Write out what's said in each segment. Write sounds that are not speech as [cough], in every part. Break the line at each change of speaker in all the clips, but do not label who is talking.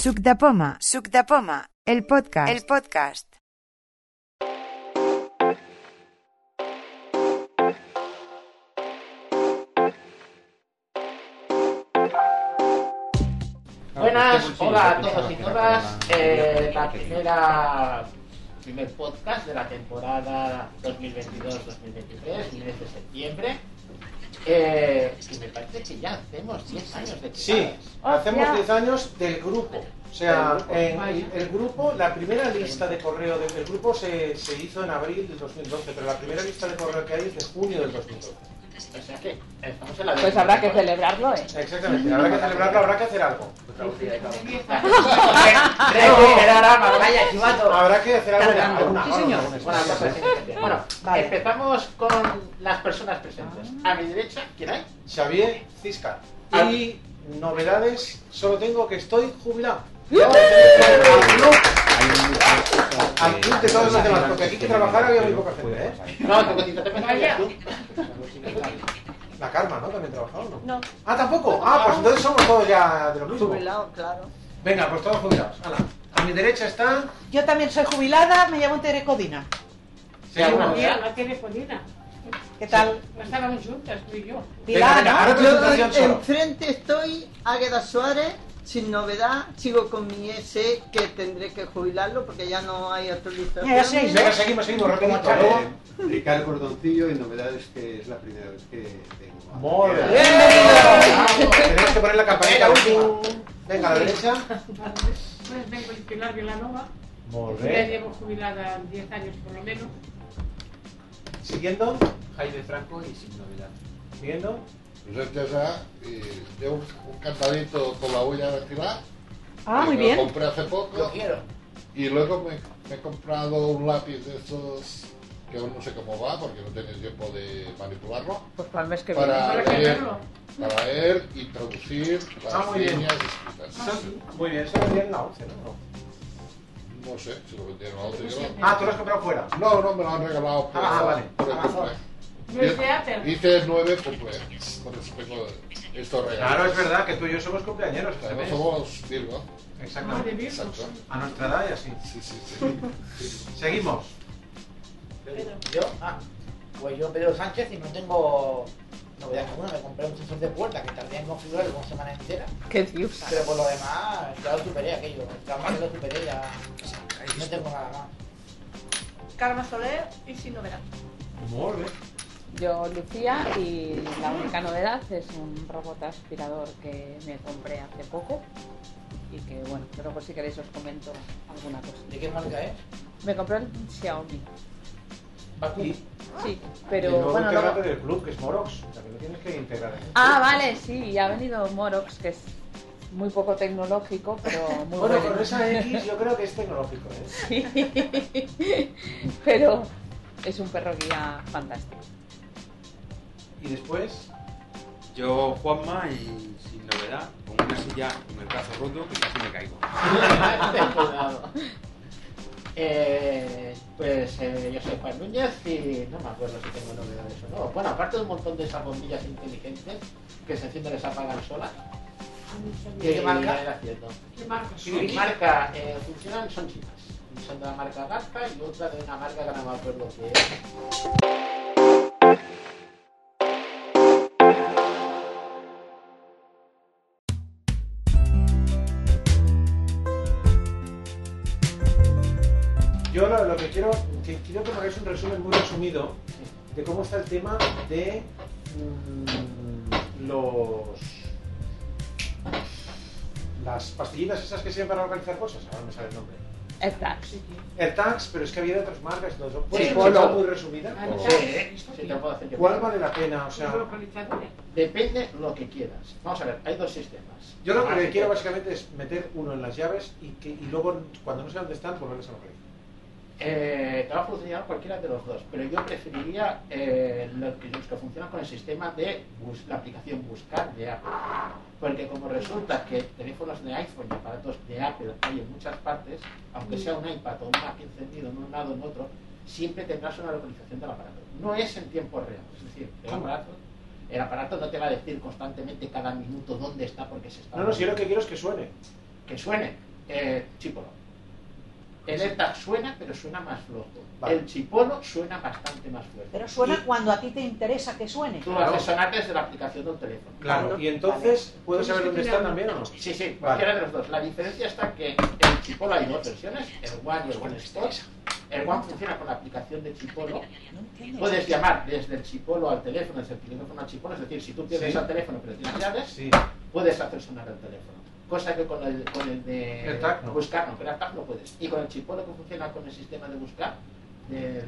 Suc de poma. Suc de poma. El podcast. El podcast.
Buenas, hola a todos y todas. Eh, la primera primer podcast de la temporada 2022-2023, mes de septiembre. Eh, y me parece que ya hacemos 10 años de
Sí,
chicas.
hacemos 10 años del grupo. O sea, en el, el grupo, la primera lista de correo de- del grupo se, se hizo en abril del 2012, pero la primera lista de correo que hay es de junio del 2012.
O sea que estamos en la
Pues habrá que celebrarlo, ¿eh?
Exactamente, habrá que celebrarlo, habrá que hacer algo.
Recuperar a Marbella y
Habrá que hacer algo. en
Cargando.
alguna-
Sí,
alguna-
señor.
alguna-
Bueno,
alguna-
vamos a hacer- bueno,
Vale.
empezamos con las personas presentes. A mi derecha, ¿quién hay?
Xavier Cisca.
Ah.
Y novedades, solo tengo que estoy jubilado. Al club de todos los demás, porque aquí que trabajar había muy poca gente, ¿eh?
No, tu cotita también hay tú.
La Karma, ¿no? También trabajaba, ¿no? No. Ah, tampoco. Ah, pues entonces somos todos ya de lo mismo.
Oh, claro.
Venga, pues todos jubilados. Ala. A mi derecha está.
Yo también soy jubilada, me llamo Tere Codina.
Sí, alguna
Seguimos.
novedad.
La telefonina.
¿Qué tal?
No estábamos juntas, tú y yo.
Venga,
Pilar,
venga,
¿no?
ahora tu presentación
Yo
solo.
enfrente estoy Águeda Suárez, sin novedad, sigo con mi S que tendré que jubilarlo porque ya no hay actualización.
Ya, ya sé.
Venga, seguimos, seguimos, rapidito.
Eh,
luego.
Ricardo Cordoncillo y novedades que es la primera vez que tengo.
Muy bien. Tenemos que poner la campanita última. Venga, a la derecha.
Pues vengo a Pilar Vilanova.
Muy
Ya llevo jubilada 10 años por lo menos.
Siguiendo. Jaime Franco y sin novedad. Siguiendo.
Vicente Sa, y llevo eh, un cantadito con la uña dactilar.
Ah,
que
muy
lo
bien.
compré hace poco.
Lo quiero.
Y luego me, me he comprado un lápiz de esos que aún no sé cómo va porque no tenía tiempo de manipularlo.
Pues para el mes que viene.
Para
¿Para
leer,
cambiarlo?
para leer y traducir las
Ah, muy bien.
líneas escritas.
Muy bien, eso lo vendían en la 11, ¿no?
No sé si lo vendieron a otro. yo no-
Ah, tú lo has comprado fuera.
No, no me lo han regalado por,
Ah, vale.
por el
Ah,
cumpleaños.
No es de Apple.
Hice nueve cumpleaños con respecto a estos regalos.
Claro, es verdad que tú y yo somos cumpleañeros. este
Además
mes.
somos Virgo.
No, de
Exactamente.
Virgo.
Exacto.
A nuestra edad y así.
Sí, sí, sí.
Seguimos.
Yo, ah, pues yo Pedro Sánchez y no tengo novedad ninguna. Me compré un sensor de puerta que tardé en configurarlo una semana entera.
Qué dios.
Pero por lo demás, ya lo superé aquello. El trabajo lo superé ya. No tengo nada más.
Karma Soler y sin novedad.
Muy bien.
Yo, Lucía, y la única novedad es un robot aspirador que me compré hace poco. Y que, bueno, luego si queréis os comento alguna cosa.
¿De qué marca es?
Me compré el Xiaomi.
Y,
Sí,
y luego
pero bueno,
integrante
luego-
del club, que es Morox. O sea, que lo tienes que integrar. en el
Ah, vale, sí, ha venido Morox, que es muy poco tecnológico, pero muy
Bueno,
bueno.
con esa X yo creo que es tecnológico, ¿eh?
pero es un perro guía fantástico.
Y después,
Yo, Juanma, y sin novedad, con una silla con el brazo roto que casi me caigo.
Eh, pues eh, yo soy Juan Núñez y no me acuerdo si tengo novedades o no. Bueno, aparte de un montón de esas bombillas inteligentes que se encienden y se apagan solas.
¿De qué marca?
ir haciendo.
¿Qué marca?
Mi marca eh, funcionan son chinas. Son de la marca Garca y otra de una marca que no me acuerdo qué es.
yo lo, lo que quiero, que quiero que me hagáis un resumen muy resumido de cómo está el tema de mm, los. Las pastillitas esas que sirven para organizar cosas, ahora me sale el nombre.
Exacto.
AirTags, pero es que había de otras marcas, ¿no? ¿Puedes
Sí,
hacer una
Polo.
muy resumida?
Ah, no.
Sí, sí, te puedo hacer yo.
¿Cuál vale la pena? O sea,
Localizadores.
Depende lo que quieras. Vamos a ver, hay dos sistemas. Ah,
yo lo que
Básico.
quiero básicamente es meter uno en las llaves y, que, y luego, cuando no sé dónde están, ponerles a localizar.
Eh, te va a funcionar cualquiera de los dos, pero yo preferiría eh, los, que, los que funcionan con el sistema de bus- la aplicación Buscar de Apple. Porque como resulta que teléfonos de iPhone y aparatos de Apple hay en muchas partes, aunque sea un iPad o un Mac encendido en un lado o en otro, siempre tendrás una localización del aparato. No es en tiempo real, es decir, el aparato, el aparato no te va a decir constantemente cada minuto dónde está porque se está...
No, no, si yo lo que quiero es que suene.
Ah. Que suene. eh, chipolo. El ETA suena, pero suena más flojo.
Vale.
El chipolo suena bastante más fuerte.
Pero suena cuando a ti te interesa que suene.
Tú lo haces sonar desde la aplicación del teléfono.
Claro, y entonces,
Pues
¿puedo saber dónde está también o no?
Sí, sí,
Vale.
cualquiera de los dos. La diferencia está que en Chipolo hay dos versiones, el One y el One Spot. El One funciona con la aplicación de Chipolo. Puedes llamar desde el Chipolo al teléfono, desde el teléfono al Chipolo, es decir, si tú tienes
Sí.
al teléfono pero tienes llaves, puedes hacer sonar el teléfono. Cosa que con el, con el de
El TAC no.
buscar no, con el TAC no puedes. Y con el Chipolo que funciona con el sistema de buscar del,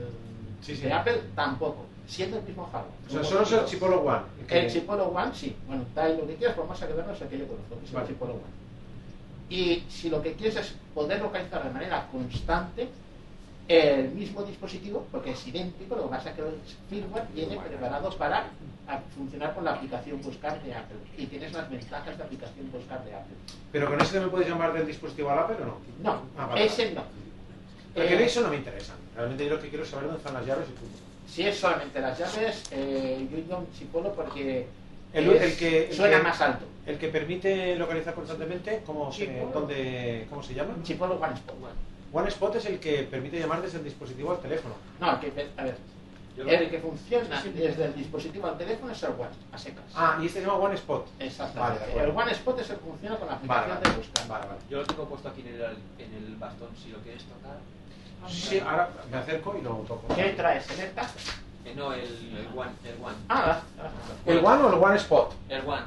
Sí, sí.
de Apple tampoco, siendo el mismo hardware.
O sea, solo es el Chipolo One.
El Chipolo One, sí. Bueno, da lo que quieras, vamos a quedarnos aquí yo conozco, que es
Vale.
el Chipolo One. Y si lo que quieres es poder localizar de manera constante el mismo dispositivo, porque es idéntico, lo que pasa es que el firmware viene preparado para a- funcionar con la aplicación Buscar de Apple. Y tienes las ventajas de la aplicación Buscar de Apple.
Pero con ese también puedes llamar del dispositivo al Apple o no?
No,
Ah, vale.
ese no.
Porque
Eh,
de eso no me interesa. Realmente yo lo que quiero es saber dónde están las llaves y punto.
Si es solamente las llaves, eh, yo iría a un Chipolo porque
El,
es-
el que, el
suena
que-
más alto.
El que permite localizar constantemente, ¿cómo se,
Chipolo.
dónde- ¿cómo se llama?
Chipolo One Spot.
One Spot es el que permite llamar desde el dispositivo al teléfono.
No, el que, a ver, el que funciona desde el dispositivo al teléfono es el One, a secas.
Ah, y este se llama One Spot.
Exactamente.
Vale, de acuerdo.
el One Spot es el que funciona con la aplicación
Vale, vale.
de buscar.
Yo lo tengo puesto aquí en el, en el bastón, si lo quieres tocar.
Sí, ahora me acerco y lo toco.
¿Qué traes? ¿El ETA?
Eh, no, el, el One. El One.
Ah, ah,
¿El One o el One Spot?
El One.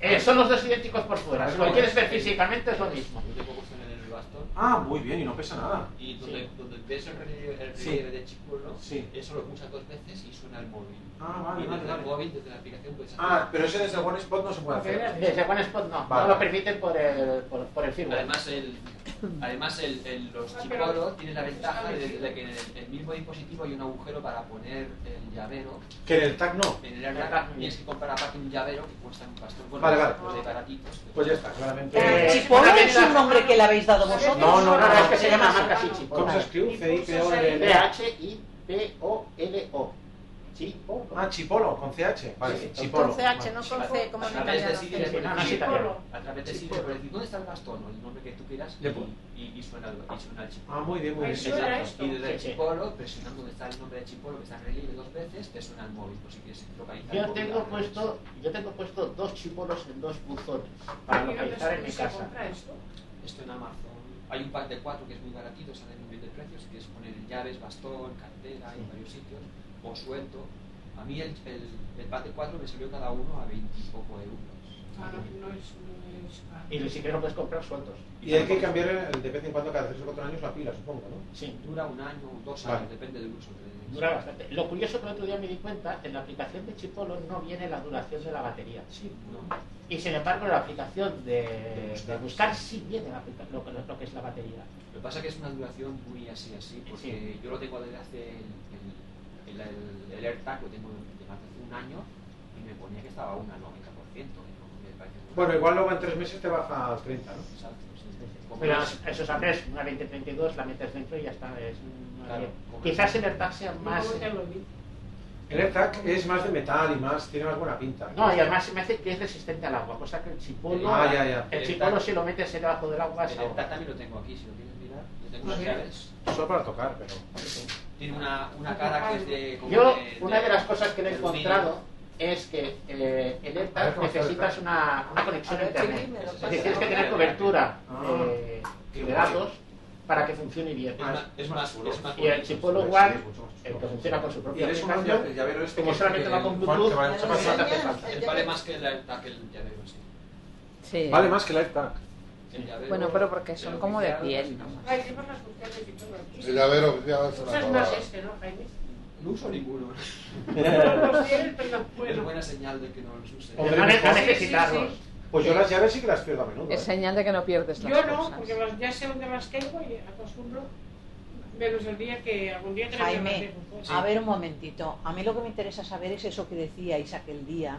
Eh, son los dos idénticos por fuera.
Ah,
Si
vale.
lo quieres ver físicamente es lo mismo.
Lo tengo puesto en el bastón.
Ah, muy bien, y no pesa nada.
Y donde, donde ves el relieve, el
Sí.
relieve de Chipolo,
Sí.
eso lo pulsas dos veces y suena el móvil.
Ah, vale,
Y
vale,
desde
vale.
el móvil, desde la aplicación puedes hacer.
Ah, pero ese desde el One Spot no se puede hacer.
Desde One Spot no,
Vale.
no lo permiten por el, por, por el firmware.
Además, el,
Hmm.
además el, el- los
Ah,
Chipolo tienen la ventaja de, de que en el, el mismo dispositivo hay un agujero para poner el llavero.
Que en el TAC no.
En el AirTag tienes que comprar aparte un llavero que cuesta un bastón. Bueno,
Vale, vale.
los de baratitos.
Pues ya está, claramente.
Eh, Chipolo es un nombre que le habéis dado vosotros.
No, no, no,
Ah,
no,
es que se llama marca así, Chipolo.
¿Cómo se escribe? C I P O L L.
C-H-I-P-O-L-O. Chipolo.
Ah, Chipolo, con CH. Vale,
Sí,
Chipolo.
Con CH, no con C, como en
A través de Siri
italiano.
le
Eh,
Sí, no, no es
puedes decir,
italiano.
a través de Siri le puedes decir, ¿dónde está el bastón? O el nombre que tú quieras
Le
y-
pon-
y, y suena, el- y suena el chipolo.
Ah, muy bien, muy bien.
Exacto.
Suena esto.
Y desde el
Sí, sí.
chipolo, presionando donde está el nombre de chipolo, que está en relieve dos veces, te suena el móvil, por si quieres localizar el
Yo
móvil.
tengo puesto, yo tengo puesto dos chipolos en dos buzones para
Mira,
localizar en mi
¿dónde se
casa.
compra Esto en Amazon. Hay un pack de cuatro que es muy baratito, sale en un bien de precios, que es poner llaves, bastón, cartera en varios sitios, o suelto. A mí el, el, el pack de cuatro me salió cada uno a 20 y poco euros.
Ah, no, no es, no es caro.
Y ni siquiera puedes comprar sueltos.
Y hay que cambiar el de vez en cuando, cada 3 o 4 años, la pila, supongo, ¿no?
Sí.
Dura un año o dos
Vale.
años, depende del uso que le des.
Dura bastante. Lo curioso que el otro día me di cuenta, en la aplicación de Chipolo no viene la duración de la batería. Y sin embargo, en la aplicación de, de buscar sí viene la aplica- lo, que- lo que es la batería.
Lo que pasa es que es una duración muy así, así, porque yo lo tengo desde hace. El, el, el, el AirTag lo tengo desde hace un año y me ponía que estaba a una 90%. que no me parece muy
Bueno,
mal.
igual luego en 3 meses te baja al 30, ¿no?
Exacto, sí, sí. Como
Pero
es-
eso es Andrés, una 2032, la metes dentro y ya está. es una-
Claro, como-
Quizás el AirTag sea más.
El AirTag es más de metal y más, tiene más buena pinta.
No, y además se me hace que es resistente al agua, cosa que el chipolo,
Ah, ya, ya.
El chipolo si lo metes debajo del agua es
El
agua.
AirTag también lo tengo aquí, si lo quieres mirar. Yo tengo
No
unas
sé.
llaves.
Solo para tocar, pero.
Tiene una, una cara que es de. como
Yo,
de-
una de las cosas que le he
de aluminio.
encontrado es que eh, el
A ver
AirTag
cómo está el
necesitas
AirTag.
una, una conexión
A
a
ver,
internet.
sí, me lo
Es
pasas.
decir, tienes que tener cobertura
Ah.
eh,
Qué
de
guay.
datos para que funcione bien.
Es más- es más chulo. es más
Y el
bonito.
chipolo One, el que funciona con su propia
Y eres un
aplicación,
hombre, el llavero este
como
que-
solamente
que-
va con
Juan,
Bluetooth,
que va mucho más
no te
rápido.
hace falta.
El vale más que el AirTag, el llavero, sí.
Sí.
Vale más que el AirTag.
El llavero-
Bueno, pero porque son
el
como de
oficial,
piel, ¿no?
Ay, llevas las buscas de Chipolo aquí.
El llavero oficial es una
Usas más
cosa.
este, ¿no, Jaime?
No uso
[laughs]
ninguno.
Los tienes, pero
Es
bueno.
buena señal de que no los use.
Hombre, mejor. Pues yo las llaves sí que las pierdo a menudo.
Es
¿eh?
señal de que no pierdes las
Yo no,
cosas.
porque las- ya sé dónde las tengo y acostumbro, menos el día que algún día tenemos las
Jaime,
dejo.
a ver un momentito. A mí lo que me interesa saber es eso que decíais aquel día,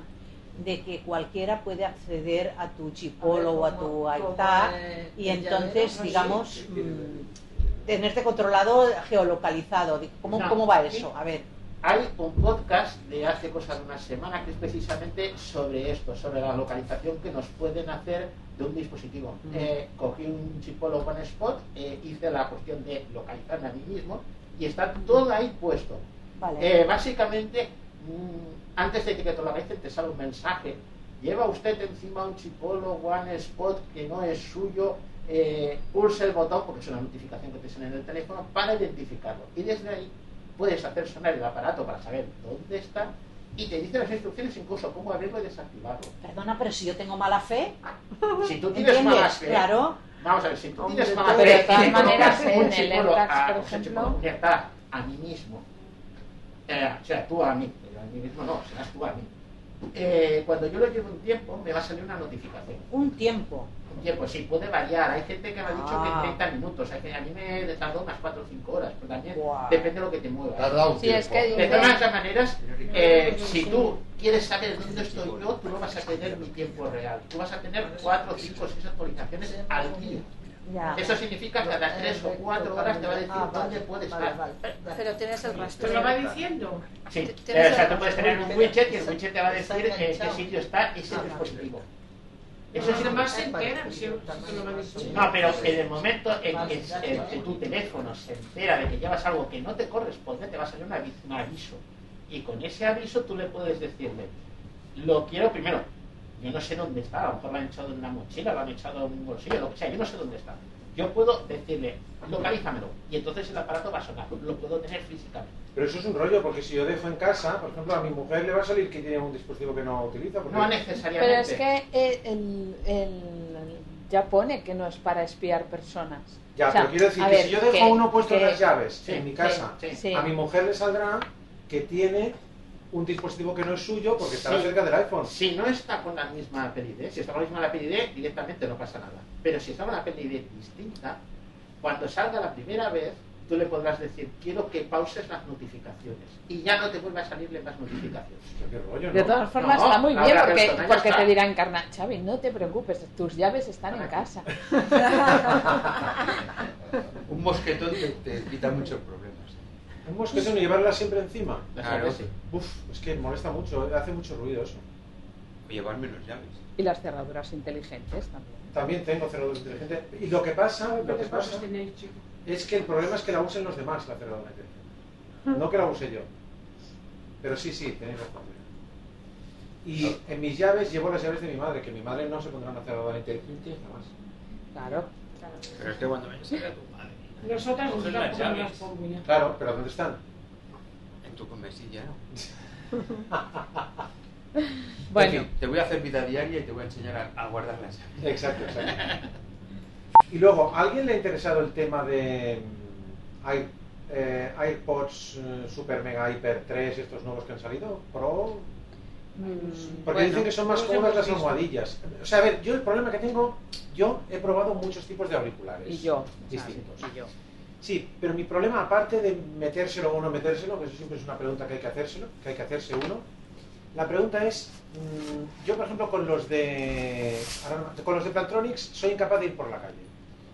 de que cualquiera puede acceder a tu chipolo o a tu altar y entonces, digamos, mm, tenerte controlado, geolocalizado. Di- ¿Cómo,
No.
¿Cómo va eso? A ver.
Hay un podcast de hace cosa de una semana que es precisamente sobre esto, sobre la localización que nos pueden hacer de un dispositivo.
Mm.
Eh, cogí un chipolo One Spot, eh, hice la cuestión de localizarme a mí mismo y está todo ahí puesto. Eh, básicamente, mm, antes de que te lo localicen, te sale un mensaje. Lleva usted encima un chipolo One Spot que no es suyo. eh, pulse el botón, porque es una notificación que te sale en el teléfono, para identificarlo. Y desde ahí puedes hacer sonar el aparato para saber dónde está y te dice las instrucciones incluso cómo abrirlo y desactivarlo.
Perdona, pero si yo tengo mala fe.
Si tú tienes
¿Entiendes?
mala fe,
Claro.
Vamos a ver, si tú
Hombre,
tienes mala
pero de
fe,
todas
y colocas
maneras,
un
en el
chipolo
AirTags,
a-
por
o sea,
ejemplo.
chipolo, AirTag a mí mismo, eh, o sea, tú a mí, pero a mí mismo no, serás tú a mí. Eh, cuando yo lo llevo un tiempo, me va a salir una notificación.
¿Un tiempo?
Un tiempo, sí, puede variar. Hay gente que me ha dicho
Ah.
que en 30 minutos, hay que a mí me tardó unas 4 o 5 horas, pero también depende de lo que te mueva.
Tarda un Sí, es tiempo. que
De
dice-
todas las maneras, eh, si tú quieres saber dónde estoy yo, tú no vas a tener mi tiempo real. Tú vas a tener 4, 5, 6 actualizaciones al día.
Ya.
Eso significa que cada 3 o 4 horas te va a decir
Ah,
dónde puedes estar.
Pero tienes el
¿Te
rastro.
lo va
diciendo?
Sí,
tienes
eh, o sea, tú
el-
puedes tener un widget y el widget te va a decir en qué sitio está
Ah,
ese dispositivo. Eso es
más se enteran si si lo va diciendo.
No, Ah, pero que de momento en que, en que tu teléfono se entera de que llevas algo que no te corresponde, te va a salir un avi- un aviso. Y con ese aviso tú le puedes decirle, lo quiero primero, yo no sé dónde está, a lo mejor lo han echado en una mochila, lo han echado en un bolsillo, lo que sea, yo no sé dónde está. Yo puedo decirle, localízamelo, y entonces el aparato va a sonar, lo puedo tener físicamente.
Pero eso es un rollo, porque si yo dejo en casa, por ejemplo, a mi mujer le va a salir que tiene un dispositivo que no utiliza. porque-
No
Pero es que eh, el, el- ya pone que no es para espiar personas.
Ya,
O sea,
pero quiero decir
a
que
ver,
si yo dejo
que-
uno puesto en
que-
las llaves
sí,
en mi casa,
sí, sí.
a mi mujer le saldrá que tiene un dispositivo que no es suyo porque estará
Sí.
cerca del iPhone.
Si no está con la misma Apple ID, si está con la misma Apple ID, directamente no pasa nada. Pero si está con una Apple ID distinta, cuando salga la primera vez, tú le podrás decir, quiero que pauses las notificaciones. Y ya no te vuelva a salirle más notificaciones.
De todas formas,
No,
está muy
la
bien
hora
porque,
personal ya
porque
está.
te dirán, Carna, Xavi, no te preocupes, tus llaves están
[laughs]
en casa.
Un mosquetón te, te quita muchos problemas.
Un mosquetón y llevarla siempre encima.
Claro.
Uf, es que molesta mucho, eh, hace mucho ruido eso.
O llevar menos llaves.
Y las cerraduras inteligentes también.
También tengo cerradura inteligente. Y lo que pasa, lo que pasa es que el problema es que la usen los demás, la cerradura inteligente. No que la use yo. Pero sí, sí, tenéis razón. Y en mis llaves llevo las llaves de mi madre, que mi madre no se pondrá una cerradura inteligente jamás.
Claro.
Pero es que cuando vayas a ver a tu madre,
Nosotras
coges
nos
las
las
llaves
las pongo ya.
Claro, pero ¿dónde están?
pues en tu comesilla.
Bueno.
En fin, te voy a hacer vida diaria y te voy a enseñar a, a guardar las llaves.
Exacto, exacto. [laughs] Y luego, ¿a alguien le ha interesado el tema de mm, Air- eh, AirPods eh, Super Mega Hyper 3, estos nuevos que han salido? Pro. Porque dicen que son más cómodas las almohadillas. O sea, a ver, yo el problema que tengo, yo he probado muchos tipos de auriculares.
Y yo,
Distintos.
Y yo.
Sí, pero mi problema, aparte de metérselo o no metérselo, que eso siempre es una pregunta que hay que hacérselo, que hay que hacerse uno, la pregunta es, mm, yo por ejemplo con los de ahora no- con los de Plantronics soy incapaz de ir por la calle,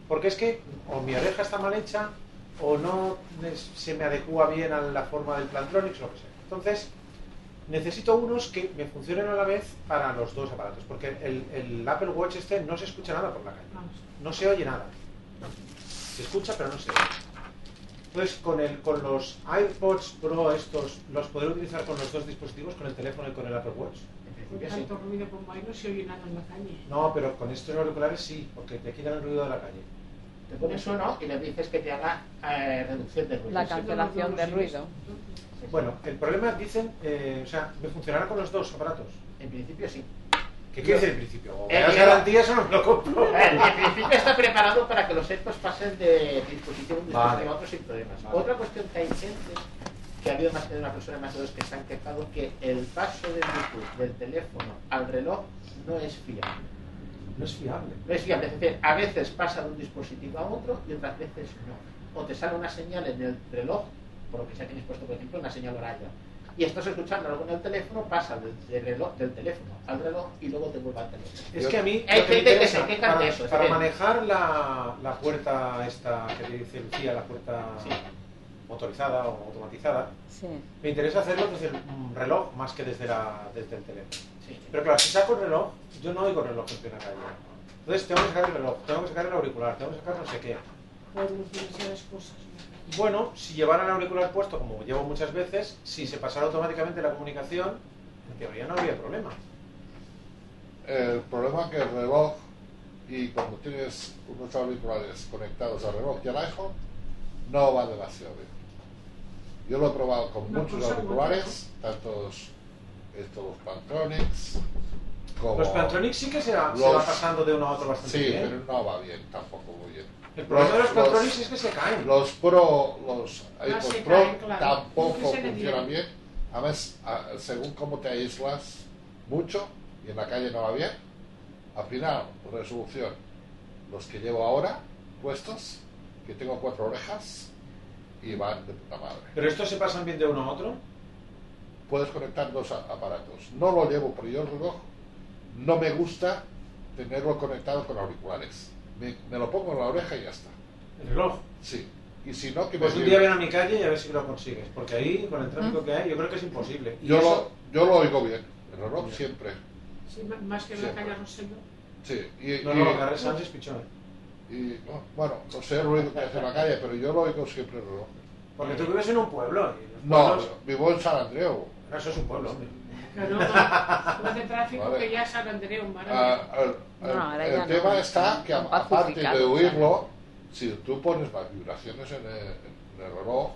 porque es que o mi oreja está mal hecha o no me- se me adecua bien a la forma del Plantronics, lo que sea. Entonces necesito unos que me funcionen a la vez para los dos aparatos, porque el, el Apple Watch este no se escucha nada por la calle, no se oye nada, se escucha pero no se oye. Entonces, con, el, con los iPods Pro estos, ¿los podré utilizar con los dos dispositivos, con el teléfono y con el Apple Watch?
Con tanto ruido como hay, no se oye nada en la calle.
No, pero con estos auriculares sí, porque te quitan el ruido de la calle.
Te pones uno y le dices que te haga eh, reducción de ruido.
La cancelación de ruido.
Bueno, el problema, dicen, eh, o sea, ¿me funcionará con los dos aparatos?
En principio sí.
¿Qué quiere decir en principio? ¿O me
Eh,
das
yo-
garantías o no me lo compro?
Eh, [laughs] En principio está preparado para que los estos pasen de dispositivo a un dispositivo
Vale.
a otro sin problemas.
Vale.
Otra cuestión que hay gente, que ha habido más de una persona, más de dos, que se han quejado que el paso de Bluetooth del teléfono al reloj no es fiable.
No es fiable.
No es fiable, es decir, a veces pasa de un dispositivo a otro y otras veces no. O te sale una señal en el reloj, por lo que sea tienes puesto, por ejemplo, una señal horaria. Y estás escuchando algo en el teléfono, pasa del, del reloj, del teléfono al reloj y luego te vuelve al teléfono.
Es que a mí...
Hay
lo
gente
me
que
interesa,
se queja
para,
de eso. es
Para
decir,
manejar la, la puerta esta que te dice Lucía, la puerta... motorizada o automatizada,
Sí.
me interesa hacerlo desde el mm, reloj más que desde, la, desde el teléfono. Pero claro, si saco el reloj, yo no oigo el reloj en plena calle. Entonces tengo que sacar el reloj, tengo que sacar el auricular, tengo que sacar no sé qué.
Por demasiadas cosas.
Bueno, si llevara el auricular puesto, como llevo muchas veces, si se pasara automáticamente la comunicación, en teoría no habría problema.
El problema que el reloj y cuando tienes unos auriculares conectados al reloj y al iPhone, no va demasiado bien. Yo lo he probado con
No,
muchos
pues,
auriculares, tantos estos los Plantronics, como
Los Plantronics sí que se va, se
los-
va pasando de uno a otro bastante
sí,
bien.
pero no va bien, tampoco muy bien.
El problema de los Plantronics es que se caen.
Los Pro, los iPod
se
Pro
caen, claro.
tampoco
Es que se
funcionan
detienen.
bien. Además, a- según cómo te aíslas mucho y en la calle no va bien, al final, resolución, los que llevo ahora puestos, que tengo cuatro orejas y van de puta madre.
¿Pero estos se pasan bien de uno a otro?
Puedes conectar dos a- aparatos. No lo llevo, pero yo el reloj no me gusta tenerlo conectado con auriculares. Me, me lo pongo en la oreja y ya está.
¿El reloj?
Sí. Y si no, que me
Pues un
lleve.
día ven a mi calle y a ver si lo consigues, porque ahí, con el tráfico que hay, yo creo que es imposible. Y
Yo
eso-
lo, yo lo oigo bien, el reloj siempre.
Sí, ma- más que
Sí.
la calle Rosselló.
Sí, y,
No,
y-
no, Carles Sánchez pichón.
y, no, bueno, no sé el ruido que hace la calle, pero yo lo oigo siempre el reloj.
Porque tú vives en un pueblo. y los
No,
pueblos-
vivo en San Andreu.
Eso es un pueblo, hombre.
Claro,
[laughs]
no, no hace pues, tráfico
Vale.
que ya San Andreu, maravilla.
Ah, el el-
No, ahora
el
ya no.
tema está que a-
Está
aparte de
justificado,
oírlo, si tú pones las vibraciones en el, en el reloj,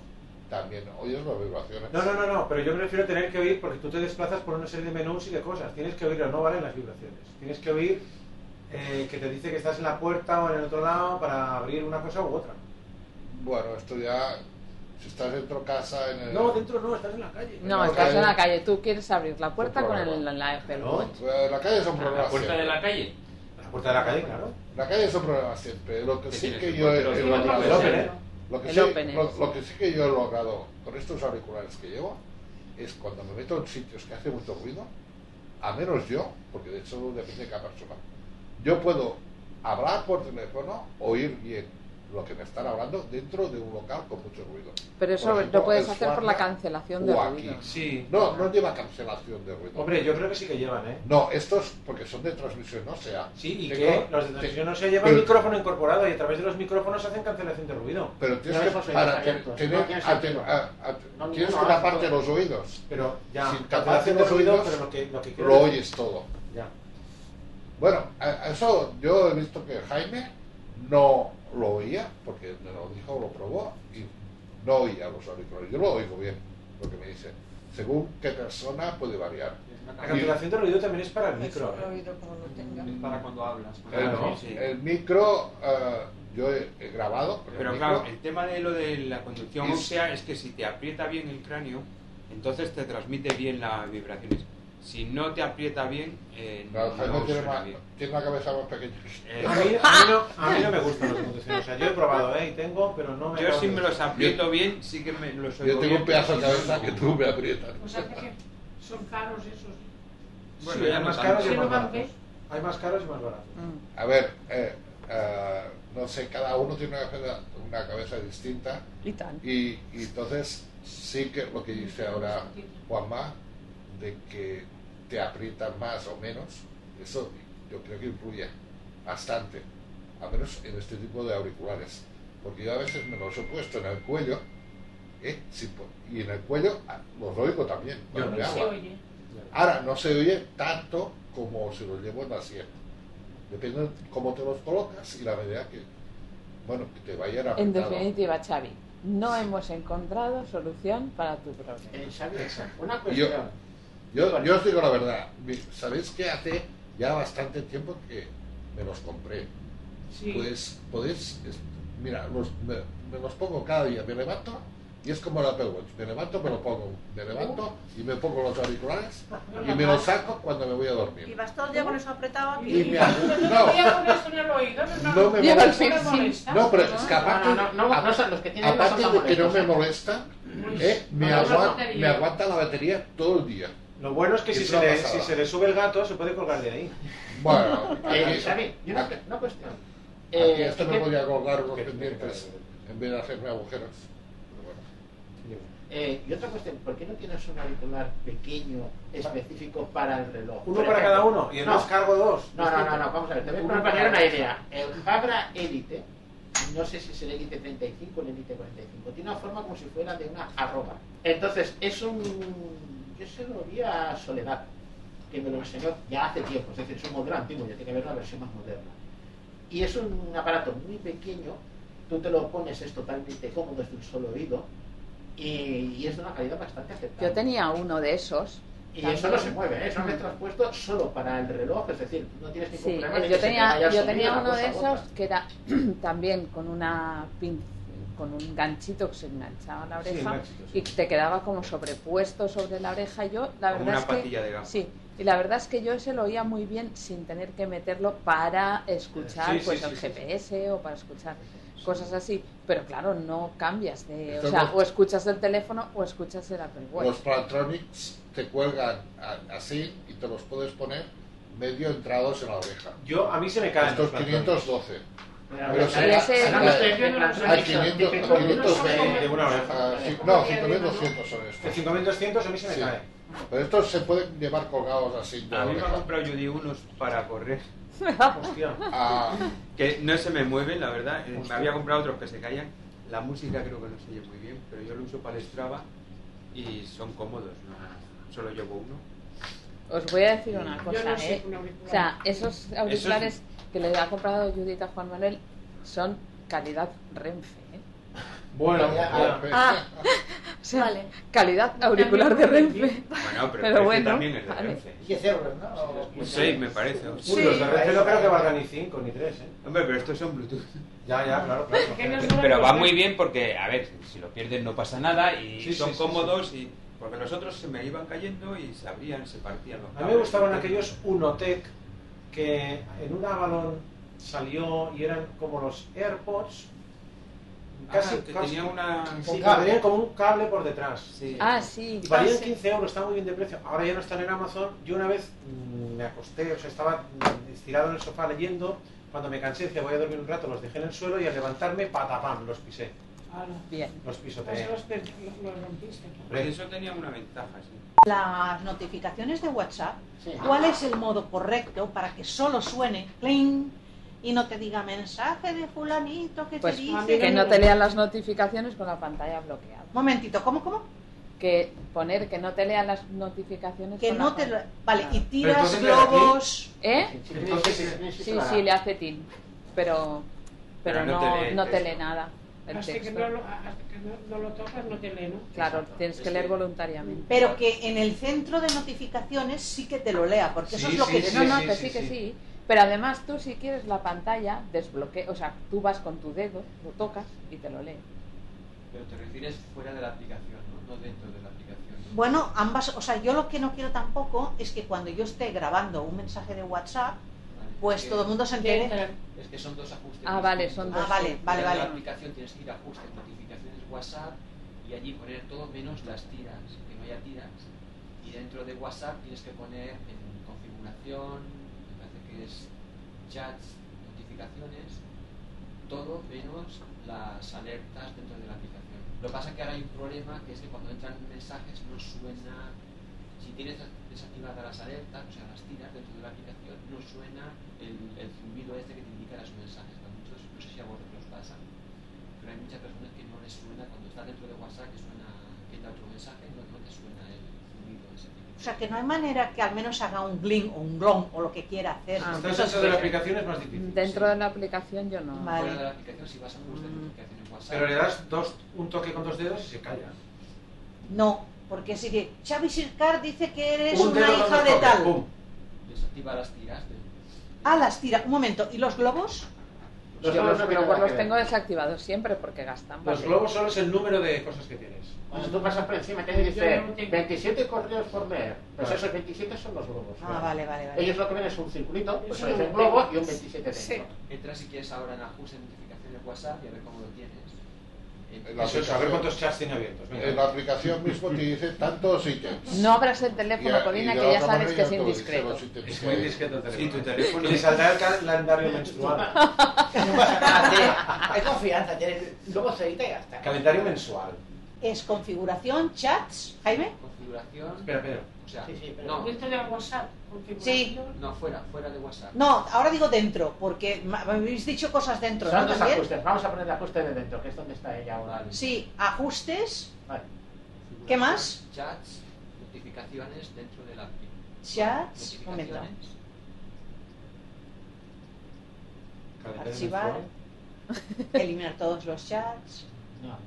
también oyes las vibraciones.
No, no, no, no, pero yo me refiero a tener que oír porque tú te desplazas por una serie de menús y de cosas. Tienes que oír o no valen las vibraciones. Tienes que oír eh, que te dice que estás en la puerta o en el otro lado para abrir una cosa u otra.
Bueno, esto ya, si estás dentro de casa, en el...
No, dentro no, estás en la calle.
No, estás en la calle. Tú quieres abrir la puerta con el, la Apple
No,
Watch. Ah.
eh, la calle es un problema.
¿La puerta de la calle?
La puerta de la calle, claro.
La calle es un problema siempre. Lo que sí
tienes
que
que
yo he
poner los auriculares. El open, ¿eh?
lo que
El
sí-
open, ¿eh?
lo- lo que sí que yo he logrado con estos auriculares que llevo es cuando me meto en sitios que hace mucho ruido, a menos yo, porque de hecho depende de cada persona, yo puedo hablar por teléfono, oír bien lo que me están hablando dentro de un local con mucho ruido.
Pero eso
Por ejemplo,
lo puedes
en
hacer por la
Suabia
cancelación de
o
ruido.
aquí. No, no lleva cancelación de ruido.
Hombre, yo creo que sí que llevan, ¿eh?
No, estos porque son de transmisión, no sea.
Sí, ¿Y
Tengo-
qué? Los de transmisión no se llevan
Pero-
micrófono incorporado y a través de los micrófonos hacen cancelación de ruido.
Pero
Una
tienes
vez
que,
los oídos
para te-
abiertos.
tener
No tiene
aten-
sentido.
a- a-
No,
tienes
no,
que
no,
taparte
no.
los oídos.
Pero ya,
sin taparte
cancelación de
los
ruido,
oídos,
pero lo que- lo que quiero-
oyes todo.
Ya.
Bueno, a- a eso yo he visto que Jaime no lo oía, porque me lo dijo, lo probó, y no oía los auriculares. Yo lo oigo bien, lo que me dice. Según qué persona puede variar.
La cancelación de ruido también es para el micro. ¿eh?
Es para cuando hablas.
Y el,
Sí, sí.
el micro, eh, yo he, he grabado. con el
Pero
micro.
claro, el tema de lo de la conducción
Es-
ósea es que si te aprieta bien el cráneo, entonces te transmite bien las vibraciones. Si no te aprieta bien, eh,
Claro, Jaime
no
tiene,
suena
más-
bien.
tiene una cabeza más pequeña.
Eh, A mí, a mí no, a mí no me gustan los conducciones. O sea, yo he probado, ¿eh? Y tengo, pero no me
Yo
acabo
si
de-
me los aprieto bien, sí que me los oigo
Yo tengo
bien,
un pedazo de
pero si no,
cabeza
no.
que tú me aprietas.
O sea, que son caros esos.
Bueno,
Sí,
ya
hay
no
más
tanto.
caros y
Sí,
más
no van
baratos. Hay más caros y más baratos.
A ver, eh, eh, no sé, cada uno tiene una cabeza, una cabeza distinta.
Y tal.
Y, y entonces, sí que lo que dice ahora Juanma, de que te aprietan más o menos, eso yo creo que influye bastante. A menos en este tipo de auriculares. Porque yo a veces me los he puesto en el cuello. ¿eh? Sí, po- y en el cuello ah, los oigo también. cuando me
no se
hablan.
oye.
Ahora, no se oye tanto como si lo llevo en la sierra. Depende de cómo te los colocas y la medida que, bueno, que te vayan
En
apretado.
definitiva, Xavi, no hemos encontrado solución para tu problema.
Eh,
Una
Yo,
pues,
cuestión.
yo, yo os digo la verdad, mi- ¿sabéis que hace ya bastante tiempo que me los compré?
Sí.
Pues podéis, es- mira, los- me, me los pongo cada día, me levanto y es como la Apple Watch, me levanto, me lo pongo, me levanto y me pongo los auriculares y me los saco cuando me voy a dormir.
Y vas todo el día con eso apretado aquí.
Y
[laughs]
me abu-
No voy a poner eso en el oído, no,
No me
Lleva el
molesta.
piercing.
No, pero es que aparte,
No, no, no, no, no son los que tienen
aparte
esos
de que no
amuletos,
me
¿eh?
molesta, eh, me,
No, no, no,
aguanta,
no.
me aguanta la batería todo el día.
Lo bueno es que si
Es
se,
una
le,
pasada.
si se le sube el gato, se puede colgar de ahí. [laughs]
Bueno,
Eh,
aquí-
Xavi, y una, una cuestión.
Aquí
Eh,
esto
¿y
me
qué-
podía colgar unos pendientes en vez de hacerme agujeros.
Eh, y otra cuestión, ¿por qué no tienes un auricular pequeño específico para el reloj?
Uno
Por
para
ejemplo,
cada uno y en los cargo dos.
No, no, no, no, vamos a ver, te voy a
Uno
poner
para
para una
cada
idea.
persona.
El Jabra Elite, no sé si es el Elite 35 o el Elite 45, tiene una forma como si fuera de una arroba. Entonces, es un... Yo se lo vi a Soledad, que me lo enseñó ya hace tiempo, es decir, es un modelo antiguo, ya tiene que haber una versión más moderna. Y es un aparato muy pequeño, tú te lo pones, es totalmente cómodo, es de un solo oído, y, y es de una calidad bastante aceptable.
Yo tenía uno de esos.
Y
también.
eso no se mueve, ¿eh? eso me he traspuesto solo para el reloj, es decir, no tienes ningún
Sí, eh,
problema. de
yo
que se te vaya
tenía,
el
yo
sonido
tenía
una
uno
cosa
de
a otra.
esos que era [clears throat] también con una pin- con un ganchito que se enganchaba a la
Sí,
oreja
ganchito,
y te quedaba como sobrepuesto sobre la oreja. Yo, la
Como
verdad
una
es que.
patilla de gato.
Sí, y la verdad es que yo ese lo oía muy bien sin tener que meterlo para escuchar
Sí, sí,
pues
sí,
el
sí,
GPS o para escuchar cosas así. Pero claro, no cambias de. O
Esto
sea,
no-
o escuchas el teléfono o escuchas el Apple Watch.
Los
[laughs]
Plantronics te cuelgan a- así y te los puedes poner medio entrados en la oreja.
Yo, a mí se me caen
Estos
los
512.
Pero
Pero
a
será-
ver,
será-
ese-
será-
Estoy viendo los
hay
Plantronics
500,
típicos,
500
de- de una oreja.
ah, sí, No, 5200 son estos.
5200 a mí se me cae.
Pero estos se pueden llevar colgados así. de
A mí me ha
oreja.
comprado Judy unos para correr.
Hostia.
Ah,
Que no se me mueven, la verdad. Eh, Me había comprado otros que se callan. La música creo que no se oye muy bien, pero yo lo uso para el Strava y son cómodos. ¿no? Solo llevo uno.
Os voy a decir una
Yo
cosa,
no sé
¿eh?
un auricular.
O sea, esos auriculares que le ha comprado Judith a Juan Manuel son calidad Renfe, ¿eh?
Bueno,
ya.
Pues,
Ah,
[laughs]
o sea, calidad auricular de Renfe.
Bueno, pero, el
Pero
precio
bueno,
también es de
vale.
Renfe.
10 euros, ¿no?
pues
6 me parece. o-
Uy, los de Renfe no creo que valgan ni 5 ni 3, ¿eh?
Hombre, pero estos son Bluetooth.
Ya, ya, claro, claro.
Pero
¿eh?
va muy bien porque, a ver, si lo pierden no pasa nada y
Sí, sí,
son
sí,
cómodos y porque los otros se me iban cayendo y se abrían, se partían los
A mí me gustaban
cables.
aquellos Unotech que en un Avalon salió y eran como los AirPods. Casi,
Ah, te-
casi-
tenía una-
Sí,
un
que
cable.
tenían como un cable por detrás.
Ah, sí.
Y valían
Ah, sí.
15 euros, está muy bien de precio. Ahora ya no están en Amazon. Yo una vez mm, me acosté, o sea, estaba mm, estirado en el sofá leyendo. Cuando me cansé, decía voy a dormir un rato, los dejé en el suelo y al levantarme, patapam, los pisé.
Bien.
Los pisoteé.
Pues los, per- los, los rompiste.
Pues eso tenía una ventaja, sí.
Las notificaciones de WhatsApp, ¿cuál es el modo correcto para que solo suene cling y no te diga mensaje de fulanito que
Pues
te dice
que no te lean las notificaciones con la pantalla bloqueada.
Momentito, ¿cómo, cómo?
Que poner que no te lean las notificaciones.
Que no te lo- Vale, y
Pero
tiras
entonces le da
globos.
¿Eh?
Entonces,
Sí, sí, le hace tin, pero, pero,
Pero no
no,
te lee el
no te
texto.
lee nada el
Hasta que,
texto.
no lo, hasta que no, no lo tocas, no te lee, ¿no?
Claro, tienes que leer voluntariamente.
Pero que en el centro de notificaciones sí que te lo lea, porque eso
Sí,
es lo
sí,
que
sí, No, no, que sí, que sí. Pero además tú si quieres la pantalla, desbloquea, o sea, tú vas con tu dedo, lo tocas y te lo lee.
Pero te refieres fuera de la aplicación, ¿no? No dentro de la aplicación.
Bueno, ambas, o sea, yo lo que no quiero tampoco es que cuando yo esté grabando un mensaje de WhatsApp, pues todo el mundo se entere.
Es que son dos ajustes.
Ah, vale, son dos. Ah, vale, vale,
En la
vale.
aplicación tienes que ir a ajustes, notificaciones, WhatsApp y allí poner todo menos las tiras, que no haya tiras. Y dentro de WhatsApp tienes que poner en configuración, me parece que es chats, notificaciones, todo menos las alertas dentro de la aplicación. Lo que pasa es que ahora hay un problema que es que cuando entran mensajes no suena si tienes desactivadas las alertas, o sea, las tiras dentro de la aplicación, no suena el, el zumbido este que te indica los mensajes. A muchos, no sé si a vosotros os pasa, pero hay muchas personas que no les suena cuando está dentro de WhatsApp que suena que entra otro mensaje, no, no te suena el zumbido ese.
O sea, que no hay manera que al menos haga un gling o un glong o lo que quiera hacer.
Ah,
Entonces,
entonces eso de la aplicación es más difícil.
Dentro de la aplicación yo no.
Fuera de la aplicación, si vas a ajustes, notificaciones WhatsApp.
Pero le das dos, un toque con dos dedos y se calla.
No, porque sí que Xavi Sircar dice que eres
Un
una
dedo
hija
dando
de
toque,
tal.
pum.
Desactiva las tiras. de-
Ah,
[laughs]
las tira. Un momento, ¿y los globos?
Los
Yo
globos
los
no tienen
globos
nada que
los
ver.
tengo desactivados siempre porque gastan
Los
batería.
globos solo es el número de cosas que tienes.
Cuando tú pasas por encima te dice 27 correos por leer. Pues esos 27 son los globos.
Ah, vale, vale, vale.
Ellos lo que ven es un circulito, pues
Eso
es
no
un
lo
globo
tengo.
y un 27 dentro.
Entra si quieres ahora en ajustes, notificaciones WhatsApp y a ver cómo lo tienes.
en
Entra-
la
Eso es, a ver
aplicación-
cuántos chats tiene abiertos, venga.
En la aplicación mismo te dice tantos ítems.
No abras el teléfono,
Y a-
Colina,
y de
que
la
ya
otra
sabes
manera
que
ya
es
te lo dice,
indiscreto.
los ítems
Es
que
muy
hay.
discreto el teléfono.
Y tu teléfono.
Que le saldrá el calendario menstrual.
[laughs]
No pasa nada, tío. Hay confianza, tienes- luego se edita y ya está.
Calendario mensual.
es configuración, chats, Jaime.
Configuración.
Espera, Pedro.
O sea,
Sí, sí, pero
no,
dentro de WhatsApp, configuración.
no, fuera, fuera de WhatsApp.
No, ahora digo dentro, porque ma- me habéis dicho cosas dentro,
Son
¿no?
los
También.
ajustes. Vamos a poner el ajuste de dentro, que es donde está ella ahora.
Sí, ajustes,
Vale.
¿Qué más?
Chats, notificaciones dentro de la API.
chats, un momento. Archivar, eliminar todos los chats,
No.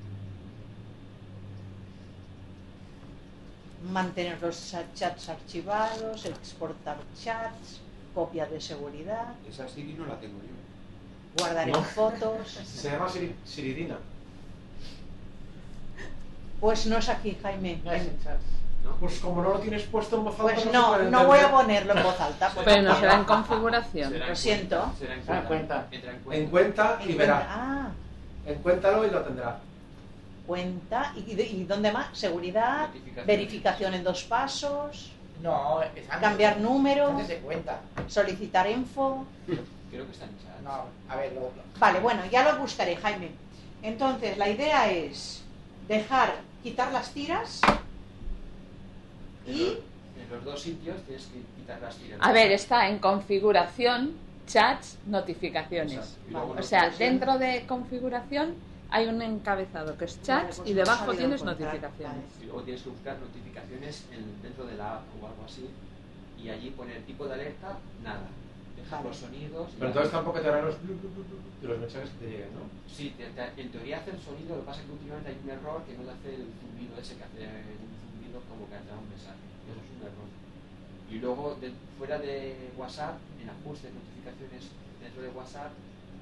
mantener los chats archivados, exportar chats, copia de seguridad,
Esa Siri no la tengo yo.
guardar
No.
en fotos.
Se llama Siri- Siridina.
Pues no es aquí, Jaime. En-
Pues como no lo tienes puesto en voz alta,
Pues
se
no,
puede
no voy a
entender.
ponerlo en
[laughs]
voz alta. porque
Pero no será en
quiero.
configuración.
Lo siento.
Será en
Ah,
cuenta. Entra en
En
cuenta.
cuenta y verá.
Ah,
Encuéntalo y lo tendrá.
cuenta. ¿Y, de- y dónde más? Seguridad,
Notificaciones.
verificación en dos pasos,
eh,
No, es antes.
cambiar número,
Antes de cuenta.
solicitar info.
Creo que está en chat.
No, a ver, lo, lo-
Vale, bueno, ya lo buscaré, Jaime. Entonces, la idea es dejar, quitar las tiras y
En los dos sitios tienes que quitar las tiras.
A ver, está en configuración, chats, notificaciones.
Exacto. Y luego
O sea,
notificaciones.
dentro de configuración hay un encabezado que es
Vale,
chats
pues
y
no he
debajo
sabido
tienes
encontrar,
notificaciones.
Y luego tienes que buscar notificaciones en- dentro de la app o algo así. Y allí poner tipo de alerta, nada. Dejar los sonidos. y
Pero
ya.
entonces tampoco te harán los blu, blu, blu, blu de los mensajes que te lleguen, ¿no?
Sí, te- te- en teoría hace el sonido, lo que pasa es que últimamente hay un error que no te hace el zumbido ese que hace un zumbido como que ha entrado un mensaje. Eso es un error. Y luego, de- fuera de WhatsApp, en ajustes, notificaciones dentro de WhatsApp,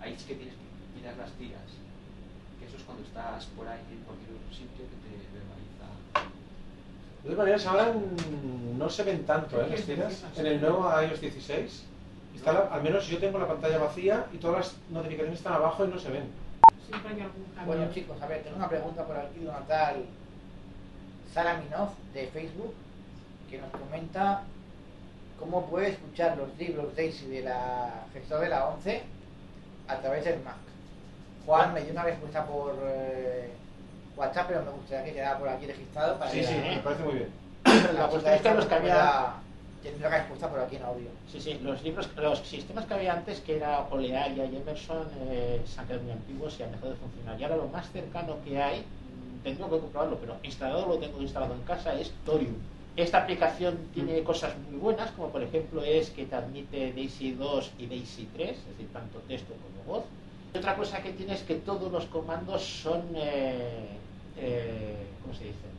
ahí sí que tienes que quitar las tiras. Que eso es cuando estás por ahí en cualquier otro sitio que te verbaliza.
De todas maneras, ahora mm, no se ven tanto ¿eh? las tiras. En el nuevo iOS 16, está la- al menos yo tengo la pantalla vacía y todas las notificaciones están abajo y no se ven.
Siempre hay algún cambio.
Bueno, chicos, a ver, tengo una pregunta por aquí de una tal Sara Minov de Facebook que nos comenta cómo puede escuchar los libros Daisy de la gestora de la 11 a través del Mac. Juan me dio una respuesta por eh, WhatsApp, pero me gustaría que quedara por aquí registrado para
Sí,
que
sí,
la-
me parece muy [coughs] bien.
la
La
chica
cuestión es que
esta
los que había-
pueda tener una respuesta por aquí en audio.
Sí, sí, los libros, los sistemas que había antes, que era Olearia y Emerson, eh, se han quedado muy antiguos y han dejado de funcionar. Y ahora lo más cercano que hay, mm, tendré que comprobarlo, pero instalado lo tengo instalado en casa, es Torium. Esta aplicación tiene cosas muy buenas, como por ejemplo es que te admite Daisy 2 y Daisy 3, es decir, tanto texto como voz. Y otra cosa que tiene es que todos los comandos son, eh, eh, ¿cómo se dice?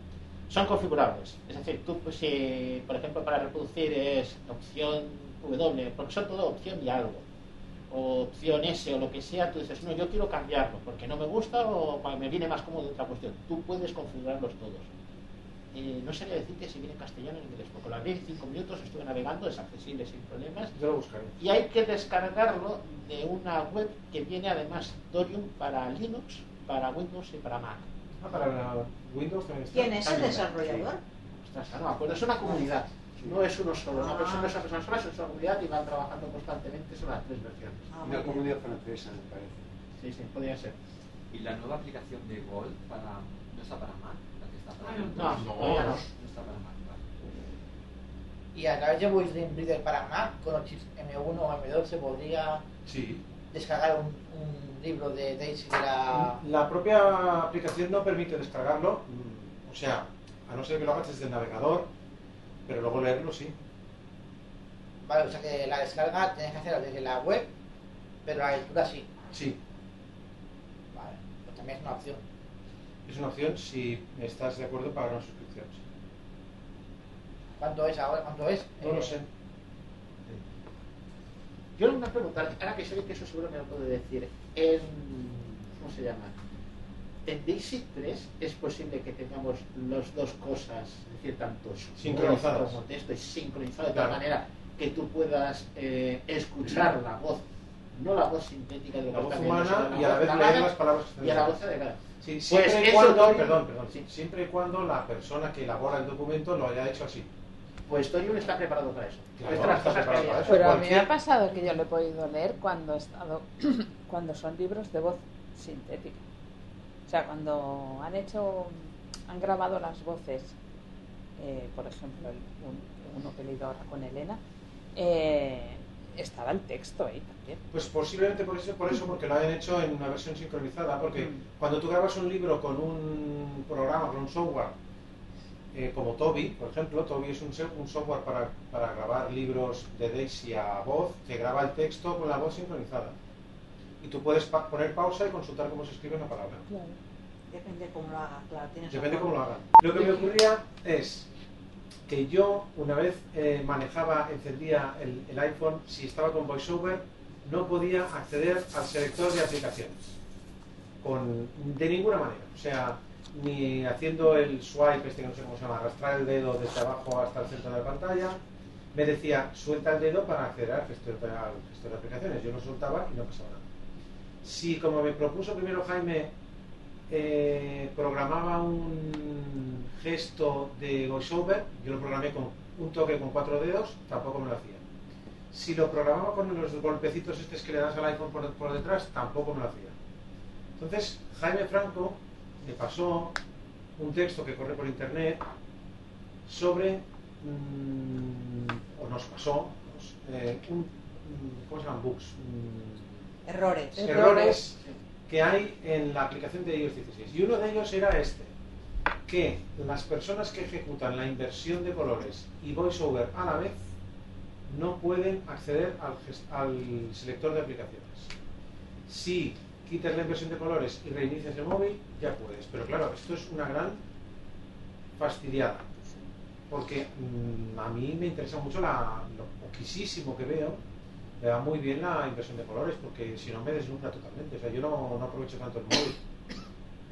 son configurables. Es decir, tú, pues, si, por ejemplo, para reproducir es opción W, porque son todo opción y algo, o opción S o lo que sea, tú dices, no, yo quiero cambiarlo porque no me gusta o pa- me viene más cómodo otra cuestión. Tú puedes configurarlos todos. Eh, no sabía decirte si viene en castellano o en inglés, porque lo abrí en 5 minutos, estuve navegando, es accesible sin problemas.
Yo lo buscaré.
Y hay que descargarlo de una web que viene además Dorium para Linux, para Windows y para Mac.
Ah, para la Windows también está.
¿Quién es el desarrollador?
Ostras, no me acuerdo, es una comunidad. No es uno solo, una
Ah.
persona es una persona sola, es una comunidad y van trabajando constantemente, son las tres versiones.
Ah,
Una comunidad francesa, me parece.
Sí, sí, podría ser.
Y la nueva aplicación de Gold para, no está para Mac, la que está para
No,
Windows.
Ah, no, todavía no.
no está para Mac, vale.
Y a través de Voice Dream Reader para Mac, con los chips M1 o M2 se podría
Sí.
descargar un, un libro de Daisy de la...
La propia aplicación no permite descargarlo, mm, o sea, a no ser que lo hagas desde el navegador, pero luego leerlo sí.
Vale, o sea que la descarga tienes que hacerla desde la web, pero la lectura sí.
Sí,
Vale, pues también es una opción.
es una opción si estás de acuerdo para una suscripción. sí.
¿Cuánto es ahora? ¿Cuánto es?
No lo
Eh,
sé.
Yo una pregunta, ahora que sé que eso seguro me lo puede decir. En, ¿Cómo se llama? En Daisy 3 es posible que tengamos las dos cosas, es decir, tanto voz
Sincronizadas.
como texto, y sincronizado de
Claro.
tal manera que tú puedas eh, escuchar la voz, no la voz sintética de lo
Eh,
que
La voz
está viendo,
humana
sino
y a la vez
hablada
leer las palabras que están
Y a la voz
diciendo.
hablada.
Sí,
Pues
siempre y
eso
cuando,
Dorian-
perdón, perdón, siempre y cuando la persona que elabora el documento lo haya hecho así.
Pues Dorium está preparado para eso.
Claro,
Esta es la
está
cosa que
preparado
hay.
para eso.
Pero a mí me
Cualquier-
ha pasado que yo lo he podido leer cuando he estado [coughs] cuando son libros de voz sintética. O sea, cuando han hecho han grabado las voces, eh, por ejemplo, el, un- uno que he leído ahora con Elena, eh, estaba el texto ahí también.
Pues posiblemente por eso, por eso, porque lo hayan hecho en una versión sincronizada, porque cuando tú grabas un libro con un programa, con un software, eh, como Toby, por ejemplo, Toby es un, se- un software para, para grabar libros de Daisy a voz, que graba el texto con la voz sincronizada. Y tú puedes pa- poner pausa y consultar cómo se escribe una palabra.
Depende cómo lo haga, claro. Tienes
Depende
razón.
cómo lo hagan. Lo que me ocurría es que yo una vez eh, manejaba, encendía el, el iPhone, si estaba con VoiceOver, no podía acceder al selector de aplicaciones. Con, de ninguna manera. O sea, ni haciendo el swipe, este que no sé cómo se llama, arrastrar el dedo desde abajo hasta el centro de la pantalla. Me decía, suelta el dedo para acceder al gestor, de- al gestor de aplicaciones. Yo lo soltaba y no pasaba nada. Si, como me propuso primero Jaime, eh, programaba un gesto de voiceover, yo lo programé con un toque con cuatro dedos, tampoco me lo hacía. Si lo programaba con los golpecitos estos que le das al iPhone por, por detrás, tampoco me lo hacía. Entonces, Jaime Franco me pasó un texto que corre por internet sobre, mm, o nos pasó, nos- eh, un- mm, ¿cómo se llaman? Bugs. mm,
Errores.
Errores que hay en la aplicación de iOS 16. Y uno de ellos era este, que las personas que ejecutan la inversión de colores y VoiceOver a la vez no pueden acceder al, ges- al selector de aplicaciones. Si quitas la inversión de colores y reinicias el móvil, ya puedes. Pero claro, esto es una gran fastidiada. Porque mm, a mí me interesa mucho la, lo poquísimo que veo. Me va muy bien la inversión de colores porque si no me deslumbra totalmente. O sea, yo no, no aprovecho tanto el móvil.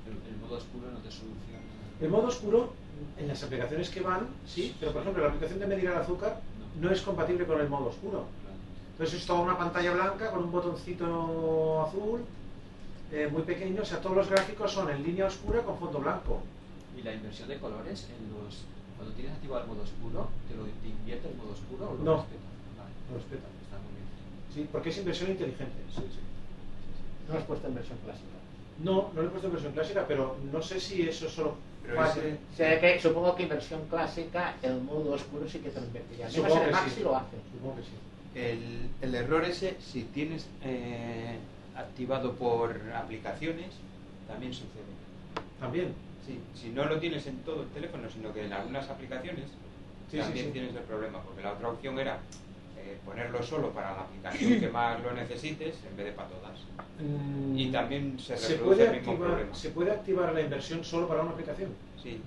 El, el modo oscuro no te soluciona.
El modo oscuro en las aplicaciones que van, sí, pero por ejemplo la aplicación de medir el azúcar no es compatible con el modo oscuro. Entonces es toda una pantalla blanca con un botoncito azul eh, muy pequeño. O sea, todos los gráficos son en línea oscura con fondo blanco.
Y la inversión de colores, en los, cuando tienes activado el modo oscuro, ¿te, lo, te invierte el modo oscuro o lo
No.
respeta? Vale.
Lo respetan.
Está muy bien.
Sí, porque es inversión inteligente.
No has puesto en versión clásica.
No, no lo he puesto en versión clásica, pero no sé si eso solo vale.
O sea, que supongo que en versión clásica el modo oscuro sí que te lo invertiría. Al menos
Supongo
en el
que
Mac
sí.
sí lo hace.
Supongo que sí.
El, el error ese, si tienes eh, activado por aplicaciones, también sucede.
¿También?
Sí, si no lo tienes en todo el teléfono, sino que en algunas aplicaciones
Sí, sí,
también
sí.
tienes el problema, porque la otra opción era eh, ponerlo solo para la
[clears throat]
aplicación que más lo necesites en vez de para todas.
Mm,
Y también se
¿Se
reproduce
puede,
el mismo
activar,
problema.
¿Se puede activar la inversión solo para una aplicación?
Sí.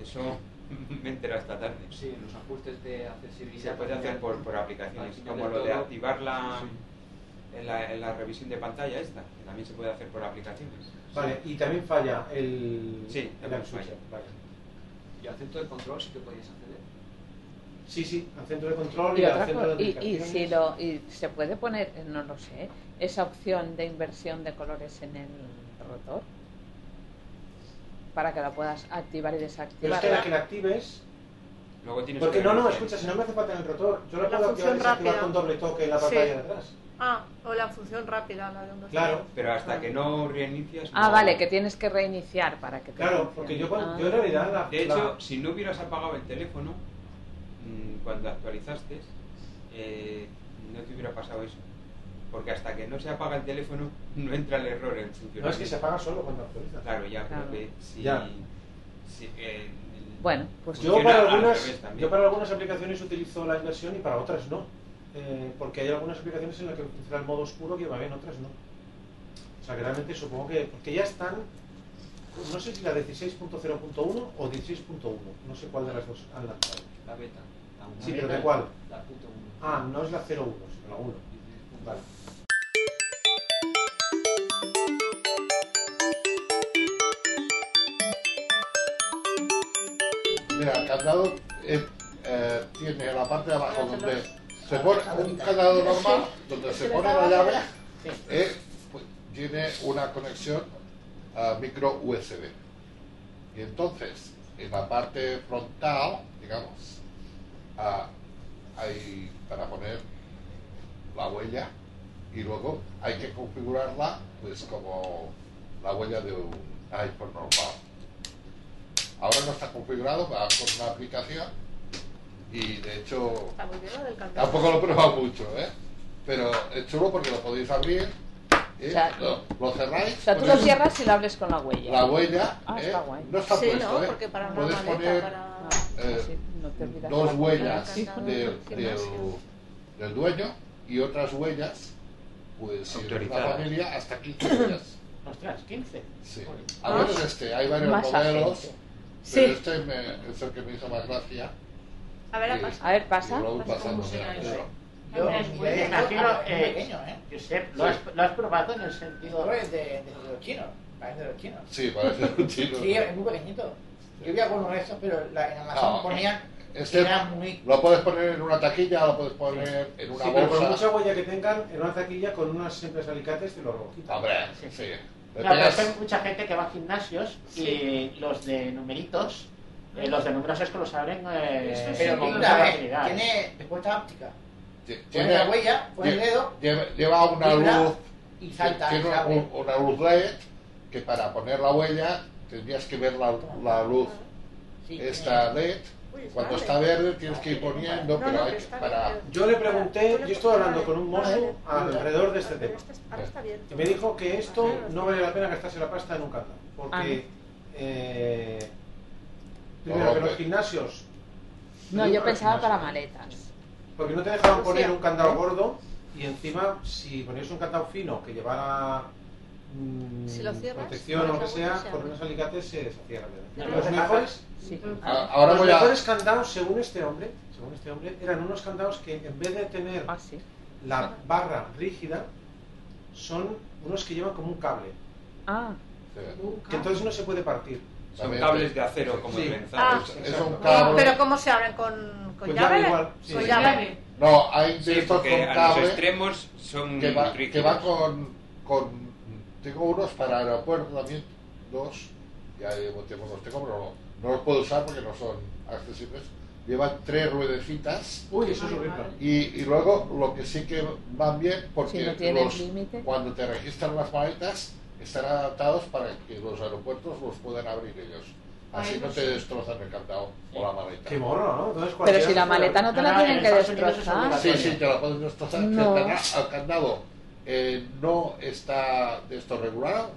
Eso [laughs] me entero esta tarde.
Sí, en los ajustes de accesibilidad.
Se puede hacer por, por aplicaciones, como lo de activar la, en la, en la revisión de pantalla esta, que también se puede hacer por aplicaciones.
Vale, y también falla el...
Sí,
el
también
switch,
falla.
vale.
Y al centro de control sí que podías ¿eh? acceder.
Sí, sí, al centro de control y,
Y,
al
otra
centro de
cosa- y- y
aplicaciones.
si lo, y se puede poner, eh, no lo sé, esa opción de inversión de colores en el rotor para que la puedas activar y
Pero es
desactivar.
que la que la actives...
Luego tienes
Porque
otra
no, no,
opción.
escucha, si no me hace falta en el rotor, yo lo puedo
La
activar y
función
desactivar
rápida.
con doble toque en la
Sí.
pantalla de atrás.
Ah, o la función rápida, la de un dos
Claro.
Pero hasta que no reinicias...
Ah,
no-
vale, que tienes que reiniciar para que te
Claro,
funcione.
porque yo,
Ah.
yo en realidad... la- de hecho, si no hubieras apagado el teléfono mm, cuando actualizaste, eh, no te hubiera pasado eso. Porque hasta que no se apaga el teléfono, [laughs] no entra el error en funcionamiento.
No, es que se apaga solo cuando actualizas.
Claro, ya,
Claro.
pero que si...
Ya.
si, eh, el-
Bueno, pues-
Yo
funciona
para,
al
algunas,
revés también.
yo para algunas aplicaciones utilizo la inversión y para otras no. Eh, porque hay algunas aplicaciones en las que funciona el modo oscuro que va bien, otras no. O sea, que realmente supongo que... Porque ya están... No sé si la 16.0.1 o 16.1. No sé cuál de las dos han lanzado.
La beta. la una
Sí,
beta,
pero ¿de cuál?
La punto uno.
Ah, no es la 01, sino la 1. Vale.
Mira, el candado eh, eh, tiene la parte de abajo donde se pone un candado normal, donde se pone la llave, eh, pues, tiene una conexión a micro USB. Y entonces, en la parte frontal, digamos, ah, hay para poner la huella y luego hay que configurarla pues como la huella de un iPhone normal. Ahora no está configurado, va con una aplicación y de hecho
Está muy bien lo del cantante.
tampoco lo he probado mucho, ¿eh? Pero es chulo porque lo podéis abrir, ¿eh?
O sea,
lo, lo cerráis,
O sea, tú lo
ponéis
cierras y lo abres con la huella.
la huella,
Ah,
¿eh?
está guay.
no está
Sí,
puesto,
¿no?
¿eh?
Porque para una
Puedes
maleta,
poner
para-
eh,
Sí, no te olvidas
dos
la
huellas
huella del
del- del,
gimnasio.
del dueño y otras huellas, pues si eres una
Autorizadas.
familia, hasta 15 huellas.
Ostras, 15.
Sí.
Joder.
A menos este, hay varios
Más
modelos,
agente.
pero
Sí.
este me- es el que me hizo más gracia.
A ver,
Y-
pasa.
A ver, pasa.
y lo voy
Pasa
pasando,
como sea
mira,
eso.
Yo
Yo-
me imagino, eh,
pequeño, ¿eh?
Josep, ¿lo has, lo has probado en el sentido
Pues de, de los chinos, parece de los chinos.
Sí, parece
[laughs]
un chino.
Sí, es muy pequeñito. Yo vi algunos de esos, pero la- en Amazon
No,
ponían
este
que era muy...
lo puedes poner en una taquilla, lo puedes poner en una
Sí, pero por mucha
bolsa.
huella que tengan, en una taquilla con unas simples alicates te lo robo.
Hombre, sí. Le
No, pero
pegas-
es que hay mucha gente que va a gimnasios y los de numeritos, eh, los de números es que los abren eh,
Pero
con
mira,
mucha
eh,
facilidad.
tiene respuesta óptica.
lle-
Pone
lleva-
la huella, pone el
lle-
dedo,
Lleva, lleva una
vibra
luz.
y salta,
Tiene
y
una,
abre.
una luz LED que para poner la huella tendrías que ver la, la luz. Esta LED. Cuando está verde tienes que ir poniendo,
No,
pero
no,
hay
que
que
está
para.
Yo le pregunté, yo estuve hablando con un mozo
Ah, vale.
alrededor de este tema.
Ahora está bien.
Y me dijo que esto no vale la pena gastarse la pasta en un candado. Porque, eh, primero, que los gimnasios.
No, yo pensaba para maletas.
Porque no te dejaban poner
Sí.
un
¿Eh?
candado gordo y encima, si ponías un candado fino que llevara mm,
Si lo cierras,
protección o lo que
pones la
sea,
huella,
con
sí.
unos alicates se deshacía la piedra.
No,
Los
no.
mejores,
Sí.
A- ahora
los
voy a-
mejores candados, según este hombre, según este hombre, eran unos candados que en vez de tener
Ah,
la barra rígida, son unos que llevan como un cable.
Ah.
Que entonces no se puede partir.
Son cables de acero como
Sí.
el
Ah,
benzal.
Es un
Ah,
cable.
pero ¿cómo se abren? ¿Con, con
Pues
Con
llave?
llave igual, sí.
Con
Sí.
llave.
No, hay de
Sí,
estos
porque
con
a los
cable
extremos son
que va, que
rígidos.
va con, con- Tengo unos para aeropuerto también, dos. Ya llevo tiempo que los tengo, pero no, no los puedo usar porque no son accesibles. Llevan tres ruedecitas.
Uy, eso es horrible.
Y, y luego lo que sí que van bien, porque
Si no tienen
los-
límite.
cuando te registran las maletas, están adaptados para que los aeropuertos los puedan abrir ellos. Así
Ay,
no
no
te
sé.
destrozan el candado o la maleta.
Qué morro, ¿no? Entonces
Pero si la maleta no te la
Ah,
tienen
en
que
Estados Unidos
destrozar.
Sí, sí, te la pueden destrozar. Si
No.
El, cana- el candado eh, no está de estos regulados,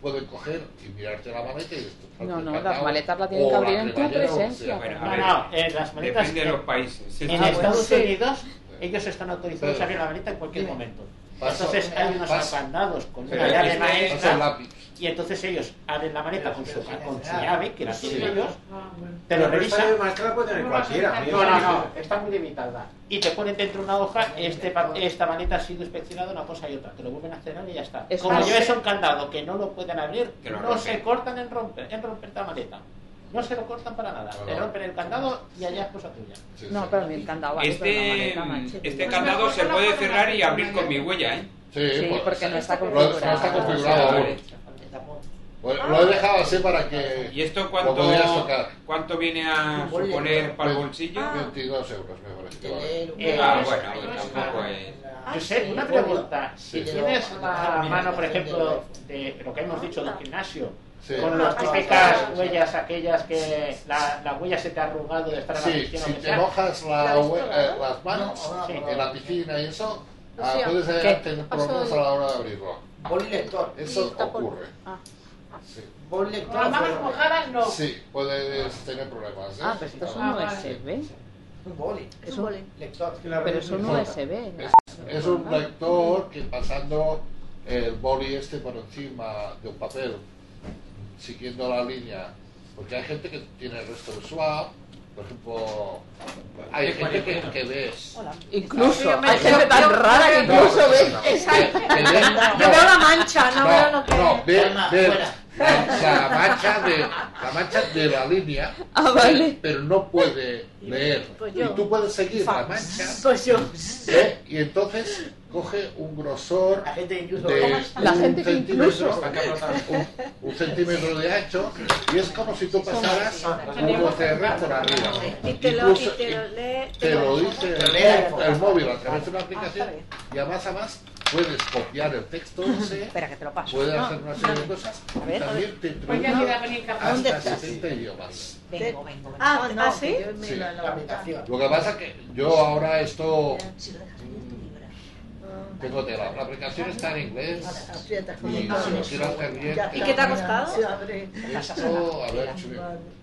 pueden coger y mirarte la maleta y destrozarte
No,
el
no, las
candado,
maletas las tienen
o
que
la
abrir en tu
cremallera, o lo que
presencia.
sea.
Bueno, a
No,
ver,
no, eh, las maletas
Depende
que-
de los países.
En
Ah, bueno.
Estados
Sí.
Unidos ellos están autorizados
Pero-
a abrir la maleta en cualquier momento.
Paso-
entonces hay unos
paso-
apandados con
Pero
una llave
es- paso el
maestra
lápiz.
y entonces ellos abren la maleta con su, con su llave, que la
Sí.
tienen ellos,
Ah, bueno.
te lo
Pero esta
revisan.
llave maestra la puede tener cualquiera.
No, no, no, está muy limitada. Y te ponen dentro una hoja, este, pa- esta maleta ha sido inspeccionada, una cosa y otra. Te lo vuelven a cerrar y ya está.
Es
Como
más-
eh,
yo es un candado que no lo pueden abrir,
Que lo
no
rompen.
se cortan en romper, en romper la maleta. No se lo cortan para nada.
Claro.
Te rompen el candado y allá es cosa tuya.
No, pero ni el candado vale, pero la
Este,
maleta, macho.
este
Pues
candado se puede cerrar y abrir con mi huella, ¿eh?
Sí,
Sí,
pues,
porque no está
lo-
configurado.
no está configurado
Ah,
aún.
vale.
Bueno, Lo he dejado así para que.
¿Y esto
lo
cuánto,
podrías tocar.
cuánto viene a suponer para el bolsillo?
22 Ah. euros me parece que
Eh,
vale.
Ah, bueno, bueno, tampoco es.
Josep, una pregunta. Si tienes la mano, por ejemplo, de lo que hemos dicho del gimnasio,
Sí.
con las típicas huellas, aquellas que la, la huella se te ha arrugado de estar en la
Sí,
piscina.
si
o que
te
sea,
mojas la
habéis
hue- eh,
probado?
las manos
No, no, no,
en
no.
la piscina y eso,
O
ah,
sea,
puedes
¿qué?
llegar a tener
Paso
problemas
de-
a la hora de abrirlo.
Boli lector.
Eso
Está por-
ocurre.
Ah.
Sí.
Boli lector.
Con las manos
pero-
mojadas no.
Sí, puedes tener problemas. ¿eh?
Ah, pero esto es un
Ah, vale.
USB.
Un boli.
Es un-
Lector.
Pero es un USB.
Es, es un lector que pasando el boli este por encima de un papel, siguiendo la línea, porque hay gente que tiene el resto visual, por ejemplo, hay gente que, que ve.
Incluso, hay gente tan rara que incluso ve.
[laughs] Exacto.
Que ve-
Yo veo la mancha, no, veo lo que.
No, ve,
Ah,
ve la, o sea, la mancha de, la mancha de la línea,
Ah, vale.
pero no puede leer.
Pues
y
yo. pues
tú puedes seguir la mancha. ¿eh? Y entonces coge un grosor la gente
incluso
de
La gente
un
incluso.
centímetro- un, un centímetro de ancho y es como si tú pasaras un OCR por arriba.
Y te lo, y
Incluso-
te lo lee.
Ah,
te lo dice el, el móvil a través de una aplicación y a más a más puedes copiar el texto, ese,
Espera, que te lo paso.
puedes
No,
hacer una serie
no.
de cosas
A
y
ver, a
también
ver.
te
Oye, mira,
introduce
Verónica, ¿dónde
hasta
estás?
60 idiomas.
Vengo, vengo, vengo.
Ah, no,
Ah,
¿sí?
yo me
Sí.
la- la-
La
aplicación.
Lo que pasa es que yo ahora
Mm.
esto tengo tela. La aplicación está en inglés.
Aprietas con
Y
el dedo.
si lo quiero hacer bien,
Ya
¿Y
está,
qué te ha
mira,
costado?
se abre.
Esto, a ver, si me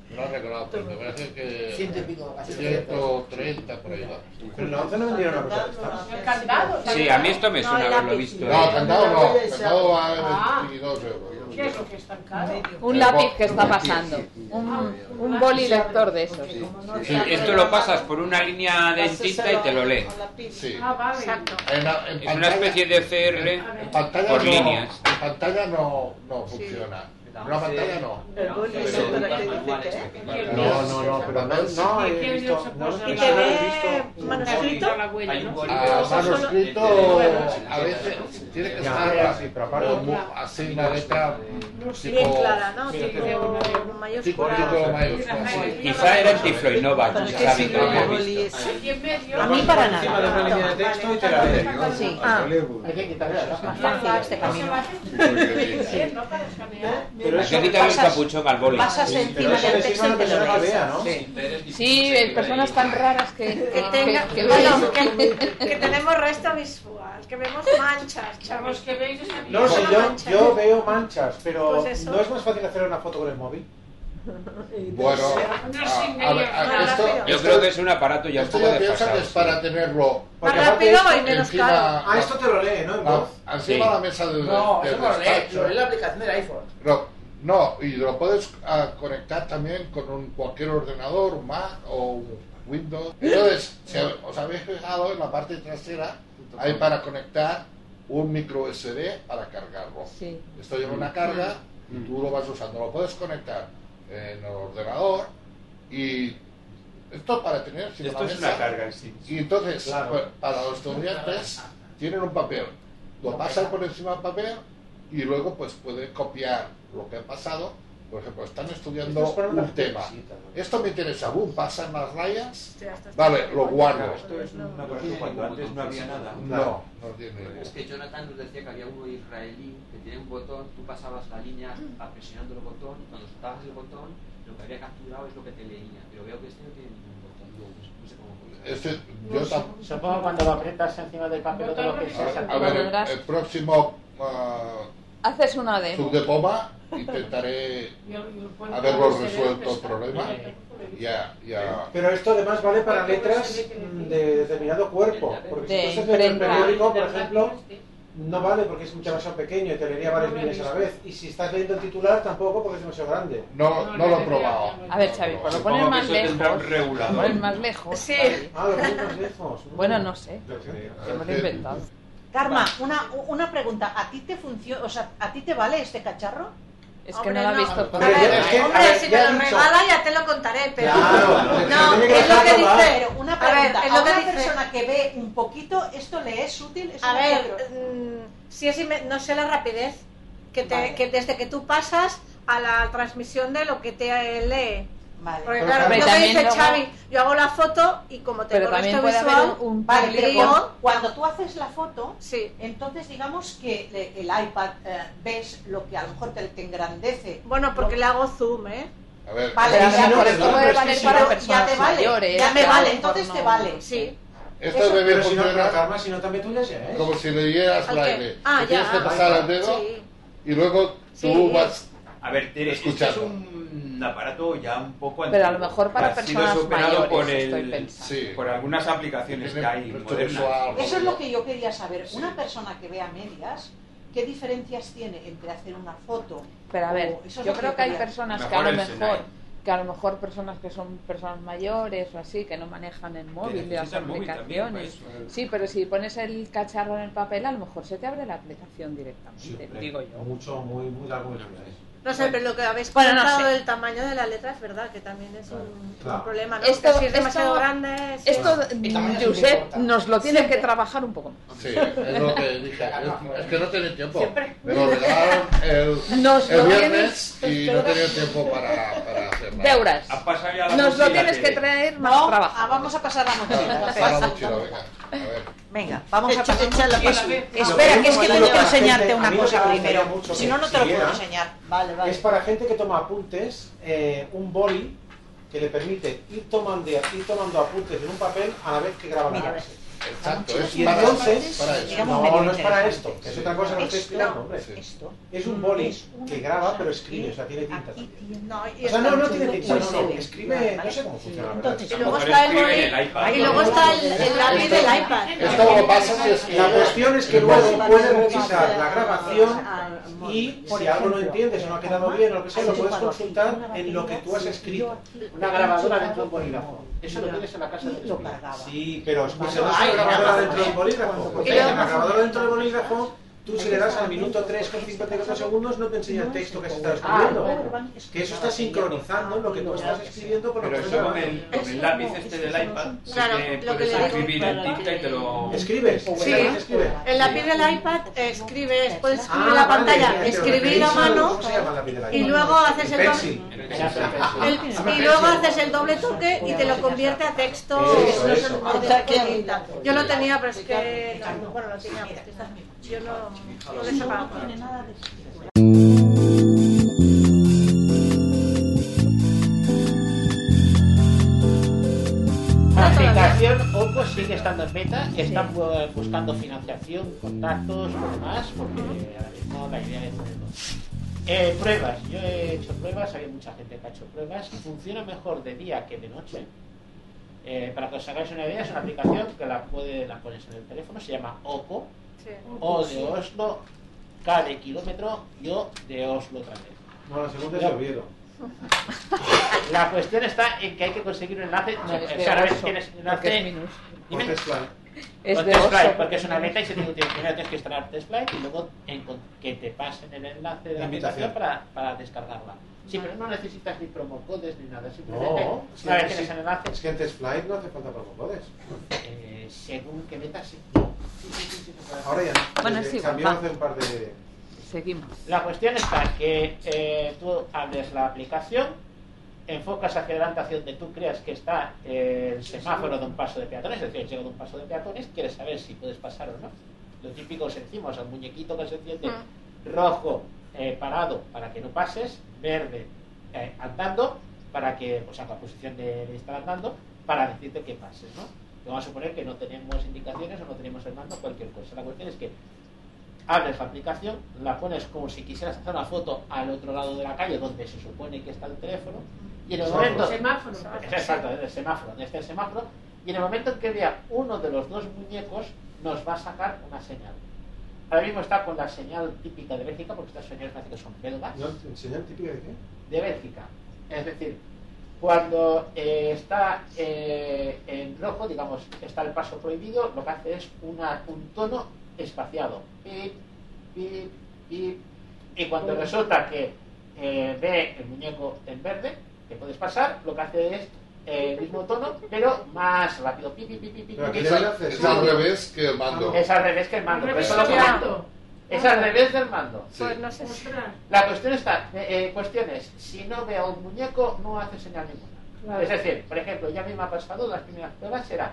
me lo han regalado, pero me parece que
Ciento y pico, casi
130 por ahí va.
Pero la 11 no vendieron una cosa de estas.
El candado.
Sí, a mí esto me
No,
suena
el
haberlo
lápiz.
visto.
No,
eh.
candado no, candado
Ah.
a 22 euros. ¿eh?
¿Qué es lo que es tan caro?
Un lápiz que está pasando. Un, un boli lector de esos.
Sí, esto lo pasas por una línea de tinta y te lo lee.
Sí.
Ah, vale.
En, la- en
Es una especie de CR
en pantalla
por
no,
líneas.
En pantalla no, no funciona. En una pantalla no.
El boli es
Pero- este
para que dice
No, no, no, pero no, no,
he
eh,
visto- no,
¿Y
no
te
he
ve
visto-
manuscrito?
a Ah, manuscrito a veces tiene que
Ya,
estar
sí, pero aparte-
como así una letra
Bien
tipo
clara, ¿no?
Sí,
Tipo, con mayúscula.
tipo mayúscula. sí.
Quizá era antifloinova,
Pero
quizá
sí,
vi que
no,
lo había
no,
visto.
Aquí en medio.
A mí para nada.
Encima de una línea de texto y te la lee.
Sí.
Ah.
Hay que quitarle la tapa.
Más fácil este camino.
¿eh?
Hay que quitarle el capuchón al boli.
Pasas encima
eso
del
es
texto y te
persona
lo
que
lees.
vea, ¿no?
Sí, hay personas tan raras que,
Que, tenga,
que- que lo
bueno,
leen.
que, que tenemos [laughs] resto visual, que vemos manchas, chavos, que veis esa
No, si
una
yo,
mancha.
yo veo manchas, pero
Pues eso.
¿no es más fácil hacer una foto con el móvil?
Bueno, a- a ver, a- esto,
Yo creo que es un aparato ya un
esto
poco
yo pienso
desfasado.
que es para tenerlo
Porque
Más
aparte
rápido
esto-
y menos
encima-
caro.
Ah, esto te lo lee, ¿no? En
a-
voz.
encima
Sí.
de la mesa de,
No,
del
eso lo lee,
despacho.
lo lee la aplicación del iPhone.
No, no, y lo puedes ah, conectar también con un, cualquier ordenador, un Mac o un Windows. Entonces, si os habéis fijado en la parte trasera, hay para conectar un micro USB para cargarlo.
Sí.
Esto lleva una carga y tú lo vas usando. Lo puedes conectar en el ordenador y esto para tener sin
Esto
la
es una
mesa.
carga en sí.
Y entonces,
Claro.
pa- para los estudiantes, tienen un papel. Lo pasan por encima del papel y luego pues pueden copiar lo que ha pasado. Por ejemplo, están estudiando
Esto es para una
un
gente
tema.
chiquita, ¿no?
Esto me interesa, boom, pasan las rayas.
Hostia, esto está-
Vale, lo guardo.
Esto es un aparato cuando antes no había nada.
No, no tiene.
Es que Jonathan nos decía que había uno israelí que tenía un botón, tú pasabas la línea a- presionando el botón y cuando soltabas el botón lo que había capturado es lo que te leía. Pero veo que este no tiene ningún botón, no, no sé cómo funciona.
Este, yo tam-
Supongo cuando lo aprietas encima del papel otro lo pisas.
a ver, el, el próximo ah,
Haces una demo.
sub de poma intentaré haberlo resuelto el problema y a- y a-
Pero esto además vale para letras mm, de determinado cuerpo. Porque
De
si tú estás leyendo el
imprenta.
periódico, por ejemplo, no vale porque es mucho más pequeño y te leería varias líneas a la vez. Y si estás leyendo el titular, tampoco porque es demasiado grande.
No, no lo he probado.
A ver, Xavi, por lo pones
Supongo que
más
eso tendrá un
lejos. Lo
regulador.
pones más lejos.
Sí.
Xavi.
Ah, lo pones más lejos. Mm.
Bueno, no sé.
Sí,
Yo me lo he inventado.
Karma, una, una pregunta. ¿A ti te funciona, o sea, a ti te vale este cacharro?
Es que
Hombre,
no lo he
no.
visto por
A
Hombre,
ver,
es que- a
hombre,
ver,
si
ya
me
he
lo
dicho.
regala ya te lo contaré, pero...
Claro,
No,
tiene
es lo que
dejarlo, va.
dice...
Pero una
A ver,
pregunta.
es
A,
lo que
una
dice-
persona que ve un poquito, ¿esto le es útil? ¿Es
A
una
ver,
cuatro?
mm, si es inme- no sé la rapidez que, te-
Vale.
que desde que tú pasas a la transmisión de lo que te eh, lee.
Vale.
Porque
Pero
claro,
claro,
yo me
también
dice
luego-
Xavi, yo hago la foto y como tengo
Pero
resto
también puede haber
visual,
un, un
Vale, pero
Yo-
cuando, cuando tú haces la foto,
sí.
entonces digamos que le- el iPad eh, ves lo que a lo mejor te, te engrandece.
Bueno, porque
Lo-
le hago zoom, ¿eh?
A ver,
Vale,
Pero
ya,
a lo mejor
pero
esto
no,
puede
pero es
valer
que si
para
no,
personas
ya te vale,
mayores,
ya me
que a lo
vale,
mejor
entonces te
no-
vale.
Sí.
esto debe
Pero si no, pero
funcionar
Karma, si no también tú ya sé, ¿eh?
como si le dieras
¿Al
la
qué?
L.
Ah,
Le
ya.
tienes que pasar el dedo
Sí.
y luego
Sí.
tú vas.
A ver, Tere, este es
Escuchadlo.
un aparato ya un poco
Pero a lo
antiguo,
mejor para
que ha sido
personas
superado
mayores,
por el-
estoy pensando.
Sí.
por algunas aplicaciones que hay
Tiene
modernas.
visual,
Eso es
¿no?
lo que yo quería saber.
Sí.
Una persona que vea medias, ¿qué diferencias tiene entre hacer una foto?
Pero a ver,
o- Oh, eso es
yo
lo
creo que hay
quería-
personas que
Mejor
a lo
el Senai.
mejor que a lo mejor personas que son personas mayores o así, que no manejan el móvil y las
necesitan móvil también para
aplicaciones.
eso.
Sí, pero si pones el cacharro en el papel, a lo mejor se te abre la aplicación
Sí,
directamente,
hombre,
digo yo.
Mucho, muy, muy de algo muy grande.
No sé, pero lo que habéis
Bueno, no
comentado
sé.
del tamaño de la letra es verdad, que también es un,
Claro.
un problema, ¿no?
Esto-
Porque si es
esto-
demasiado grande... sí.
Esto,
Y también es
Josep,
importante.
nos lo tiene que trabajar un poco más.
Sí, es lo que dije. Es, es que no tenía tiempo. Me lo regalaron el,
Nos
el
lo
viernes y no tenía tiempo para, para hacerlo.
de euros.
Ha pasado ya la
Nos lo
mochila,
tienes que
Tere.
traer más trabajo.
Ah, vamos a pasar la mochila.
Pasa la mochila, venga.
Venga, vamos a
Echa-
pasar
echa la
mochila.
mochila.
Espera, que es que
Lo que
tengo
la
que
gente-
enseñarte
a
una
mí me
cosa
gustaría
primero.
mucho
Si
que
no, no te lo puedo
siguiera.
enseñar.
Vale,
Es para gente que toma apuntes, eh, un boli que le permite ir tomando, ir tomando apuntes en un papel a la vez que graba la
Mira.
clase.
Exacto, es
Y
para-
entonces,
para eso.
no,
Digamos
no,
medio
es para
interesante.
esto, que es
Sí.
otra cosa que no estoy
Esto,
explicando, hombre.
esto.
Es un boli
Es una
que graba
cosa
pero escribe,
que
o sea, tiene tinta también.
No, y
O sea, no,
está
no
un
tiene
chulo
tinta, no, no,
USB.
escribe, no sé cómo funciona, la verdad.
Entonces, y luego está el móvil, y luego está el, el lápiz del iPad.
Esto lo pasa si es que- La cuestión es que luego puedes revisar la
Ah,
grabación y si algo no entiendes o no ha quedado bien o lo que sea, lo puedes consultar en lo que tú has escrito.
Una grabadora dentro de un bolígrafo. Eso lo tienes en la casa de los
Sí, pero escucha,
Vale,
no es una
ay,
grabadora
grabadora
dentro del bolígrafo.
Cuando-
En la grabadora dentro del bolígrafo, tú si le das al minuto 3,54 segundos no te enseña el texto que se está
Ah,
Ah,
escribiendo. Que eso está sincronizando lo que tú estás escribiendo con lo
Pero
que tú
eso
estás
con el, con el lápiz este del iPad, sí
Claro,
que
lo que
puedes
le digo,
escribir en tinta y te lo...
Escribes,
Sí, el lápiz del iPad escribes, puedes escribir
Ah,
en la
vale,
pantalla,
mira, pero
escribir a
¿cómo
mano
se llama el lápiz del
y
iPad?
luego haces el
Pencil.
doble,
El
el-
pencil.
y luego haces el doble toque y te lo convierte a texto.
Eso,
no sé,
eso.
a texto con tinta. Yo lo tenía, pero es que no, bueno, lo tenía. porque está- Yo no, no les he pagado.
La aplicación Oppo sigue estando en beta, están bu- eh, buscando financiación, contactos y demás, porque ahora mismo la idea es tenerlo. Eh, pruebas, yo he hecho pruebas, hay mucha gente que ha hecho pruebas, funciona mejor de día que de noche. Eh, para que os hagáis una idea, es una aplicación que la, puede, la pones en el teléfono, se llama Oppo, O de Oslo, K de kilómetro, yo de Oslo otra vez.
No, la segunda es de Oviedo.
[laughs] La cuestión está en que hay que conseguir un enlace.
No, es de
o sea, una vez
oso,
tienes un
porque es
enlace.
minúsculo.
Dime.
Contextual.
Es de
Contextual,
oso.
porque es una meta y se tiene que primero tienes que instalar Tesla y luego encon- que te pasen el enlace de la
Invitación.
aplicación para, para descargarla. Sí, pero no necesitas ni promocodes ni nada, simplemente
No,
una
sí,
vez
sí.
tienes el enlace,
Es que antes Flight no hace falta promocodes.
eh, según que metas, sí. Sí, sí, sí, sí, se puede hacer.
Ahora ya no.
Bueno,
Desde-
sí,
cambió
va.
hace un par de...
Seguimos.
La cuestión está que eh, tú abres la aplicación, enfocas hacia adelante hacia donde tú creas que está eh, el semáforo de un paso de peatones, es decir, llega de un paso de peatones, quieres saber si puedes pasar o no. Lo típico es encima, o sea, el muñequito que se enciende, rojo, eh, parado para que no pases, verde, eh, andando, para que, o sea, la posición de, de estar andando, para decirte que pases, ¿no? Vamos a suponer que no tenemos indicaciones o no tenemos el mando, cualquier cosa. La cuestión es que abres la aplicación, la pones como si quisieras hacer una foto al otro lado de la calle donde se supone que está el teléfono y en el
Semáforo.
momento
Semáforo.
exacto desde el semáforo desde el semáforo y en el momento en que vea uno de los dos muñecos nos va a sacar una señal ahora mismo está con la señal típica de Bélgica porque estas señales parece que son belgas
¿No? ¿Señal típica de qué?
de Bélgica. Es decir, cuando eh, está eh, en rojo, digamos, está el paso prohibido, lo que hace es una- un tono espaciado. Pip, pip, pip. Y cuando resulta que eh, ve el muñeco en verde, que puedes pasar, lo que hace es eh, el mismo tono, pero más rápido. Pi, pi, pi, pi, pi,
Pero aquí
pi, pi.
es al- es al revés que el mando.
Es al revés que el mando.
Al
pero
revés
eso lo
del
comento.
mando.
Es al revés del mando.
Pues no sé si...
La cuestión está, eh, eh, cuestión es, si no veo un muñeco, no hace señal ninguna.
Claro.
Es decir, por ejemplo, ya a mí me ha pasado, las primeras pruebas era,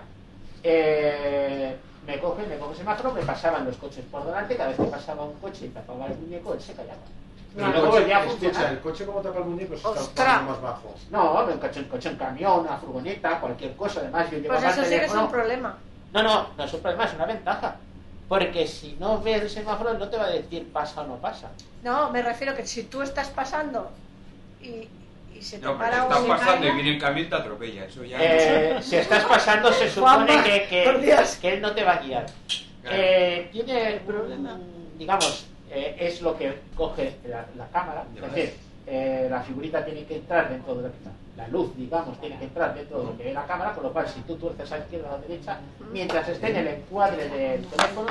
eh, me coge, me coge semáforo, me pasaban los coches por delante, cada vez que pasaba un coche y tapaba el muñeco, él se callaba. Y
Pero el
luego
coche-
volvía a
escucha,
funcionar.
el coche como tapa el muñeco se
Ostras.
está un poco más bajo.
Pues No, me encacho un coche, un camión, una furgoneta, cualquier cosa, además yo llevaba
Pues eso
el
sí que es
teléfono.
un problema.
No, no, no es un problema, es una ventaja. Porque si no ves el semáforo, no te va a decir pasa o no pasa.
No, me refiero que si tú estás pasando y, y se te
No, pero
para
estás
un
pasando y
caña-
viene el camión y te atropella, eso ya...
Eh, si estás pasando, se supone
Juanma,
que,
por
que,
Dios.
que él no te va a guiar. Eh, tiene problema, digamos, eh, es lo que coge la, la cámara, es decir, eh, la figurita tiene que entrar dentro de la, la luz, digamos, tiene que entrar dentro de lo que ve la cámara, con lo cual si tú tuerces a izquierda o a derecha, mientras esté en el encuadre del teléfono,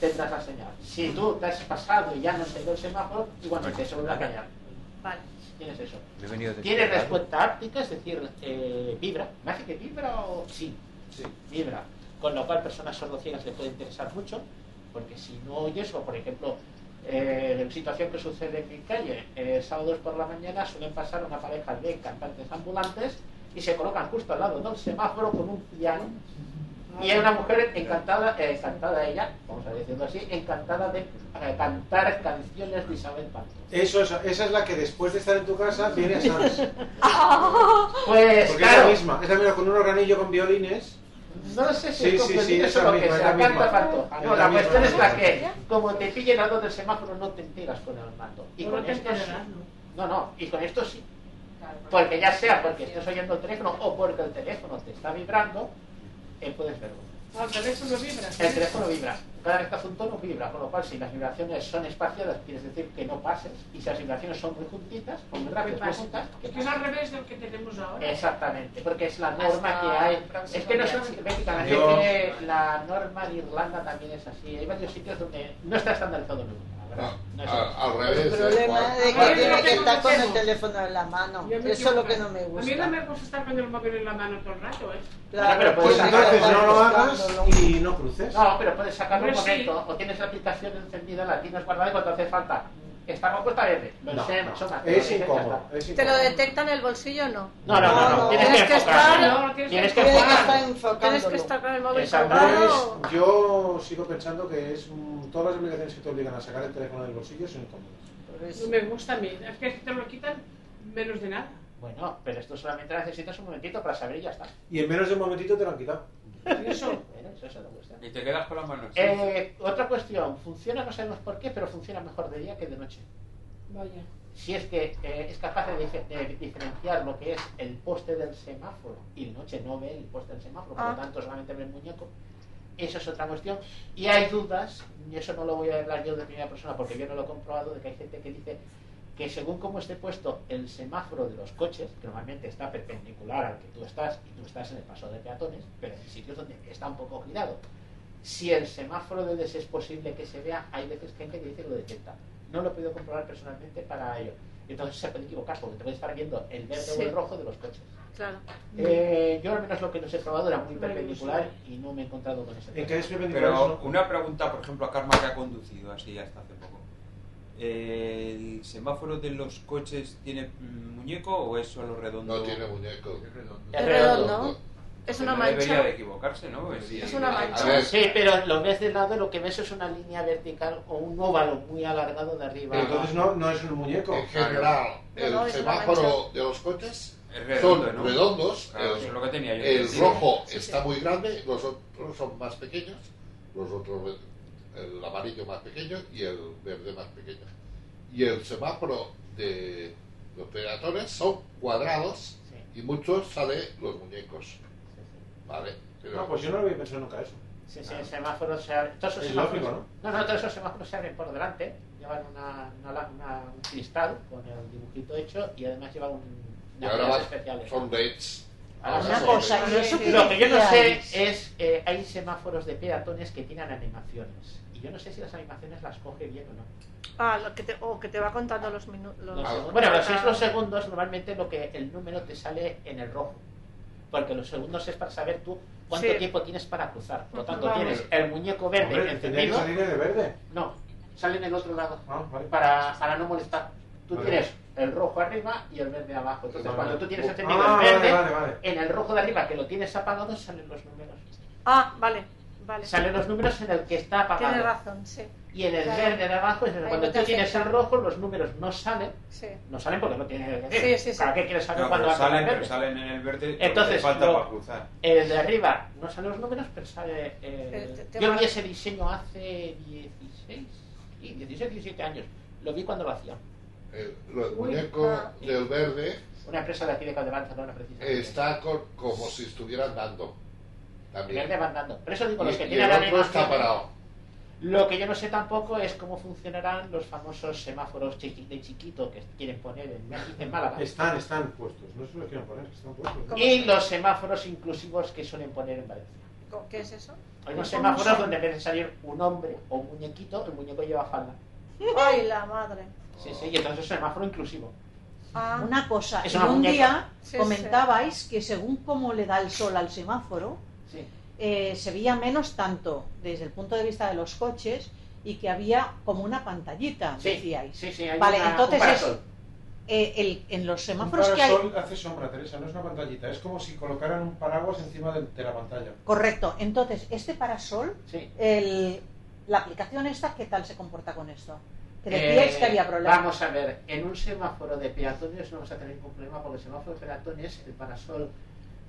tendrás la señal. Si tú te has pasado y ya no te dio el semáforo, igualmente se vuelve a callar.
Vale.
Tienes eso. Tiene respuesta áptica, es decir, eh, vibra. ¿Me hace que vibra o...? Sí, vibra. Con lo cual, personas sordociegas le puede interesar mucho, porque si no oyes, o por ejemplo, Eh, situación que sucede en mi calle. Eh, sábados por la mañana suelen pasar una pareja de cantantes ambulantes y se colocan justo al lado del semáforo con un piano. Y hay una mujer encantada, eh, encantada ella, vamos a decirlo así, encantada de eh, cantar canciones de Isabel Panto.
Eso, eso, esa es la que después de estar en tu casa
[laughs]
viene a Sams.
Pues
Porque es
claro,
la misma, es la misma con un organillo con violines.
no sé si es
Sí, sí, sí,
comprendido
es
eso
la
lo que
misma, es
sea,
la misma.
canta Panto. Ah, No,
Es la
la
misma,
cuestión
es
es
la
la que, como te pillen al lado del semáforo, no te enteras con el mando. Y
Bueno,
con
te
esto
enterarás,
sí. No, no, y con esto sí. Porque ya sea porque estés oyendo el teléfono o porque el teléfono te está vibrando, eh, puedes verlo.
Ah, el teléfono vibra.
El teléfono vibra. Cada vez que hace un tono vibra, con lo cual si las vibraciones son espaciadas, quiere decir que no pases. Y si las vibraciones son muy juntitas, o muy rápidas, muy
pasa?
juntas, Pues que
Que es al revés del que tenemos ahora.
Exactamente, porque es la norma
Hasta
que hay.
el próximo
Es que no
día,
son
chicos.
Bélgicamente
Adiós.
tiene la norma de Irlanda también es así. Hay varios sitios donde no está estandarizado nunca, la
Ah,
verdad. No es así.
al revés.
eh,
El problema es que tiene que estar con el teléfono en la mano. Eso es lo que no me
A mí
gusta.
no me gusta estar con el móvil en la mano todo el rato, ¿eh?
Claro,
pero
Pues
puedes
entonces
sacarlo
no lo hagas
buscándolo.
y no cruces.
No, pero puedes sacarlo un
Pero sí.
momento, o tienes la aplicación encendida, la tienes guardada y cuando hace falta. Estamos puesta verde. Lo
No,
sé,
no.
mucho más,
Es
pero lo dicen, ya
incómodo,
está.
es
¿Te lo
incómodo.
detecta en el bolsillo o no?
No, no, no, no. Tienes que enfocarlo. Tienes que enfocarlo.
Tienes que estar con el móvil colgado.
Pues yo sigo pensando que es un- todas las obligaciones que te obligan a sacar el teléfono del bolsillo son incómodas.
No me gusta a mí. Es que te lo quitan menos de nada.
Bueno, pero esto solamente necesitas un momentito para saber y ya está.
Y en menos de un momentito te lo han quitado.
Eso. eso es la cuestión.
Y te quedas con las manos.
Eh, otra cuestión, funciona, no sabemos por qué, pero funciona mejor de día que de noche.
Vaya.
Si es que eh, es capaz de, dife- de diferenciar lo que es el poste del semáforo y de noche no ve el poste del semáforo, por
Ah.
lo tanto solamente ve el muñeco, eso es otra cuestión. Y hay dudas, y eso no lo voy a hablar yo de primera persona porque yo no lo he comprobado, de que hay gente que dice que según cómo esté puesto el semáforo de los coches, que normalmente está perpendicular al que tú estás y tú estás en el paso de peatones, pero en sitios donde está un poco girado. Si el semáforo de des es posible que se vea, hay veces gente que dice que lo detecta. No lo he podido comprobar personalmente para ello. Entonces se puede equivocar porque te puede estar viendo el verde
Sí.
o el rojo de los coches.
Claro.
Eh, yo al menos lo que nos he probado era muy perpendicular y no me he encontrado con ese problema.
Pero una pregunta, por ejemplo, a Karma que ha conducido así hasta hace poco. ¿El semáforo de los coches tiene mm, muñeco o es solo redondo? No tiene
muñeco.
Es redondo.
Es
redondo. Es una
No debería
mancha.
de equivocarse, ¿no?
Pues
Es una mancha.
Sí, pero lo ves de lado y lo que ves es una línea vertical o un óvalo muy alargado de arriba.
Entonces no, no es un muñeco.
En general, el
No, no, es una
semáforo
mancha.
de los coches
Es redondo,
son
¿no?
redondos.
Claro,
el-
eso es lo que tenía yo
el
entendido.
rojo
Sí, sí.
está muy grande, los otros son más pequeños, los otros el amarillo más pequeño y el verde más pequeño. Y el semáforo de los peatones son cuadrados y muchos salen los muñecos. Vale. pero-
No, pues yo no lo había pensado nunca eso.
Sí, sí, el semáforo se abre. Todos esos
Es
semáforos,
lógico,
¿no? no, todos esos semáforos se abren por delante. Llevan una, una la- una- un cristal con el dibujito hecho y además llevan un,
Y
unas
ahora
velas
va-
especiales.
son LEDs.
Ahora
Ahora
sí.
son LEDs.
Lo que yo no sé es, eh, hay semáforos de peatones que tienen animaciones. Y yo no sé si las animaciones las coge bien o no.
Ah, lo que te, o que te va contando los minutos.
Los segundos. Ah, Bueno, los seis los segundos normalmente lo que el número te sale en el rojo. Porque los segundos es para saber tú cuánto
Sí.
tiempo tienes para cruzar. Por lo tanto,
Vale.
tienes el muñeco verde
Hombre, tendría que
encendido.
salir de verde. Ah,
No, sale en el otro lado. para, para no molestar. Tú
Vale.
tienes el rojo arriba y el verde abajo. Entonces,
Vale.
cuando tú tienes
Ah,
encendido
vale,
el verde,
vale, vale.
en el rojo de arriba que lo tienes apagado salen los números.
Ah, vale, vale.
Salen los números en el que está apagado.
Tienes razón, sí.
Y en el
Claro.
verde de abajo es en el-
Ahí
cuando
no te
tú tienes el
afecta.
rojo, los números no salen.
Sí.
No salen porque no tienes el
Sí, sí, sí.
¿Para qué quieres saber
No,
cuándo
pero
va a salir
salen,
el
pero
verde?
salen en el verde porque
Entonces,
falta
lo-
para cruzar.
El de arriba no salen los números, pero sale. eh,
Te- te
yo
va-
vi ese diseño hace 16, sí, 16, 17 años. Lo vi cuando lo hacían.
El, los
Uy,
muñecos
ah.
del verde
Una empresa de aquí de Calde Barcelona, precisamente.
está con- como si estuvieran dando.
El
También.
verde va andando. Por eso digo, los
Y-
que
y
tienen
el
la
otro
animación-
está parado.
Lo que yo no sé tampoco es cómo funcionarán los famosos semáforos chiqui- de chiquito que quieren poner en, México- en Málaga.
Están, están puestos. No se los quieren poner, están puestos.
Y los semáforos inclusivos que suelen poner en Valencia.
Co- ¿Qué es eso?
Hay unos
¿Cómo
semáforos
son?
donde en vez de salir un hombre o un muñequito, el muñeco lleva falda.
Ay, la madre.
Sí, sí, y entonces es un semáforo inclusivo.
Ah. Una cosa,
Es
y
una
un
muñeca.
día
Sí,
comentabais que según cómo le da el sol al semáforo,
Sí.
eh, se veía menos tanto desde el punto de vista de los coches y que había como una pantallita, decíais.
Sí, sí, hay
vale,
una-
entonces
un
es,
parasol.
eh, el- en los
Un
semáforos que hay.
parasol hace sombra, Teresa, no es una pantallita. Es como si colocaran un paraguas encima del- de la pantalla.
Correcto. Entonces, este parasol, el- la aplicación esta, ¿qué tal se comporta con esto? Que decíais
Eh,
que había problemas.
Vamos a ver, en un semáforo de peatones no vamos a tener ningún problema porque el semáforo de peatones, el parasol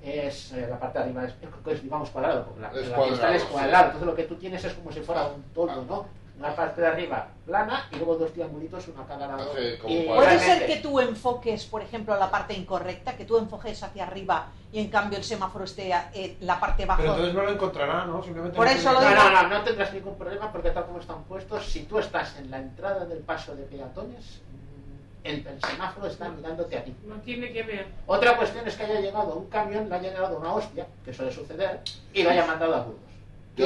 es eh, la parte de arriba, es, es, digamos cuadrado, porque la,
Es
la
cuadrado,
cristal es
sí. Ah.
cuadrado, entonces lo que tú tienes es como si fuera un toldo, ¿no? Una parte de arriba plana y luego dos triangulitos, una cada lado.
Hace como
Y-
Puede ser que tú enfoques, por ejemplo, la parte incorrecta, que tú enfoques hacia arriba y en cambio el semáforo esté en la parte baja.
Pero entonces no lo encontrará, ¿no? Simplemente
Por
no
eso
tiene
lo
que-
digo.
No, no, no tendrás ningún problema porque tal como están puestos, si tú estás en la entrada del paso de peatones, mm, el, el semáforo está mirándote a ti.
No tiene que ver.
Otra cuestión es que haya llegado un camión, le haya llegado una hostia, que suele suceder, y lo haya mandado a Burgos. Yo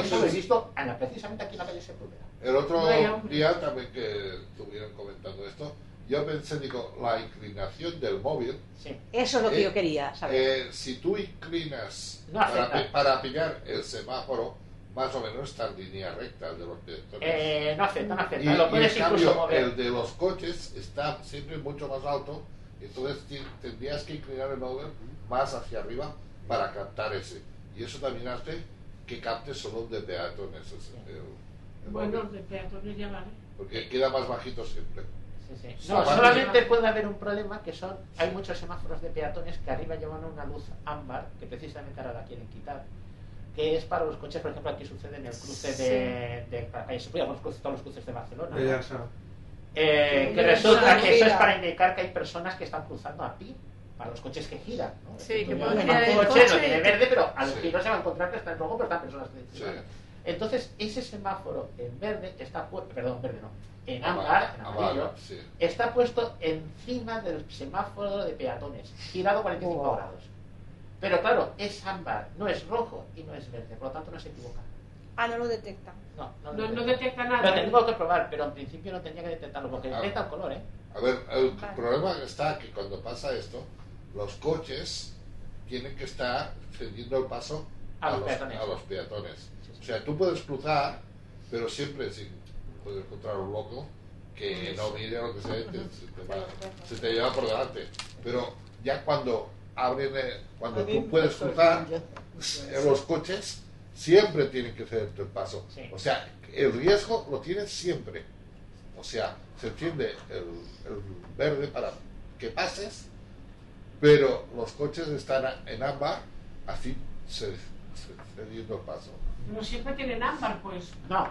Yo
eso
sí.
lo he visto en la- precisamente aquí en la calle Sepúlveda.
El otro
Bueno.
día también que estuvieron comentando esto, yo pensé, digo, la inclinación del móvil.
Eso es lo que
Eh,
yo quería saber.
eh, si tú inclinas
No
para,
afecta.
pi- para pillar el semáforo, más o menos está en línea recta el de los peatones.
Eh, no afecta, no afecta,
Y,
lo
y
puedes
en
incluso
cambio,
mover.
el de los coches está siempre mucho más alto, entonces ti- tendrías que inclinar el móvil más hacia arriba para captar ese. Y eso también hace que capte solo de peatones. ese- el- el
Bueno,
móvil,
de peatones ya vale.
porque queda más bajito siempre.
No,
Aparte-
solamente puede haber un problema que son, hay muchos semáforos de peatones que arriba llevan una luz ámbar, que precisamente ahora la quieren quitar, que es para los coches, por ejemplo, aquí sucede en el cruce de, de la calle Sepúlveda, bueno, los cruces- todos los cruces de Barcelona.
Ya,
¿no?
ya, ya.
Eh, que
Pero
resulta
eso
que eso es
gira.
para indicar que hay personas que están cruzando a ti, para los coches que giran. ¿no?
Sí, que
Tú
pueden
llevas
girar
un
el
coche,
coche
lo tiene
y-
verde, pero a los
Sí.
giros se va a encontrar que está en rojo, pero están personas que giran. Entonces, ese semáforo en verde está pu- perdón, verde no, en ámbar, en
Abajo,
amarillo,
sí.
está puesto encima del semáforo de peatones, girado 45 grados. Pero claro, es ámbar, no es rojo y no es verde, por lo tanto no se equivoca.
Ah, no lo detecta.
No, no,
No- no
detecta
Lo tengo que probar, pero en principio no tenía que detectarlo, porque detecta el color, ¿eh?
Ah. A ver, el
Vale.
problema está que cuando pasa esto, los coches tienen que estar cediendo el paso
A los
los,
peatones.
a los peatones. O sea, tú puedes cruzar, pero siempre sin, puedes encontrar un loco que no mire lo que se, te, se, te va- se te lleva por delante. Pero ya cuando abren, eh, cuando tú puedes cruzar, eh, los coches siempre tienen que cederte el paso. O sea, el riesgo lo tienes siempre. O sea, se entiende el, el verde para que pases, pero los coches están a- en ámbar, así se, se- cediendo el paso.
No siempre tienen ámbar, pues.
No,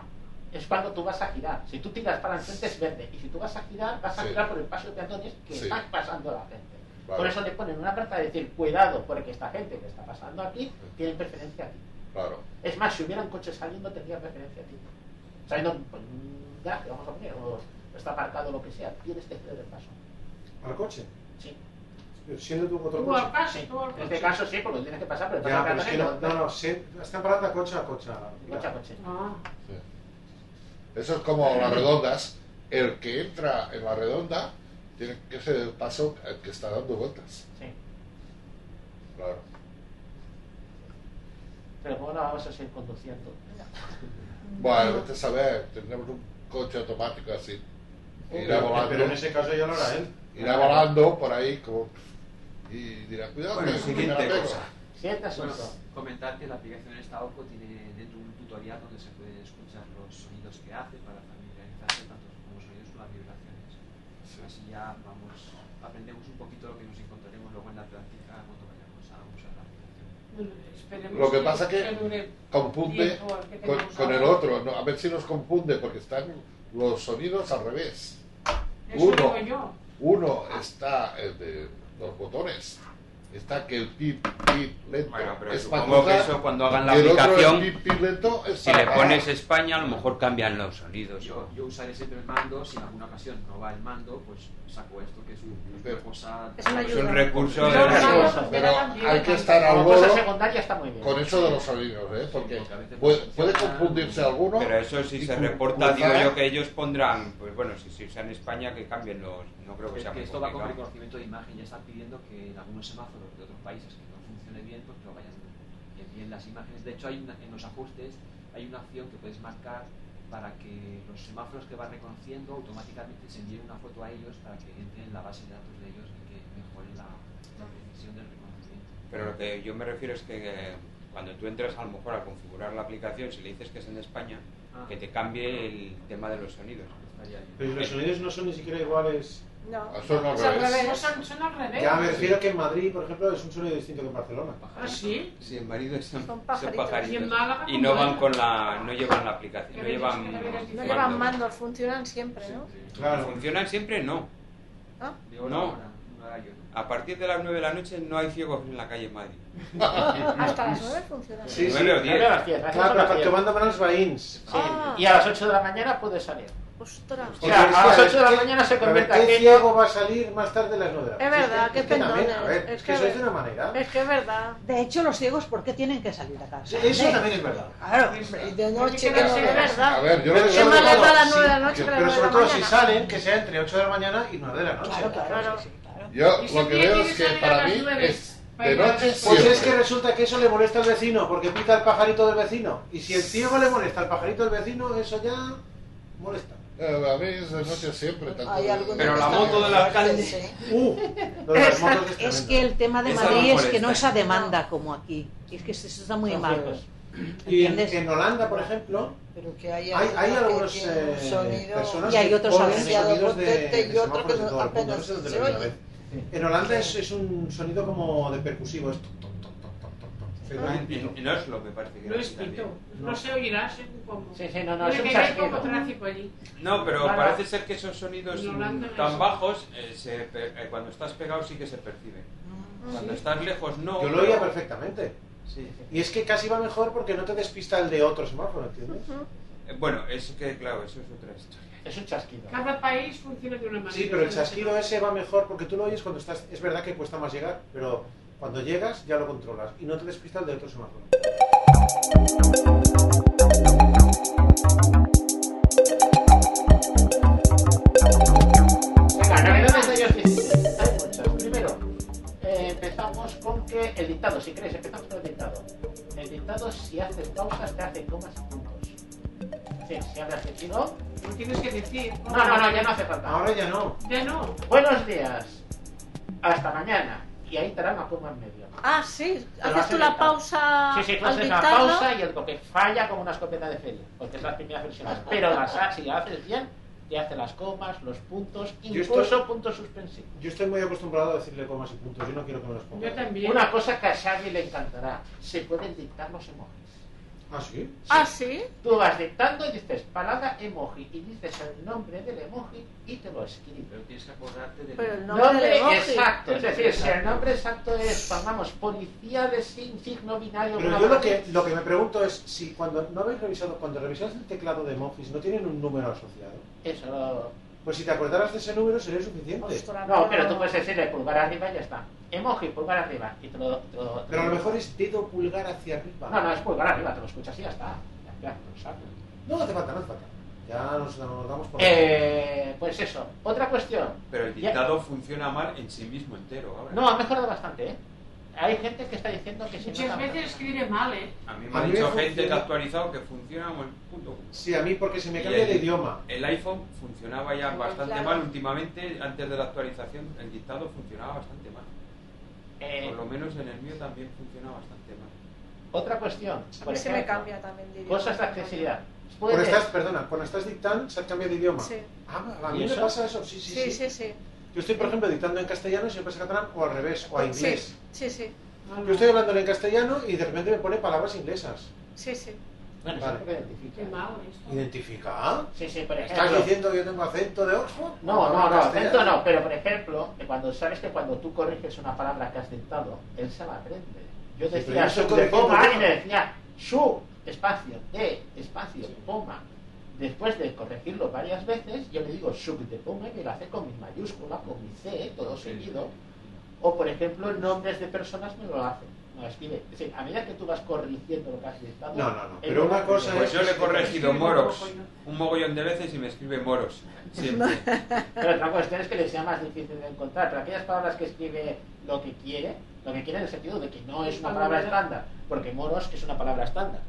es cuando tú vas a girar. Si tú tiras para enfrente es verde. Y si tú vas a girar, vas a
Sí.
girar por el paso de peatones que
Sí.
está pasando la gente.
Vale.
Por eso le ponen una carta de decir, cuidado, porque esta gente que está pasando aquí tiene preferencia a ti.
Claro.
Es más, si hubieran coches saliendo, tendría preferencia a ti. Saliendo pues, un garaje, vamos a poner, o está aparcado lo que sea, tienes que ceder el paso.
¿Al coche?
Sí.
Pero siendo tú otro
Tú
coche.
al paso, tú al En este coche. caso sí, porque tienes que pasar, pero
Ya, pues.
pasa
pero es que no,
peatones,
no, no, se, están parando coche a coche.
Coche a coche.
Eso es como las redondas. El que entra en la redonda tiene que ceder el paso al que está dando vueltas.
Sí.
Claro.
Pero bueno, vamos a seguir conduciendo.
Bueno, vete a saber, tendremos un coche automático así.
Pero- pero en ese caso ya lo hará él.
Irá volando por ahí como, y dirá, cuidado,
Bueno,
que-
siguiente
que me la
cosa.
pego".
Siguiente
Bueno,
asunto.
comentar que la aplicación esta OCO tiene dentro un tutorial donde se puede escuchar los sonidos que hace para familiarizarse tanto con los sonidos como las vibraciones. Así ya vamos, aprendemos un poquito lo que nos encontraremos luego en la práctica cuando vayamos a usar la aplicación.
Bueno, esperemos
Lo que pasa que
dure
confunde
tiempo al que
con,
tengamos
con el
ahora.
otro, ¿no? a ver si nos confunde porque están los sonidos al revés.
Eso
Uno,
digo yo.
uno está el de los botones, está que el pip, pip lento
pero
es para
supongo que
cruzar,
eso cuando hagan la
y el otro, el
aplicación,
pip, pip lento es
si
para
le
parar.
pones España, a lo mejor cambian los sonidos.
Yo, yo usaré siempre el mando, si en alguna ocasión no va el mando, pues saco esto que es un- una cosa...
Es una Es un ayuda. recurso de-
Pero hay que estar al
Como cosa
loro
secundaria está muy bien.
con eso de los sonidos, ¿eh? porque puede, puede confundirse alguno.
Pero eso si
y
se
cu-
reporta, digo
cruzar.
yo que ellos pondrán, pues bueno, si se usa en España que cambien los, no creo que
Es
sea
que
muy
esto va con
complicado.
reconocimiento de imagen, ya están pidiendo que en algunos semáforos de otros países que no funcione bien, pues que lo vayan que envíen las imágenes. De hecho, hay una- en los ajustes hay una opción que puedes marcar para que los semáforos que va reconociendo automáticamente se envíen una foto a ellos para que entren en la base de datos de ellos y que mejoren la, la precisión del reconocimiento.
Pero lo que yo me refiero es que eh, cuando tú entras a lo mejor a configurar la aplicación, si le dices que es en España,
Ah.
que te cambie el tema de los sonidos.
Pero los sonidos no son ni siquiera iguales.
No.
Ah, son al
Son,
revés.
no, son, son al
¿Eh?
revés.
Ya me refiero que en Madrid, por ejemplo, es un sonido distinto que en Barcelona.
¿Ah, sí?
Sí, en marido son, son
pajaritos.
pajaritos.
Y en Málaga,
Y no
¿cómo
van
es?
con la, no llevan la aplicación, no llevan.
No
mandos.
llevan mandos, funcionan siempre, ¿no?
Claro. Funcionan siempre, no.
¿Ah?
No. A partir de las 9 de la noche no hay ciegos en la calle en Madrid.
Hasta las 9 funcionan.
Sí, Nueve o diez.
Nueve a Ah, las diez,
Claro,
a las
pero
diez.
tomando menos vains.
Sí,
Ah.
Y a las 8 de la mañana puede salir.
Ostras.
O sea, a las 8 de la mañana se convierte
¿Qué
aquello-
ciego va a salir más tarde a las 9 de la
Es
noche?
verdad, qué
Es que también,
pendones.
a ver,
Es
que
que
eso
a
es de
ver.
una manera.
Es que es verdad.
De hecho, los ciegos, ¿por qué tienen que salir a casa? ¿Eh?
Eso
De-
también es verdad.
Claro,
Pues
hombre, de noche que
quedarse
no
de
veas.
verdad.
A ver, yo
Pero
lo que
es más
sobre
les da
todo-
las nueve de la
sí,
noche que las
Pero
nueve de
sobre
la
todo si
mañana.
salen, que sea entre 8 de la mañana y 9 de la noche.
Claro.
Yo
Y
lo que
siempre
veo
hay
es
que
que
salir a
para
las
mí
nueve
es
para
de
ir a
noche
las Pues es
siempre.
que resulta que eso le molesta al vecino, porque pita el pajarito del vecino. Y si el ciego le molesta al pajarito del vecino, eso ya molesta.
Eh, A mí es de noche siempre. tanto
Hay
de-
algunos Pero la que están moto del mejor, alcalde. sí.
Uh, lo de las motos es
Es
tremendo.
que el tema de
Esa
Madrid
no
es que no es
molesta.
a demanda como aquí. Es que eso está muy
Son
mal.
ciegos. Y en, en Holanda, por ejemplo,
Pero que hay,
hay, hay algunos
tienen un
eh,
sonido-
personas
y hay
que
otros
ponen
demasiado
sonidos de,
potente y
de
otro que
semáforos en
no-
todo el mundo,
apenas
no sé dónde
se
lo vi una
oye.
vez. En Holanda es, es un sonido como de percusivo. Es toc, toc, toc, toc, toc, toc, toc. Pero es un pito.
En, en Oslo me parece que
No
era
es
así también.
pito. No, se oirá según cómo.
Sí, sí, no, no,
Mira
es un
que hay
chasquido.
poco tráfico ¿eh? allí.
No, pero
Claro.
parece ser que esos sonidos
En Holanda
mm,
no
tan
es.
bajos, eh, se per- eh, cuando estás pegado sí que se perciben. Cuando
Mm. Sí.
estás lejos no.
Yo lo
pero-
oía perfectamente. Y es que casi va mejor porque no te despista el de otro semáforo, ¿entiendes?
Eh, Bueno, es que claro, eso es otra historia.
Es un chasquido.
Cada país funciona de una manera.
Sí, pero el chasquido ese va mejor porque tú lo oyes cuando estás. Es verdad que cuesta más llegar, pero cuando llegas ya lo controlas y no te despista el de otro semáforo.
Venga, novedades de ellos dicen, Hay muchas. Primero, eh, empezamos con que el dictado, si crees, empezamos con el dictado. El dictado, si haces pausas, te hace comas y puntos. Sí, si hablas de chino.
No tienes que decir.
No, no, no, ya no hace falta.
Ahora ya no.
Ya no.
Buenos días. Hasta mañana. Y ahí te dan la coma en medio.
Ah, sí.
Pero
Haces
hace
tú la
dictado.
pausa
Sí, sí, tú
al
haces la
dictarlo.
pausa y el que falla como una escopeta de feria, porque es las primeras versiones. Pero las, ha- si las haces bien, te hace las comas, los puntos,
Yo
incluso
estoy-
puntos suspensivos.
Yo estoy muy acostumbrado a decirle comas y puntos, yo no quiero que me los pongas.
Una cosa que a Xavi le encantará, se pueden dictar los emojis.
¿Ah, sí?
Ah, sí.
Tú vas dictando y dices palabra emoji y dices el nombre del emoji y te lo escribe.
Pero tienes que acordarte del
Pero el nombre del emoji.
exacto, es decir, si el nombre exacto es, pongamos, policía de sin signo binario.
Pero
una
yo lo
cosa
que, lo que me pregunto es si cuando no habéis revisado, cuando revisáis el teclado de emojis, ¿no tienen un número asociado?
Eso.
Pues si te acordaras de ese número sería suficiente.
No, pero tú puedes decirle pulgar arriba y ya está. Emoji, pulgar arriba. Y te lo, te lo- te
Pero a lo
lo-
mejor es dedo pulgar hacia arriba.
No, no, es pulgar arriba, te lo escuchas y ya está. Ya, ya, lo sabes.
No, no hace falta, no hace falta. Ya nos, nos damos por...
Eh, pues eso. Otra cuestión.
Pero el
Ya-
dictado funciona mal en sí mismo entero ahora.
No, ha mejorado bastante, ¿eh? Hay gente que está diciendo que se
Muchas
nota
veces escribe mal, ¿eh?
A mí me
A
ha
mí
dicho
me
gente
funciona-
que ha actualizado que funciona como el puto.
Sí, a mí porque se me
Y
cambia
el-
de idioma.
El iPhone funcionaba ya bastante
claro.
mal últimamente, antes de la actualización el dictado funcionaba bastante mal.
Eh.
Por lo menos en el mío también funciona bastante mal.
Otra cuestión.
A
por
mí se me
ejemplo,
cambia también. diría.
Cosas de accesibilidad.
Cuando
Puedes-
estás, perdona, cuando estás dictando se ha cambiado de idioma.
Sí.
Ah, a mí
¿Y
me
eso?
pasa eso, sí, sí, sí.
Sí, sí, sí.
Yo estoy, por ejemplo, dictando en castellano y siempre es a catalán o al revés, o a inglés.
Sí, sí, sí.
Yo estoy hablando en castellano y de repente me pone palabras inglesas.
Sí, sí.
Bueno,
Vale.
siempre identifica.
¿Identifica?
Sí, sí, por
¿Estás
ejemplo.
diciendo que yo tengo acento de Oxford?
No, no, no,
Castellano.
acento no, pero por ejemplo, que cuando sabes que cuando tú corriges una palabra que has dictado, él se la aprende. Yo
Sí, pero
decía
yo estoy
su de
corrigiendo
coma y
yo.
me decía su espacio, de espacio, coma. Después de corregirlo varias veces, yo le digo sub de coma y me lo hace con mi mayúscula, con mi C, todo seguido. O por ejemplo, nombres de personas me lo hacen. No, escribe. Es decir, a medida que tú vas corrigiendo lo que has dictado.
No, no, no,
él
pero
lo
una
hace
cosa
bien.
Pues yo le he corregido moros un mogollón de veces y me escribe moros.
[laughs]
Siempre.
Pero otra cuestión es que les sea más difícil de encontrar. Pero aquellas palabras que escribe lo que quiere, lo que quiere en el sentido de que no es una palabra estándar, porque moros es una palabra estándar.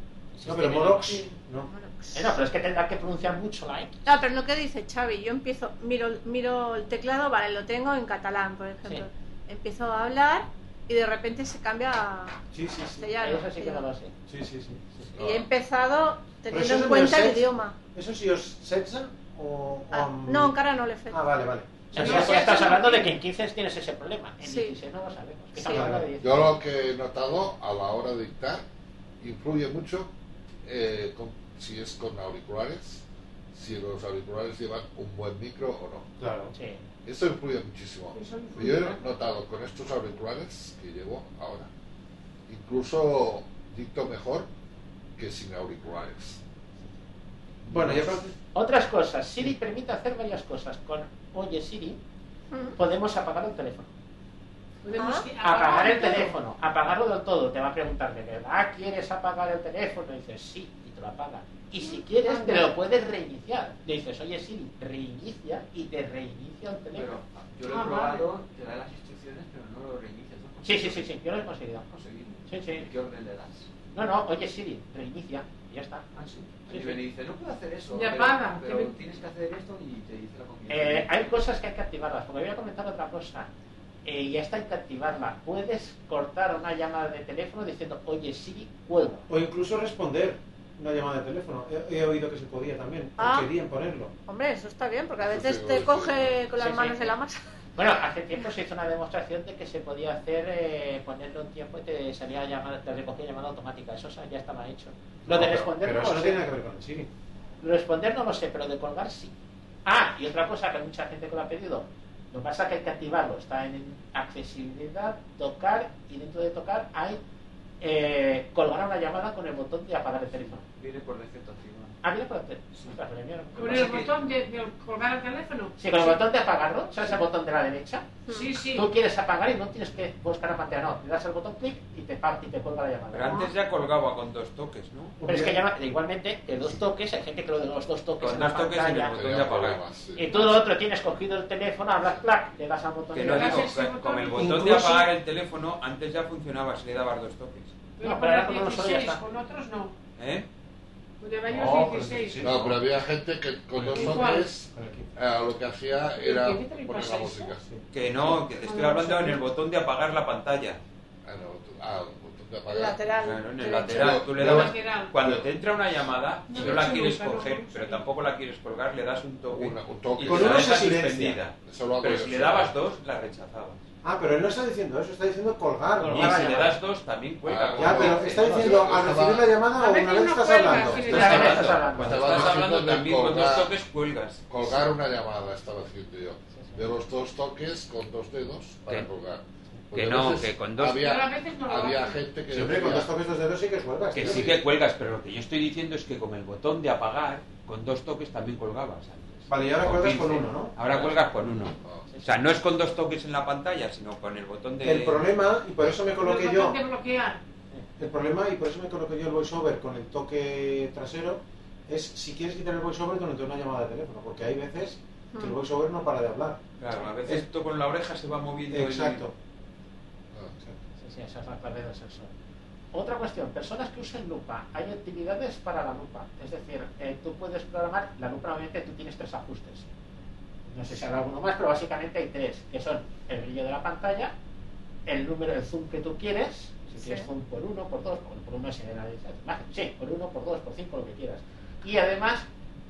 No,
Existe
pero
en el-
Morox, no.
Eh, no, pero es que tendrá que pronunciar mucho la X.
No, pero no que dice Xavi, yo empiezo, miro, miro el teclado, vale, lo tengo en catalán, por ejemplo. Empiezo a hablar y de repente se cambia a
Sí, sí, sí.
castellano. sí.
Sí, sí, sí.
Y he empezado
Però això
teniendo en
és
cuenta
amb
el
els
idioma.
sets? Això sí, els 16 o, o amb...
Ah, No, encara no l'he fet.
Ah, vale, vale.
O sea, ya estás hablando de que en 15 tienes ese problema. En 16 no lo sabemos.
Sí.
Estamos hablando de 16.
Yo lo que he notado a la hora de dictar influye mucho eh, con- si es con auriculares, si los auriculares llevan un buen micro o no.
Claro.
Eso influye muchísimo.
Eso influye.
Yo he notado con estos auriculares que llevo ahora, incluso dicto mejor que sin auriculares.
Bueno, ya para-
Otras cosas. Siri permite hacer varias cosas. Con Oye Siri
Mm.
podemos apagar el teléfono.
Podemos
Ah.
Apagar el teléfono. Apagarlo del todo. Te va a preguntar de verdad, "Ah, ¿quieres apagar el teléfono? Y dices sí, y te lo apaga. Y si quieres, te lo puedes reiniciar. Le dices, oye Siri, reinicia y te reinicia el teléfono. Ah,
Yo lo he probado, te da las instrucciones, pero no lo reinicias. ¿no?
Sí, sí, sí, sí, yo lo he conseguido.
Conseguido.
Sí, sí.
¿En qué orden le das? Ah,
No, no, oye Siri, reinicia. Y ya está. Sí,
y
sí.
me dice, no puedo hacer eso.
Ya
pero-
paga,
Pero,
que me-
tienes que hacer esto y te dice la combinación.
Eh, hay cosas que hay que activarlas, porque voy a comentar otra cosa. Eh, y esta hay que activarla. Puedes cortar una llamada de teléfono diciendo, oye Siri, cuelga.
O incluso responder una llamada de teléfono. He, he oído que se podía también.
Ah.
O querían ponerlo.
Hombre, eso está bien, porque a
Eso
veces
sí,
te
sí.
coge con las
Sí, sí.
manos de la masa.
Bueno, hace tiempo se hizo una demostración de que se podía hacer, eh, ponerle un tiempo y te salía llamada, te recogía llamada automática. Eso sa- ya estaba hecho. Lo
No,
de
pero-
responder
Pero
no
eso
lo
no
sé.
tiene nada que ver con el Siri.
Responder no lo sé, pero de colgar sí. Ah, y otra cosa que hay mucha gente que lo ha pedido. Lo que pasa es que hay que activarlo. Está en accesibilidad, tocar y dentro de tocar hay eh, colgar una llamada con el botón de apagar el teléfono.
Viene por defecto activado.
Ah, mira, pero te- ostras, me lo enviaron.
Con el botón de, de colgar el teléfono.
Sí, con el botón de apagarlo, ¿sabes el botón de la derecha?
Sí, sí.
Tú quieres apagar y no tienes que buscar la pantalla, no. Le das el botón clic y te parte y te cuelga la llamada.
Pero antes ya colgaba con dos toques, ¿no?
Pues
Pero es que llama- igualmente, de dos toques, hay gente que lo de los dos toques.
Con
en
dos
la
toques y
pantalla.
el botón de apagar.
Y tú lo otro tienes cogido el teléfono, hablas clac, le das al botón
Que
de
no
apagar.
digo, que con el botón de
Incluso-
apagar el teléfono antes ya funcionaba si le dabas dos toques.
Pero
No,
con
pero
el
ahora con uno solo ya
16,
está.
con otros no.
¿Eh?
Con el baño
No, pero,
16.
había gente que con dos
Igual.
hombres eh, lo que hacía era poner la música.
Que no, que te estoy hablando en el botón de apagar la pantalla.
Ah, el botón de apagar.
Lateral. Claro, en el
Derecho.
lateral. Tú le
Pero-
dabas,
lateral.
cuando te entra una llamada,
No
no,
lo he
la
hecho
quieres
nunca, no lo
coger, pero tampoco la quieres colgar, le das un toque. Y
Con
te la
uno se
dejas
silencia.
suspendida.
Eso lo hago
Pero
yo,
si le
sí.
dabas dos, la rechazabas.
Ah, pero él no está diciendo eso, está diciendo colgar.
Y
colgar la
si le
llamada.
das dos, también cuelga.
Ah,
ya,
como
pero
dice.
está diciendo, al recibir la llamada,
A
o
veces
una vez
no
estás
cuelga,
hablando.
si le
Estás
das-
hablando.
Estás hablando. Cuando
Estaba
estás
haciendo
hablando
de
también, con dos toques cuelgas.
Colgar una llamada estaba haciendo yo. De los dos toques con dos dedos para
Que-
colgar.
que
a
no,
veces
que con dos- Pero a
Había,
veces no lo
había
hacen.
gente que.
Siempre con
decía-
dos toques los dedos sí que cuelgas.
Que
tío.
sí que cuelgas, pero lo que yo estoy diciendo es que con el botón de apagar, con dos toques también colgabas antes.
Vale, y ahora
Con
cuelgas
15.
con uno, ¿no? Oh.
Ahora cuelgas con uno. O sea, no es con dos toques en la pantalla, sino con el botón de...
El problema, y por eso me coloqué yo,
de bloquear.
el problema, y por eso me coloqué yo el voiceover con el toque trasero, es si quieres quitar el voiceover durante una llamada de teléfono, porque hay veces
Mm.
que el voiceover no para de hablar.
Claro, a veces esto con la oreja se va moviendo. el-
Exacto. Oh,
Sí, sí, esa es la clave del sensor. Otra cuestión, personas que usen lupa. Hay actividades para la lupa. Es decir, eh, tú puedes programar, la lupa obviamente tú tienes tres ajustes. No sé si habrá alguno más, pero básicamente hay tres, que son el brillo de la pantalla, el número, el zoom que tú quieres, si
Sí.
quieres zoom por uno, por dos, por, por uno es generalizar la imagen, sí, por uno, por dos, por cinco, lo que quieras. Y además,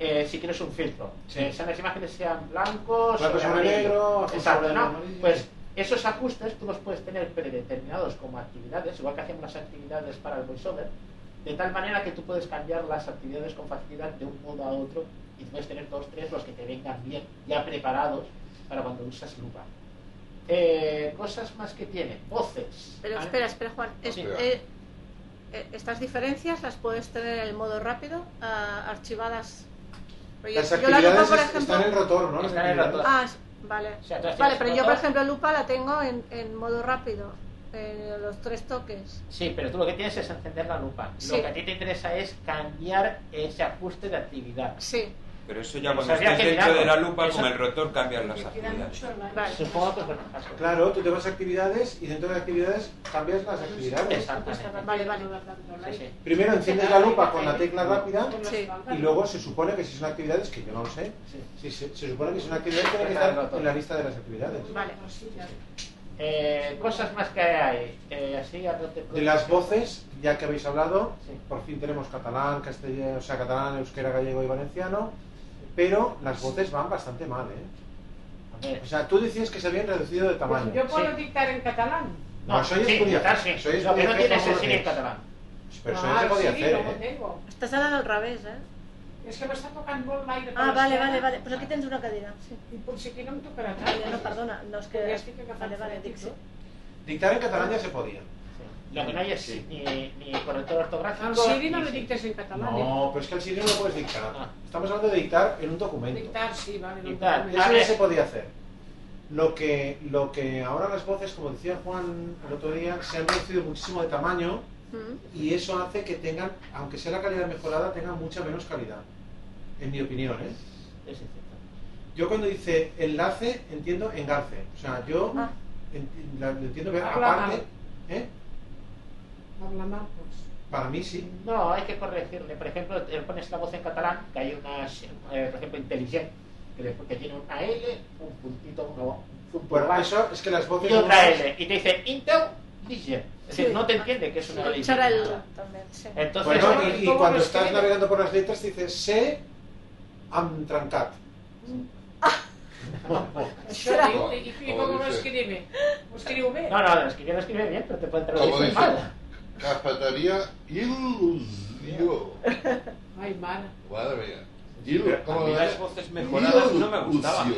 eh, si quieres un filtro, que sean las imágenes sean blancos,
Blanco sobre negro, azul
exacto,
sobre
¿no?
amarillo.
Pues esos ajustes tú los puedes tener predeterminados como actividades, igual que hacemos las actividades para el voiceover, de tal manera que tú puedes cambiar las actividades con facilidad de un modo a otro y puedes tener dos, tres, los que te vengan bien, ya preparados para cuando usas lupa. Eh, cosas más que tiene, voces.
Pero
Ah,
espera, espera, Juan. Es-
Sí.
eh, eh, estas diferencias las puedes tener en el modo rápido, ah, archivadas. Pero
Las
yo la lupa,
actividades
por
es-
ejemplo.
están en rotor, ¿no? Las
Están en rotor.
Ah, es- vale.
sea, tú has
vale,
tenido
pero
el
yo, por
rotor.
ejemplo, lupa la tengo en, en modo rápido, en los tres toques.
Sí, pero tú lo que tienes es encender la lupa.
Sí.
Lo que a ti te interesa es cambiar ese ajuste de actividad.
Sí.
Pero eso ya cuando
habría
estés
que
dentro
mirarlo.
de la lupa,
Eso-
con el rotor cambian las
Queda
actividades.
Ah,
Supongo que
Claro, tú te vas a actividades y dentro de actividades cambias las actividades.
Vale, vale.
Primero enciendes la lupa con la tecla rápida
Sí.
y luego se supone que si son actividades, que yo no lo sé, si se, se supone que si son actividades tiene que estar en la lista de las actividades.
Vale. Eh, cosas más que hay. Eh, así, a bote pronto.
De las voces, ya que habéis hablado, por fin tenemos catalán, castellano, o sea, catalán, euskera, gallego y valenciano, pero las voces van bastante mal, ¿eh? O sea, tú decías que se habían reducido de tamaño.
Pues Yo puedo dictar en catalán.
No, soy
sí,
estudiante.
dictar, sí.
Soy
Lo que no
estudiante,
tienes
¿cómo
es
lo
ir en
haces?
catalán.
Pero eso no se podía
Ah, sí,
hacer,
no
¿eh?
tengo.
Estás hablando al revés, ¿eh?
Es que me está tocando el aire.
Ah, vale, vale, vale. Pues aquí tens una cadira. Sí.
I potser aquí no em tocarà tant.
Vale, no, perdona. No, és que...
Ja estic agafant
Vale, vale,
fred,
dic sí.
Dictar en catalán ya se podía.
Lo que no hay es ni, ni corrector ortográfico.
El Siri Ah, no lo dictes en catalán.
No, pero es que el sirio no lo puedes dictar.
Ah.
Estamos hablando de dictar en un
eh?
documento.
Dictar, sí, vale. no
Dictar,
problema.
eso ya se podía hacer. Lo que, lo que ahora las voces, como decía Juan el otro día, se han reducido muchísimo de tamaño y eso hace que tengan, aunque sea la calidad mejorada, tengan mucha menos calidad. En mi opinión, ¿eh?
Es cierto.
Yo cuando dice enlace, entiendo engarce. O sea, yo
Ah.
enti- la- lo entiendo que
Habla
aparte, ¿eh?
Habla mal, pues.
para mí sí.
No, hay que corregirle. Por ejemplo, te pones la voz en catalán, que hay unas, eh, por ejemplo, inteligente, que, después- que tiene una L, un puntito, no, un
Bueno,
punto
eso es que las voces...
y otra
no-
L. Y te dice intelligent. Es decir,
Sí.
no te entiende que es una L.
Serà el... També, sí.
Entonces,
Bueno, y- y,
¿cómo
cuando
lo
estás
escribe?
navegando por las letras te dice se am trancat.
Això diu, i, i com ho escribe? Ho escriu bé?
No, no, lo escribe, lo escribe bien, pero te pueden
Como
traducir
dice,
mal.
cafetería ilusión.
Ai, mare.
Madre mía.
Sí, pero
¿cómo
a mí
lo
las
dice?
voces
mejoradas no me
Ilusión.
gustaban.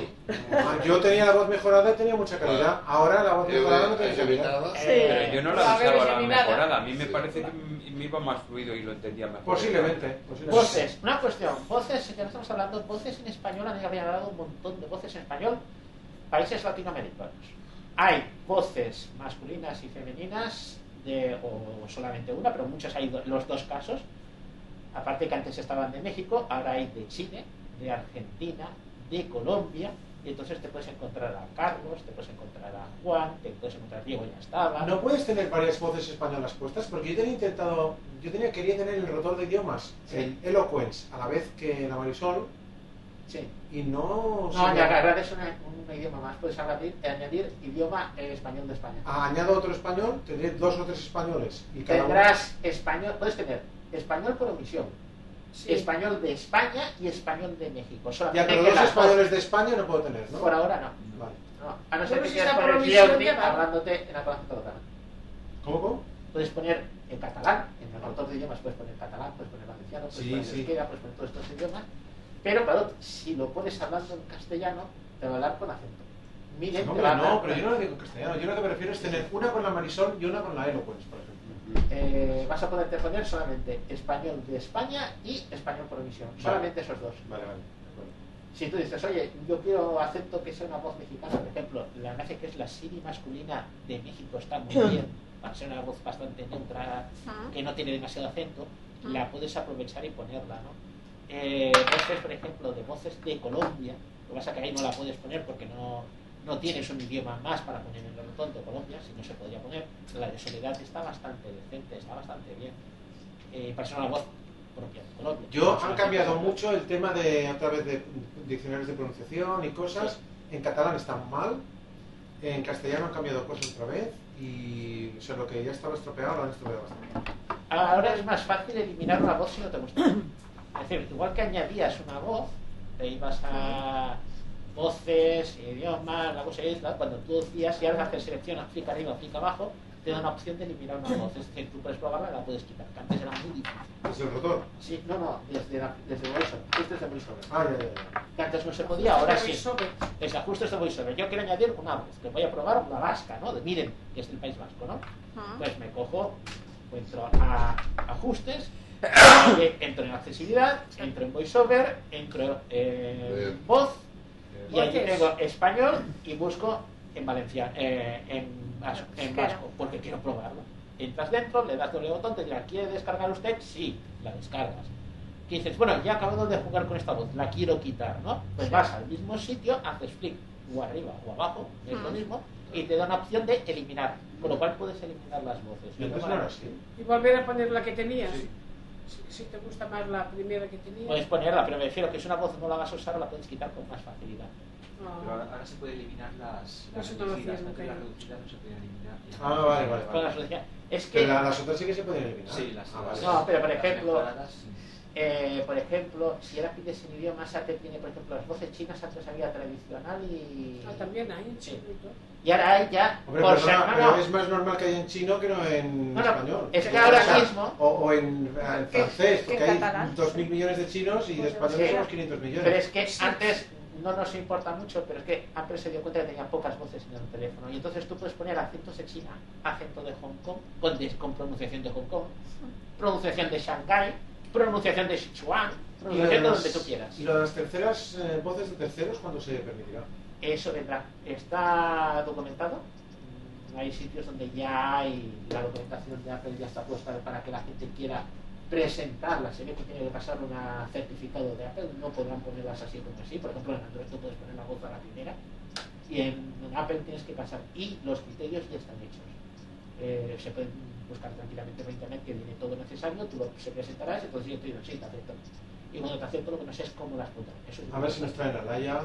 Ah, Yo tenía la voz mejorada y tenía mucha calidad. Ahora la voz
Yo
mejorada
de-
no tiene
yo
calidad.
evitaba. Pero yo no la
había
usaba la mejorada. A mí me parece que m- me iba más fluido y lo entendía mejor.
Posiblemente,
Voces, una cuestión. Voces, ya no estamos hablando, voces en español, han hablado un montón de voces en español, países latinoamericanos. Hay voces masculinas y femeninas, de, o solamente una, pero muchos hay do- los dos casos. Aparte que antes estaban de México, ahora hay de Chile, de Argentina, de Colombia, y entonces te puedes encontrar a Carlos, te puedes encontrar a Juan, te puedes encontrar a Diego, ya estaba.
No puedes tener varias voces españolas puestas porque yo tenía intentado, yo tenía quería tener el rotor de idiomas, el eloquence, a la vez que la Marisol. Y no.
No,
se me-
ya agarrar es una- un idioma más. Puedes añadir, añadir idioma eh, español de España.
Ah, Añado otro español, tendré dos o tres españoles. Y cada uno-
Tendrás español, puedes tener español por omisión,
Sí.
español de España y español de México.
Ya,
Solamente
pero
que
dos
las dos-
españoles de España no puedo tener, ¿no?
Por ahora no.
Vale.
No, A no ser
Bueno,
que
si
quieras
está por
poner
omisión,
Jordi
ya vale.
hablándote en la clase total.
¿Cómo, cómo?
Puedes poner en catalán, en el rotor de idiomas puedes poner catalán, puedes poner valenciano, puedes
Sí,
poner
sí.
euskera, puedes poner todos estos idiomas. Pero claro, si lo pones hablando en castellano, te va a hablar con acento. Miguel
No,
te va a
pero
hablar
no, pero
con-
yo no lo digo en castellano. Yo lo que me refiero es tener una con la Marisol y una con la Eloquence, por ejemplo.
Eh, vas a poderte poner solamente español de España y español por omisión. Solamente esos dos.
Vale, vale.
Si tú dices, oye, yo quiero acepto que sea una voz mexicana, por ejemplo, la nace que es la Siri masculina de México está muy bien, para ser una voz bastante neutra,
Ah.
que no tiene demasiado acento,
Ah.
la puedes aprovechar y ponerla, ¿no? Eh, voces, por ejemplo, de voces de Colombia, lo que pasa que ahí no la puedes poner porque no, no tienes un idioma más para poner en el rotón de Colombia, si no se podría poner. La de Soledad está bastante decente, está bastante bien. Eh, para ser una voz propia de Colombia.
Yo
No
han
solamente-
cambiado mucho el tema de a través de diccionarios de pronunciación y cosas. En catalán están mal. En castellano han cambiado cosas otra vez. Y o sea, lo que ya estaba estropeado lo han estropeado bastante.
Ahora es más fácil eliminar una voz si no te gusta. Es decir, igual que añadías una voz, te ibas a voces, idiomas, la cosa es, ¿no? cuando tú decías y ahora haces selección, clic arriba, clic abajo, te da una opción de eliminar una voz. Es decir, tú puedes probarla y la puedes quitar, que antes era muy difícil.
¿Desde el rotor?
Sí, no, no, desde, la, Este desde VoiceOver, ajustes de VoiceOver.
Ah, ya, ya,
Que antes no se podía, ahora
Desde
sí.
VoiceOver.
Desde ajustes de VoiceOver. Yo quiero añadir una voz, que voy a probar la vasca, ¿no? De Miren, que es del País Vasco, ¿no? Pues me cojo, entro a ajustes, eh, entro en accesibilidad, entro en voiceover, entro en voz y allí
Voces.
tengo español y busco en valenciano, en, vas- en
Euskera.
vasco, porque quiero probarlo. Entras dentro, le das doble botón, te dirá, ¿quiere descargar usted? Sí, la descargas. que dices, bueno, ya he acabado de jugar con esta voz, la quiero quitar, ¿no? Pues vas al mismo sitio, haces clic, o arriba o abajo, es lo
Mm.
mismo, y te da una opción de eliminar, con lo cual puedes eliminar las voces.
Y entonces, claro, sí.
Y volver a poner la que tenías. Si, si te gusta más la primera que tenías.
Puedes ponerla, pero me refiero que si una voz no la vas a usar, la puedes quitar con más facilidad.
Pero ahora, ahora se puede eliminar las,
No
las
se conocía
reducidas,
nunca.
antes las reducidas no se podían eliminar. y
Ah,
ahora
vale,
se
vale,
puede
vale.
eliminar.
Es que-
Pero la- las otras sí que se pueden eliminar.
Sí, las-
Ah, vale.
No, pero por
Las
ejemplo,
mejoradas, sí.
eh, por ejemplo, si ahora pides en idioma, SATE tiene, por ejemplo, las voces chinas, antes había tradicional y...
Ah, también hay en
Sí.
chino y todo.
Y ahora hay ya,
Hombre,
por
perdona,
semana-
pero es más normal que haya en chino que no en
No, no,
español.
es que
O
ahora
sea,
mismo-
O, o en, en
Que-
francés,
que
porque
en
hay
catalán.
2.000 millones de chinos y de españoles
Sí.
somos 500 millones.
Pero es que antes no nos importa mucho, pero es que Apple se dio cuenta que tenía pocas voces en el teléfono. Y entonces tú puedes poner acento de China, acento de Hong Kong, con, des- con pronunciación de Hong Kong, pronunciación de Shanghái, pronunciación de Sichuan,
Y lo de
pronunciación de
las-
donde tú quieras.
Y lo de las terceras eh, voces de terceros, ¿cuándo se permitirá?
Eso vendrá. Está documentado. Mm, Hay sitios donde ya hay la documentación de Apple ya está puesta para que la gente quiera presentarla. Se ve que tiene que pasar un certificado de Apple. No podrán ponerlas así como así. Por ejemplo, en Android tú puedes poner la voz a la primera. Y en Apple tienes que pasar. Y los criterios ya están hechos. Eh, se pueden buscar tranquilamente por internet que viene todo necesario. Tú lo se presentarás. Entonces yo te digo, sí, te acepto. Y cuando te acepto, lo que no sé es cómo las pondrán. Eso es
A ver si nos traen a Laia.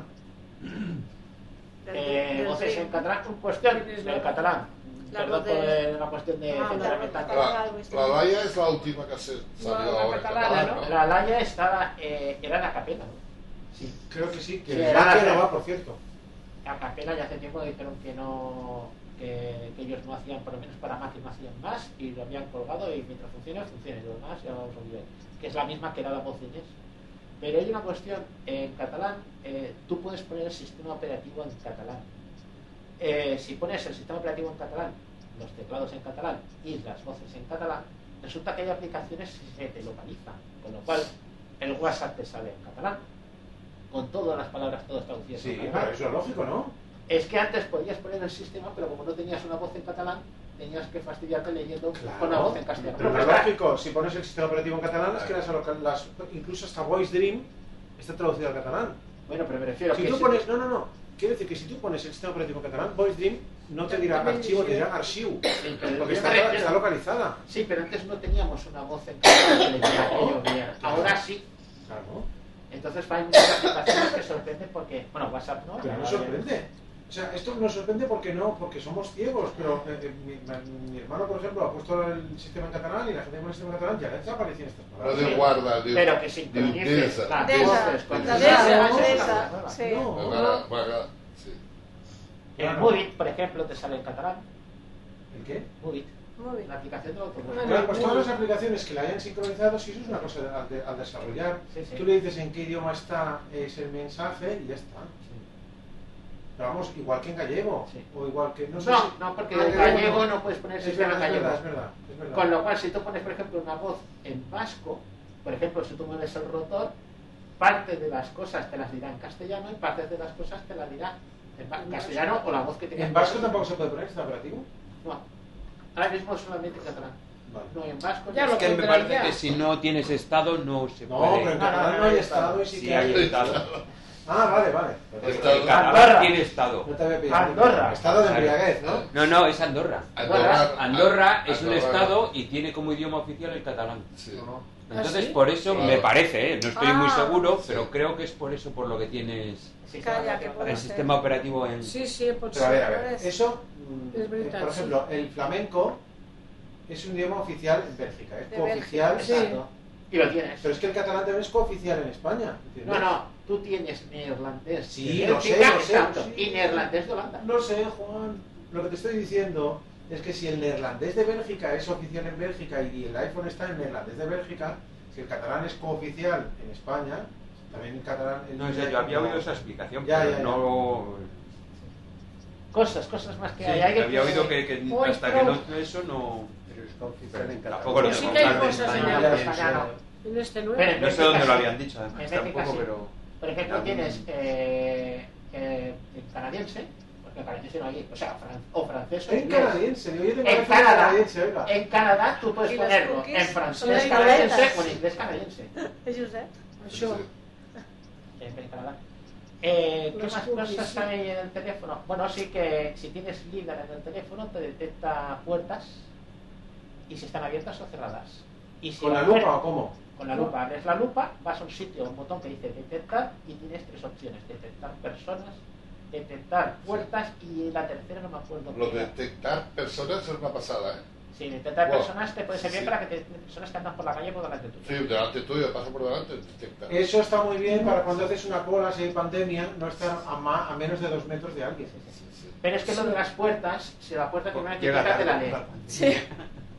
eh, voces en catalán, un cuestión en catalán.
La
Perdón
voz de-
por eh, una cuestión de
Ah, la voz pues,
fundamental.
catalana,
La Laia es la última que se salió
No, la
ahora.
catalana,
catalán,
¿no? La Laia estaba, eh, era la capela. Sí.
Creo que sí, que
Sí,
el
era-
Baque no va, por cierto.
La capela ya hace tiempo dijeron que no, que, que ellos no hacían, por lo menos para Mac no hacían más y lo habían colgado y mientras funciona, funciona y lo demás ya vamos a nivel. Que es la misma que era la voz de Inés. Pero hay una cuestión, en catalán eh, tú puedes poner el sistema operativo en catalán. Eh, si pones el sistema operativo en catalán, los teclados en catalán y las voces en catalán, resulta que hay aplicaciones que te localizan, con lo cual el WhatsApp te sale en catalán, con todas las palabras todas traducidas.
Sí,
en catalán.
pero eso es lógico, ¿no?
Es que antes podías poner el sistema, pero como no tenías una voz en catalán, tenías que fastidiarte leyendo con la voz en castellano.
Pero
Pero
es
está-
lógico, si pones el sistema operativo en catalán, es que las, aloca- las- incluso hasta Voice Dream está traducido al catalán.
Bueno, pero me refiero
si
que
tú
si-
pones, No, no, no. Quiero decir que si tú pones el sistema operativo en catalán, Voice Dream no te dirá
También
archivo, te
dice-
dirá archivo.
pero
Porque
yo
está,
me refiero-
está localizada.
Sí, pero antes no teníamos una voz en catalán que leyera aquello bien. Ahora sí.
Oh. Claro.
Entonces hay muchas aplicaciones que sorprenden porque, bueno, WhatsApp no.
Pero
Ya
nos
lo había-
sorprende. O sea, esto nos sorprende porque no, porque somos ciegos. Pero eh, eh, mi, ma- mi hermano, por ejemplo, ha puesto el sistema en catalán y la gente con el sistema en catalán ya le desaparecen estas palabras.
Pero de guarda, de-
Pero que
de
sincronices
Deza.
las
Deza,
voces con
Deza,
las palabras.
Deza,
sí.
Me
No,
van
no.
a- van a- sí.
El Movit, por ejemplo, te sale en catalán.
¿El qué?
Movit. La aplicación de autobús.
Claro, pues todas las aplicaciones que la hayan sincronizado, si eso es una cosa de- al, de- al desarrollar,
Sí, sí.
tú le dices en qué idioma está ese mensaje y ya está. Pero vamos, igual que en gallego, o igual que... No, sé
No,
si-
no, porque
Ah,
en gallego no puedes poner
Es
sistema
verdad, es
gallego.
verdad, es verdad, es verdad.
Con lo cual, si tú pones, por ejemplo, una voz en vasco, por ejemplo, si tú mueves el rotor, parte de las cosas te las dirá en castellano y partes de las cosas te las dirá en va- castellano o la voz que tengas.
¿En vasco tampoco se puede poner este operativo?
No. Ahora mismo solamente en catalán. No, en vasco.
Ya
ni-
lo
Es que me
pondrán
parece
ya.
que si no tienes estado no se
No,
puede.
pero en catalán no hay estado y sí que hay
estado.
Ah, vale, vale.
En
Estado.
catalán
Andorra.
tiene estado.
No te había pillado. Andorra. Estado de embriaguez, ¿no?
No, no, es Andorra.
Andorra.
Andorra, Andorra es un
Andorra.
estado y tiene como idioma oficial el catalán. Entonces,
¿Ah, sí?
por eso
Claro.
me parece, ¿eh? no estoy muy
Ah.
seguro, pero creo que es por eso por lo que tienes
Calla, que puede
el
ser.
sistema operativo en.
Sí, sí, por
Pero a ver, a ver,
supuesto.
eso, mm,
Es brutal,
por ejemplo, el flamenco es un idioma oficial en Bélgica, es
De
cooficial,
Bélgica, sí.
exacto.
Y lo tienes.
Pero es que el catalán también es cooficial en España. ¿entiendes?
No, no, tú tienes neerlandés.
Sí,
de
lo sé,
Bélgica,
lo sé.
exacto,
lo sé.
Y neerlandés de Holanda.
No sé, Juan. Lo que te estoy diciendo es que si el neerlandés de Bélgica es oficial en Bélgica y el iPhone está en neerlandés de Bélgica, si el catalán es cooficial en España, también el catalán... el-
No sé, yo había oído esa explicación,
Ya,
pero
ya, ya.
no.
Cosas, cosas más que
Sí,
hay. Hay
había
que-
oído que, que
Hoy,
hasta que
pero-
no eso no.
Pero está oficial en catalán.
Tampoco lo
Pues
Pero sí
tengo
que hay
claro en
cosas en
España,
el
en
castellano.
Suecia.
En este nuevo.
Pero en
No sé
Bélgica
dónde lo
sí.
habían dicho, además,
En Bélgica
tampoco,
sí.
pero-
Este Por ejemplo,
Algún-
tienes eh, eh, el canadiense, porque el canadiense no hay, o sea, fran- o francés o
En
inglés.
canadiense, yo- yo tengo
en
la fe de
Canadá,
canadiense, oiga.
en Canadá tú puedes
Y las
ponerlo
cookies
en
son
francés
las
canadiense
galletas.
o en inglés canadiense.
Es Josep.
Això. Que inventarà. Eh, ¿Qué
Los
más
cookies,
cosas
sí.
hay en el teléfono? Bueno, sí que si tienes líder en el teléfono te detecta puertas y si están abiertas o cerradas. Y si
¿Con la
puerta-
lupa o cómo?
Con la lupa. Abres la lupa, vas a un sitio, a un botón que dice detectar y tienes tres opciones. Detectar personas, detectar puertas y la tercera no me acuerdo.
Lo
qué
de
era.
detectar personas es una pasada, ¿eh?
Sí, detectar
Wow.
personas te puede servir
Sí.
para que te, personas que andan por la calle por delante tuya.
Sí, delante tuyo, paso por delante, detecta.
Eso está muy bien para cuando haces una cola, si hay pandemia, no estar a, ma- a menos de dos metros de alguien.
Pero es que lo de las puertas, si la puerta tiene una etiqueta, te la lee.
Sí.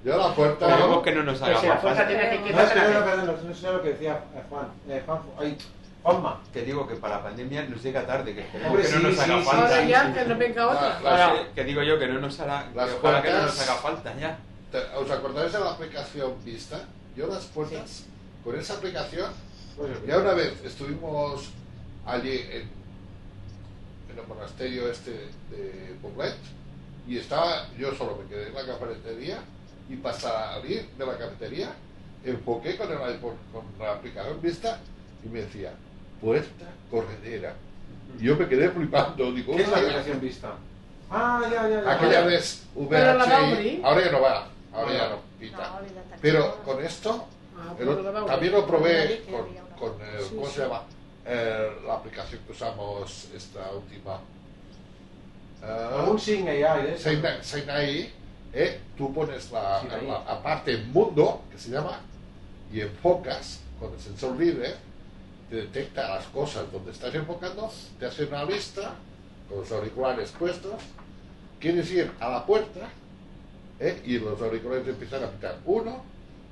Yo la puerta.
Esperemos que no nos haga
Pero si la
más
puerta
falta.
tiene que
No, es que
no,
no,
no, perdón, no sé lo que decía eh, Juan. Eh, Juan ay, Juanma.
Que digo que para la pandemia nos llega tarde, que esperemos
Hombre,
que no
sí,
nos
sí,
haga
sí,
falta.
sí, sí,
Ya, que no venga otra.
Ahora, eh, que digo yo que no nos hará, que ojalá que no nos haga falta ya.
Te- ¿Os acordáis de la aplicación Vista? Yo las puertas, con esa aplicación,
Pues
ya una vez estuvimos allí en, en el monasterio este de Poblet y estaba, yo solo me quedé en la cafetería y para salir de la cafetería enfoqué con, el, iPhone- con la aplicación Vista y me decía, puerta corredera. Y yo me quedé flipando, digo,
¿Qué es la
"Hostia".
aplicación vista? Ah, ya, ya, ya.
Aquella vez
Pero la va a
VHI,
abrir.
ahora ya no va, ahora ya no
No,
pinta.
olvídate.
Pero con esto,
Ah,
el
pero
ot-
la va a abrir.
también lo probé
Que
con,
había una-
con el-
Sí,
¿cómo
sí.
se llama? Eh, la aplicación que usamos esta última. Ah,
Algún Sign AI, ¿eh?
Sign- Sign AI, eh, tú pones la,
Sign
la-
AI.
la parte mundo, que se llama, y enfocas con el sensor líder, te detecta las cosas donde estás enfocando, te hace una lista con los auriculares puestos, quieres ir a la puerta ¿eh? y los auriculares te empiezan a pitar uno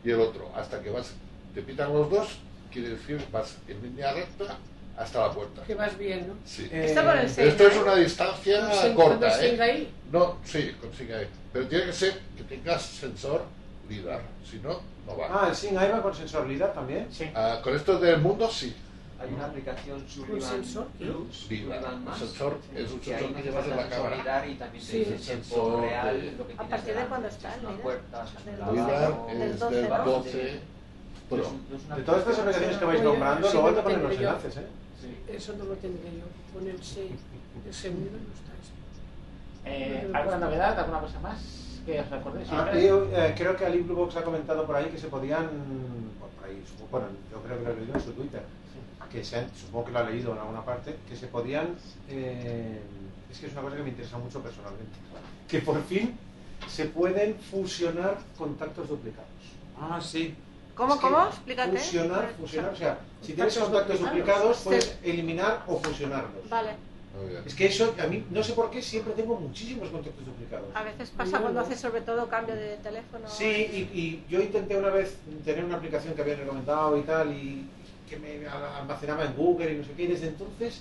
y el otro, hasta que vas, te pitan los dos, quiere decir vas en línea recta hasta la puerta.
Que vas bien, ¿no?
Sí.
Está con el ¿eh? Sengai.
Esto es una distancia
Con Sen-
corta.
con el
¿eh?
Sengai.
No, sí, consigue ahí. Pero tiene que ser que tengas sensor LIDAR, si no, no va.
Ah, el Sign AI va con sensor LIDAR también.
Sí.
Ah, con esto del mundo, sí.
Hay una aplicación Suburban
sensor?
Plus,
Sí,
Suburban
un
Más,
sensor, es un
que
sensor
ahí
que
te
llevas
vas
en la
a
cámara.
consolidar y también te
Sí.
dice
El
en
sensor
tiempo
de-
eh.
real lo que
¿A
tienes
partir de
delante,
cuándo
si
está
es
el
una
líder?
puerta, si es
Del
un
doce,
lavabo,
LIDAR
este,
es
doce,
del
¿no?
12 Pro.
Pues, De todas estas aplicaciones que vais
Oye,
nombrando,
sí,
luego
no
te ponen los
tengo yo.
enlaces, ¿eh?
Eso no lo tendré yo. Ponerse el segundo no está eso.
Eh, ¿Alguna novedad, alguna cosa más que os recordéis?
Ah, y, eh, creo que Ali Bluebox ha comentado por ahí que se podían, bueno, por ahí, supongo- bueno, yo creo que lo he leído en su Twitter, que se han- supongo que lo ha leído en alguna parte, que se podían, eh, es que es una cosa que me interesa mucho personalmente, que por fin se pueden fusionar contactos duplicados.
Ah, sí.
¿Cómo,
Es que
cómo? Explícate.
Fusionar, fusionar, o sea, si tienes
Contactos
contactos duplicados
duplicados,
puedes eliminar o fusionarlos.
Vale.
Es que eso, a mí, no sé por qué, siempre tengo muchísimos contactos duplicados.
A veces pasa cuando haces sobre todo cambio de teléfono.
Sí, y, y yo intenté una vez tener una aplicación que habían recomendado y tal, y que me almacenaba en Google y no sé qué, y desde entonces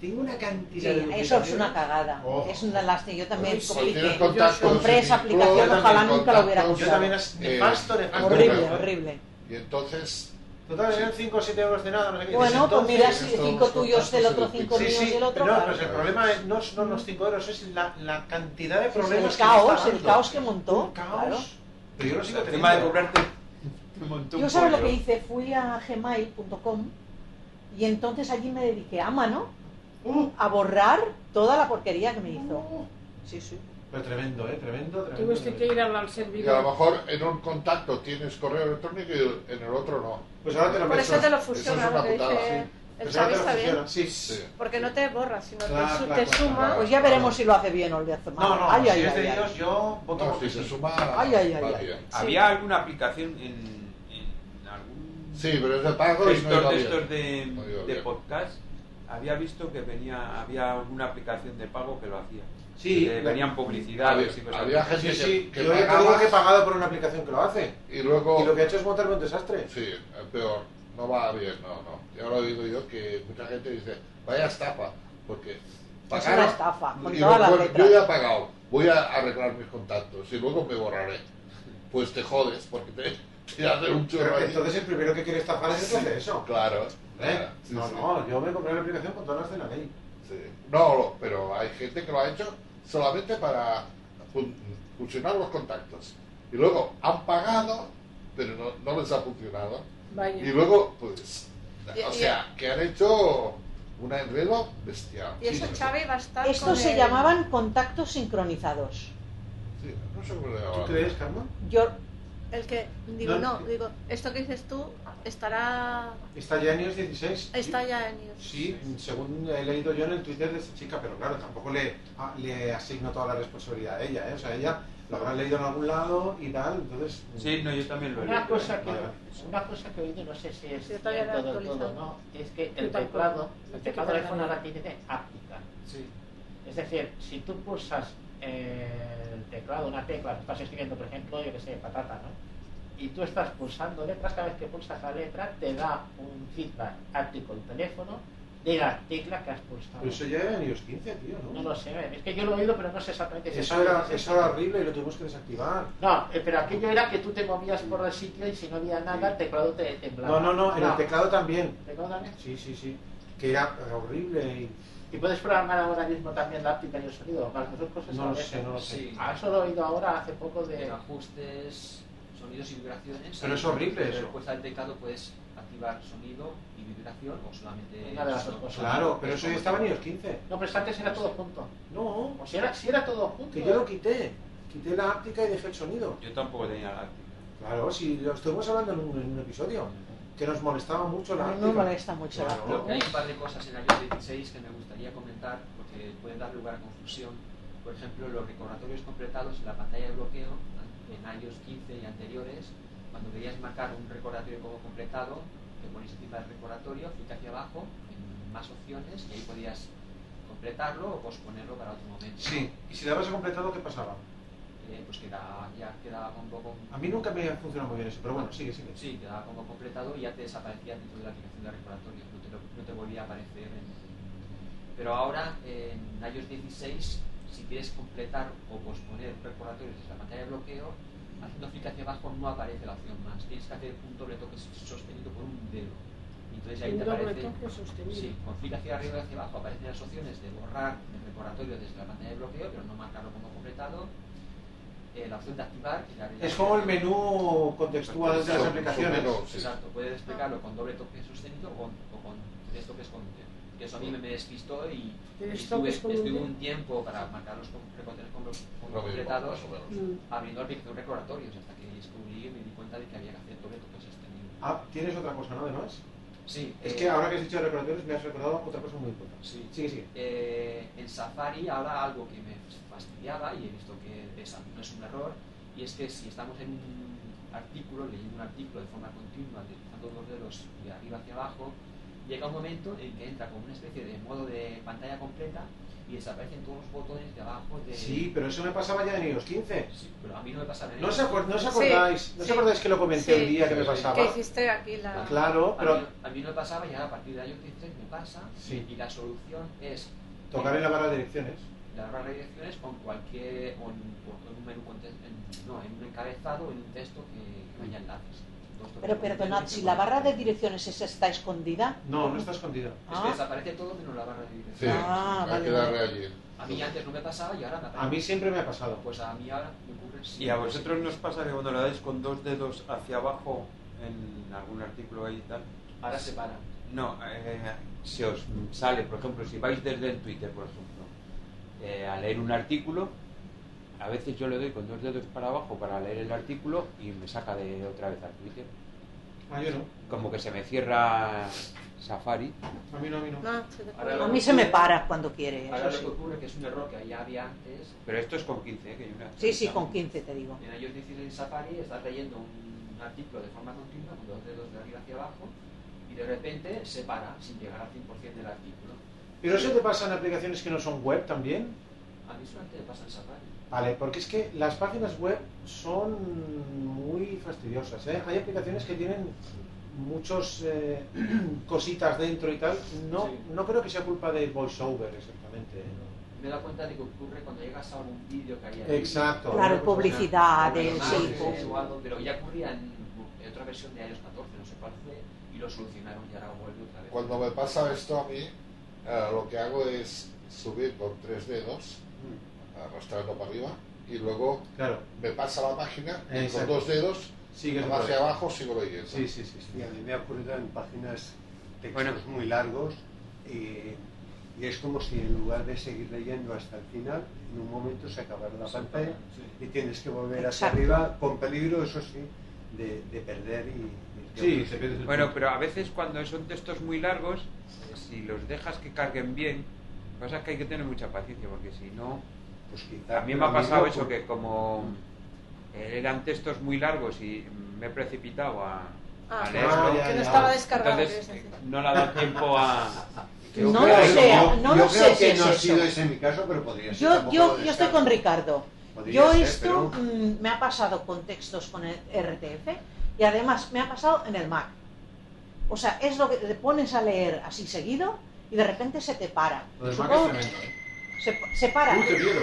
tengo una
Sí,
cantidad de
eso es
duplicaciones.
una cagada.
Oh.
Es una lástima. Yo también
Sí,
compré,
tienes
contactos,
compré esa
Oh,
sí,
aplicación,
yo
ojalá
también
nunca lo hubiera
contactos,
comprado.
Yo también es
Eh,
nefasto, nefasto.
Horrible,
Contactos.
horrible.
Y entonces.
Total, eran 5 o 7 euros de nada, no sé qué.
Bueno,
Desde
pues mira,
entonces-
si cinco tuyos del otro, cinco
Sí,
míos
sí,
del otro.
No,
claro.
pues el problema es- no son los 5 euros, es la, la cantidad de
Es
problemas.
el
que me está
caos, el
dando.
caos que montó.
Un
claro.
Caos. Pero yo lo sigo
El
teniendo.
tema de cobrarte un montón.
Yo sabes lo que hice, fui a gmail.com y entonces allí me dediqué a mano
Uh.
a borrar toda la porquería que me hizo. Sí, sí.
Pero tremendo, ¿eh? Tremendo, tremendo.
este
Tuviste este que ir al
Y a
servidor.
lo mejor en un contacto tienes correo electrónico y en el otro no.
Pues ahora te lo
Por
meto.
eso te lo
Eso
fusiona,
es una
lo que
putada,
dice
sí.
el
Pues ahora
Xavi
te lo
está bien.
fusiona,
Sí,
sí.
Porque no te borra, sino
Claro,
te, su-
claro,
te
claro,
suma.
claro.
Pues ya veremos si lo hace bien o le hace mal.
No, no,
Ay,
si
ay,
es
ay,
de
ay.
Dios, yo voto
No,
porque
si se
sí.
suma.
Ay, ay, ay,
va
ay.
bien.
Había alguna aplicación en, en algún
Sí, pero es de pago y no
gestor
iba
de
bien.
estos de,
No iba
de
bien.
podcast. Había visto que venía había alguna aplicación de pago que lo hacía.
Sí,
Que
la-
venían publicidades y cosas
había
así.
gente
Sí, sí,
que
yo ya te
pagabas-
digo que he pagado por una aplicación que lo hace.
Y luego.
Y lo que ha hecho es montarme un desastre.
Sí, el peor. No va bien, no, no. Y ahora digo yo que mucha gente dice, vaya estafa, porque pagaron-
una estafa, con
y
todas las
bueno,
letras.
Yo ya he pagado, voy a arreglar mis contactos y luego me borraré. Pues te jodes, porque te, te hacen un chorro
Pero
ahí.
entonces el primero que quiere estafar es el que hace eso.
Claro.
¿Eh?
claro, sí,
no,
sí.
no, yo me compré la aplicación con todas las de la ley.
Sí. No, no, pero hay gente que lo ha hecho solamente para fun- funcionar los contactos. Y luego han pagado, pero no, no les ha funcionado.
Vaya.
Y luego, pues,
Y-
o
y-
sea, que han hecho un enredo bestial.
Y eso Chávez va a estar con
Estos se
el-
llamaban contactos sincronizados.
Sí, no sé cómo le
¿Tú
llamaban.
crees, Carmen?
Yo,
El que, digo,
No,
no, digo, esto que dices tú estará,
Está ya en iOS 16.
está ya en ellos.
Sí, según he leído yo en el Twitter de esta chica, pero claro, tampoco le, a- le asigno toda la responsabilidad a ella, ¿eh? O sea, ella lo habrá leído en algún lado y tal, entonces... mm.
Sí, no, yo también lo he
Una
leído,
cosa
¿eh?
que, una cosa que he oído, no sé si es
Yo todavía no he
cierto del todo
actualizado.
no, es que
Yo
el
tampoco.
teclado, el
Yo
teclado del
tampoco.
iPhone ahora tiene áptica. Es decir, si tú pulsas eh, el teclado, una tecla, estás escribiendo, por ejemplo, yo que sé, patata, ¿no? Y tú estás pulsando letras, cada vez que pulsas la letra te da un feedback áptico el teléfono de la tecla que has pulsado.
Pero eso ya era en iOS 15, tío,
No
¿no?
lo sé, es que yo lo he oído, pero no sé exactamente si
Eso era, eso era horrible y lo tuvimos que desactivar.
No, eh, pero aquello era que tú te movías por el sitio y si no había nada, el teclado te temblaba.
No, no, no, en el teclado también.
¿El teclado también?
Sí, sí, sí. Que era horrible y...
¿Y puedes programar ahora mismo también la óptica y el sonido? Las dos cosas a
No
la
lo
vez.
sé, no lo sé.
Sí.
Ah, eso lo he oído ahora hace poco de...
En ajustes, sonidos y vibraciones.
Pero es
Ahí,
horrible
en
eso.
respuesta del teclado puedes activar sonido y vibración o solamente.
Una de las dos
son-
cosas.
Claro, pero eso ya estaba en iOS 15.
No, pero antes era todo junto.
No.
O si era, si era todo junto.
Que yo
¿eh?
lo quité. Quité la áptica y dejé el sonido.
Yo tampoco tenía la áptica.
Claro, si lo estuvimos hablando en un, en un episodio, que nos molestaba mucho la
A mí me
áptica.
molesta mucho la
Claro.
Hay un par de cosas en iOS 16 que me gustaría comentar porque pueden dar lugar a confusión. Por ejemplo, los recordatorios completados en la pantalla de bloqueo en iOS 15 y anteriores, cuando querías marcar un recordatorio como completado, te ponías encima del recordatorio, fuiste hacia abajo, en más opciones, y ahí podías completarlo o posponerlo para otro momento.
Sí, y si dabas a completado, ¿qué pasaba?
Eh, pues queda- ya quedaba un poco...
A mí nunca me ha funcionado muy bien eso, pero bueno, sigue, sigue.
Sí, quedaba como completado y ya te desaparecía dentro de la aplicación de recordatorios, no te, lo- no te volvía a aparecer. en- Pero ahora en iOS 16, si quieres completar o posponer recordatorios desde la pantalla de bloqueo, haciendo clic hacia abajo no aparece la opción más. Tienes que hacer un doble toque sostenido con un dedo. Y entonces ahí
Un
te
doble
aparece.
toque sostenido.
Sí, con clic hacia arriba y hacia abajo aparecen las opciones de borrar el recordatorio desde la pantalla de bloqueo, pero no marcarlo como completado. Eh, la opción de activar, que la-
Es como el menú contextual de las
Son-
aplicaciones.
son menús, sí.
Exacto, puedes explicarlo con doble toque sostenido o, o con tres toques con un dedo. Que eso a mí me me despistó y, y
Tres
estuve,
toques con un
estuve
dedo.
un tiempo para marcar los com- recordatorios como, como
Lo mismo,
completados,
más o
menos.
Mm.
abriendo aplicación recordatorios, hasta que descubrí y me di cuenta de que había que hacer doble toque sostenido.
Ah, tienes otra cosa, ¿no? Además.
Sí,
Es
eh,
que ahora que has dicho recordatorios me has recordado otra cosa muy importante.
Sí.
Sigue, sigue.
Eh, en Safari ahora algo que me fastidiaba y he visto que es- no es un error y es que si estamos en un artículo, leyendo un artículo de forma continua, utilizando los dedos de arriba hacia abajo, llega un momento en que entra como una especie de modo de pantalla completa y desaparecen todos los botones de abajo de...
Sí, pero eso me pasaba ya en iOS 15.
Pero a mí no me pasa nada.
¿No os, acuer- no os
Sí,
acordáis, ¿no os
sí.
acordáis que lo comenté
Sí.
el día que me
Sí.
pasaba?
Que hiciste aquí la...
Claro,
A
pero-
mí, a mí no me pasaba y ahora a partir de año 15 me pasa
Sí.
y la solución es...
Tocar en la barra de direcciones.
la barra de direcciones con cualquier o en, o en un menú conte- en- no, en un encabezado o en un texto que, que vaya enlaces. Dos toques con
pero
un
perdonad,
dedo y
si
te
la
pone-
barra de direcciones esa está escondida. Ah.
No, no está escondido.
Es que desaparece todo menos la barra de direcciones.
Sí, Ah, hay vale, que darle vale. allí.
A mí antes no me pasaba y ahora me
A mí siempre me ha pasado.
Pues a mí ahora me ocurre
¿Y a vosotros nos pasa que cuando le dais con dos dedos hacia abajo en algún artículo ahí y tal?
Ahora se para.
No, eh, se os sale, por ejemplo, si vais desde el Twitter, por ejemplo, eh, a leer un artículo, a veces yo le doy con dos dedos para abajo para leer el artículo y me saca de otra vez al Twitter.
Ah, yo no.
Como que se me cierra Safari.
A mí no, a mí no.
Ahora
A
lo
mí
que
se me
ocurre-
para cuando quiere.
Ahora
Eso
lo que
sí.
ocurre que es un error que ya había antes
Pero esto es con 15, ¿eh? que hay una...
sí, sí, con 15 te digo.
En iOS 16 en Safari estás leyendo un artículo de forma continua con dos dedos de arriba hacia abajo y de repente se para sin llegar al 100% del artículo.
¿Pero eso te pasa en aplicaciones que no son web también?
A mí solamente me pasa en Safari.
Vale, porque es que las páginas web son muy fastidiosas. ¿eh? Hay aplicaciones que tienen muchos eh, [clears throat] cositas dentro y tal. No, no creo que sea culpa del voiceover exactamente. ¿eh?
Me he dado cuenta de que ocurre cuando llegas a algún vídeo que hay ahí.
Exacto.
Claro, publicidad,
Alguna
el
imagen
sí.
o algo, pero ya ocurría en, en otra versión de iOS 14, no sé cuál fue, y lo solucionaron y ahora vuelve otra vez.
Cuando me pasa esto a mí, eh, lo que hago es subir con tres dedos, arrastrando para arriba, y luego
Mm. Claro.
me pasa la página y con
Exacto.
dos dedos Sigue
el
hacia
problema.
abajo sigo leyendo.
Sí, sí, sí. sí. A mí me ha ocurrido en páginas textos muy largos eh, y es como si en lugar de seguir leyendo hasta el final, en un momento se acabara la pantalla y tienes que volver hacia
Exacto.
arriba con peligro, eso sí, de, de perder y... y-
Bueno, pero a veces cuando son textos muy largos, si los dejas que carguen bien, lo que pasa es que hay que tener mucha paciencia, porque si no...
Pues
a mí me ha
pero
pasado
amigo,
eso,
pues-
que como eh, eran textos muy largos y me he precipitado a, a
Ah, ah,
leerlo,
ya, Que no ya. estaba descargado,
entonces eh,
quieres decir.
no le ha dado tiempo a...
Yo
No
creo
lo
que
sé,
yo-
no
yo
lo
creo
sé si
que
es
no ha
eso.
sido ese mi caso, pero podría ser.
Yo,
tampoco
yo,
lo
yo estoy
descarto.
con Ricardo.
Podría
Yo
ser,
esto mm, me ha pasado con textos con el RTF y además me ha pasado en el Mac. O sea, es lo que te pones a leer así seguido y de repente se te para.
Lo del Mac es
Supongo-
tremendo, ¿eh?
se, se para.
Uy, qué miedo.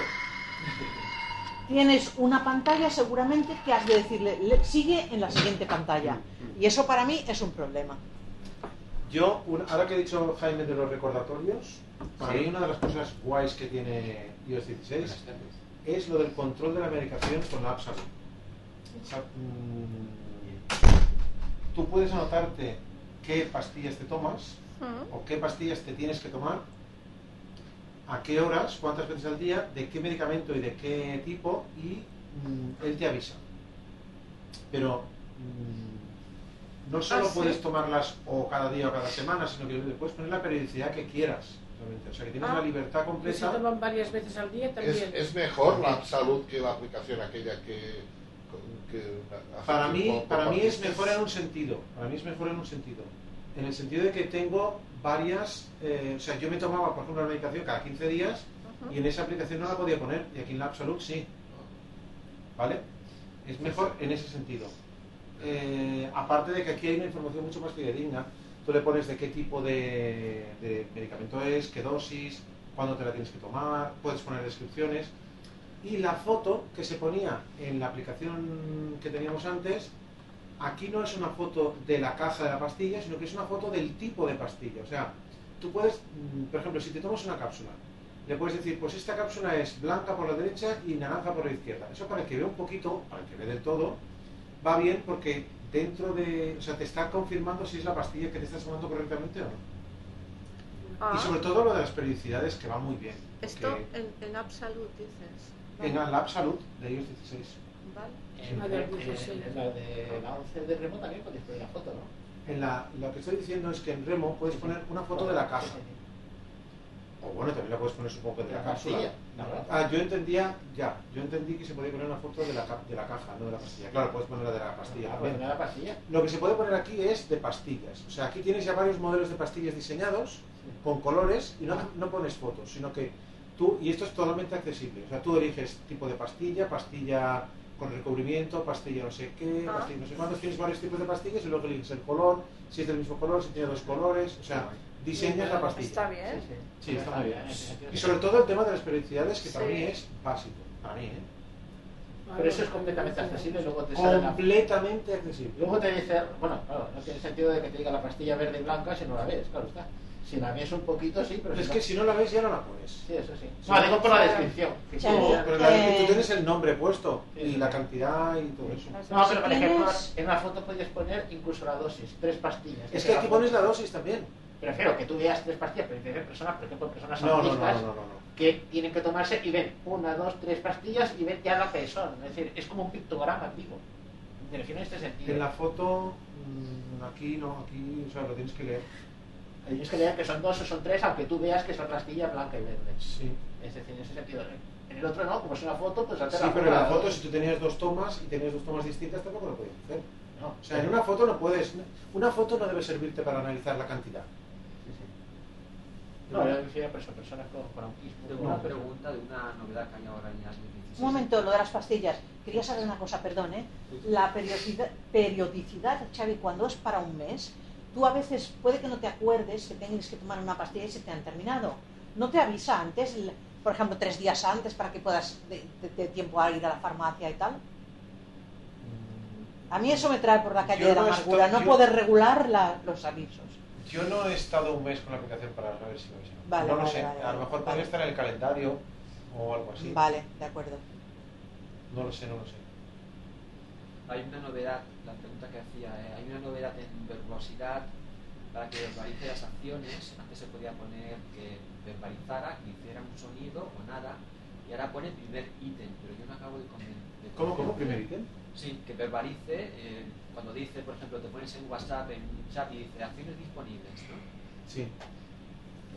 Tienes una pantalla seguramente que has de decirle, "Le- sigue en la siguiente pantalla.
Mm,
Y eso para mí es un problema.
Yo, una- ahora que he dicho Jaime de los recordatorios, para
Sí.
mí una de las cosas guays que tiene iOS 16 es lo del control de la medicación con la App Salud. O sea, mm, tú puedes anotarte qué pastillas te tomas o qué pastillas te tienes que tomar, a qué horas, cuántas veces al día, de qué medicamento y de qué tipo, y mm, él te avisa. Pero mm, no solo
Ah, sí.
puedes tomarlas o cada día o cada semana, sino que puedes poner la periodicidad que quieras. realmente. O sea, que tienes
Ah.
la libertad
Y se
completa.
toman varias veces al día
Es,
también.
es mejor la salud que la aplicación aquella que... que hace
para mí,
tiempo
para mí es
compartiste.
mejor en un sentido. Para mí es mejor en un sentido. En el sentido de que tengo varias. eh, o sea, yo me tomaba, por ejemplo, la medicación cada 15 días y en esa aplicación no la podía poner. Y aquí en la App Salud sí. ¿Vale? Es mejor en ese sentido. Eh, aparte de que aquí hay una información mucho más fidedigna. Tú le pones de qué tipo de, de medicamento es, qué dosis, cuándo te la tienes que tomar, puedes poner descripciones. Y la foto que se ponía en la aplicación que teníamos antes, aquí no es una foto de la caja de la pastilla, sino que es una foto del tipo de pastilla. O sea, tú puedes, mm, por ejemplo, si te tomas una cápsula, le puedes decir, pues esta cápsula es blanca por la derecha y naranja por la izquierda. Eso para el que vea un poquito, para el que ve del todo, va bien porque dentro de, o sea, te está confirmando si es la pastilla que te estás tomando correctamente o no.
Ah.
Y sobre todo lo de las periodicidades que va muy bien.
Esto
porque
en, en Absolut dices.
En la App Salud de iOS 16.
En, la
eh,
de la 11 de remo también podéis poner la foto, ¿no?
En la, lo que estoy diciendo es que en Remo puedes poner una foto de la caja. O bueno, también la puedes poner supongo que de la,
La
cápsula.
pastilla, la
Ah, yo entendía, ya, yo entendí que se podía poner una foto de la, ca- de la caja, no de la pastilla. Claro, puedes poner la de la pastilla.
Ah,
también.
pues la pastilla.
Lo que se puede poner aquí es de pastillas. O sea, aquí tienes ya varios modelos de pastillas diseñados con colores y no, no pones fotos, sino que tú, y esto es totalmente accesible, o sea, tú eliges tipo de pastilla, pastilla con recubrimiento, pastilla no sé
Ah.
qué, pastilla no sé cuántos, tienes varios tipos de pastillas y luego eliges el color, si es del mismo color, si tiene dos colores, o sea, diseñas la pastilla.
Está bien.
Sí,
Ah,
está muy bien. Y sobre todo el tema de las periodicidades, que para
Sí.
mí es básico, para mí, ¿eh?
Pero eso es completamente accesible, luego te sale la...
Completamente accesible.
Luego te dice, bueno, claro, no tiene sentido de que te diga la pastilla verde y blanca si no la ves, claro está. Si la ves un poquito, sí, pero...
Es que si no la ves ya no la pones.
Sí, eso sí. No, digo Ah, por la descripción. que
No,
sí,
pero
ya- Eh,
la- tú tienes el nombre puesto y la cantidad y todo eso.
No, pero por ejemplo, en una foto podías poner incluso la dosis, tres pastillas.
Es que aquí pones la dosis también.
Prefiero que tú veas tres pastillas, pero hay personas, por ejemplo, personas
No, no, no,
autistas
no, no,
que tienen que tomarse y ven una, dos, tres pastillas y ven ya lo que son. Es decir, es como un pictograma vivo. Me refiero en este sentido.
En la foto, mm, aquí no, aquí, o sea, lo tienes que leer.
Tienes que leer que son dos o son tres, aunque tú veas que son pastilla blanca y verde.
Sí.
Es decir, en ese sentido. ¿eh? En el otro no, como es una foto, pues hacer
Sí, pero en la foto, si tú tenías dos tomas y tenías dos tomas distintas, tampoco lo puedes hacer. O sea, en una foto no puedes. Una foto no debe servirte para analizar la cantidad. eh,
No, yo decía perso- personas con, con autismo.
Tengo
con
una
Asperger.
pregunta de una novedad que hay ahora en las
Un momento, lo de las pastillas. Quería saber una cosa, perdón, ¿eh? La periodicidad, periodicidad, Xavi, cuando es para un mes, tú a veces puede que no te acuerdes que tienes que tomar una pastilla y se te han terminado. No te avisa antes, el- por ejemplo, tres días antes para que puedas de, de- de tiempo a ir a la farmacia y tal. A mí eso me trae por la calle
Yo
de la
no
amargura,
estoy-
no
yo-
poder regular la- los avisos.
Yo no he estado un mes con la aplicación para saber si lo he hecho.
Vale,
No lo
vale,
sé,
vale,
a lo mejor podría estar en el calendario o algo así.
Vale, de acuerdo.
No lo sé, no lo sé.
hay una novedad, la pregunta que hacía, ¿eh? hay una novedad en verbosidad para que verbalice las acciones. Antes se podía poner que verbalizara, que hiciera un sonido o nada, y ahora pone primer ítem, pero yo no acabo de comer. de
¿Cómo, cómo?
comprender.
¿Primer ítem?
Sí, que verbalice eh, cuando dice, por ejemplo, te pones en WhatsApp, en un chat y dice acciones disponibles, ¿no?
Sí.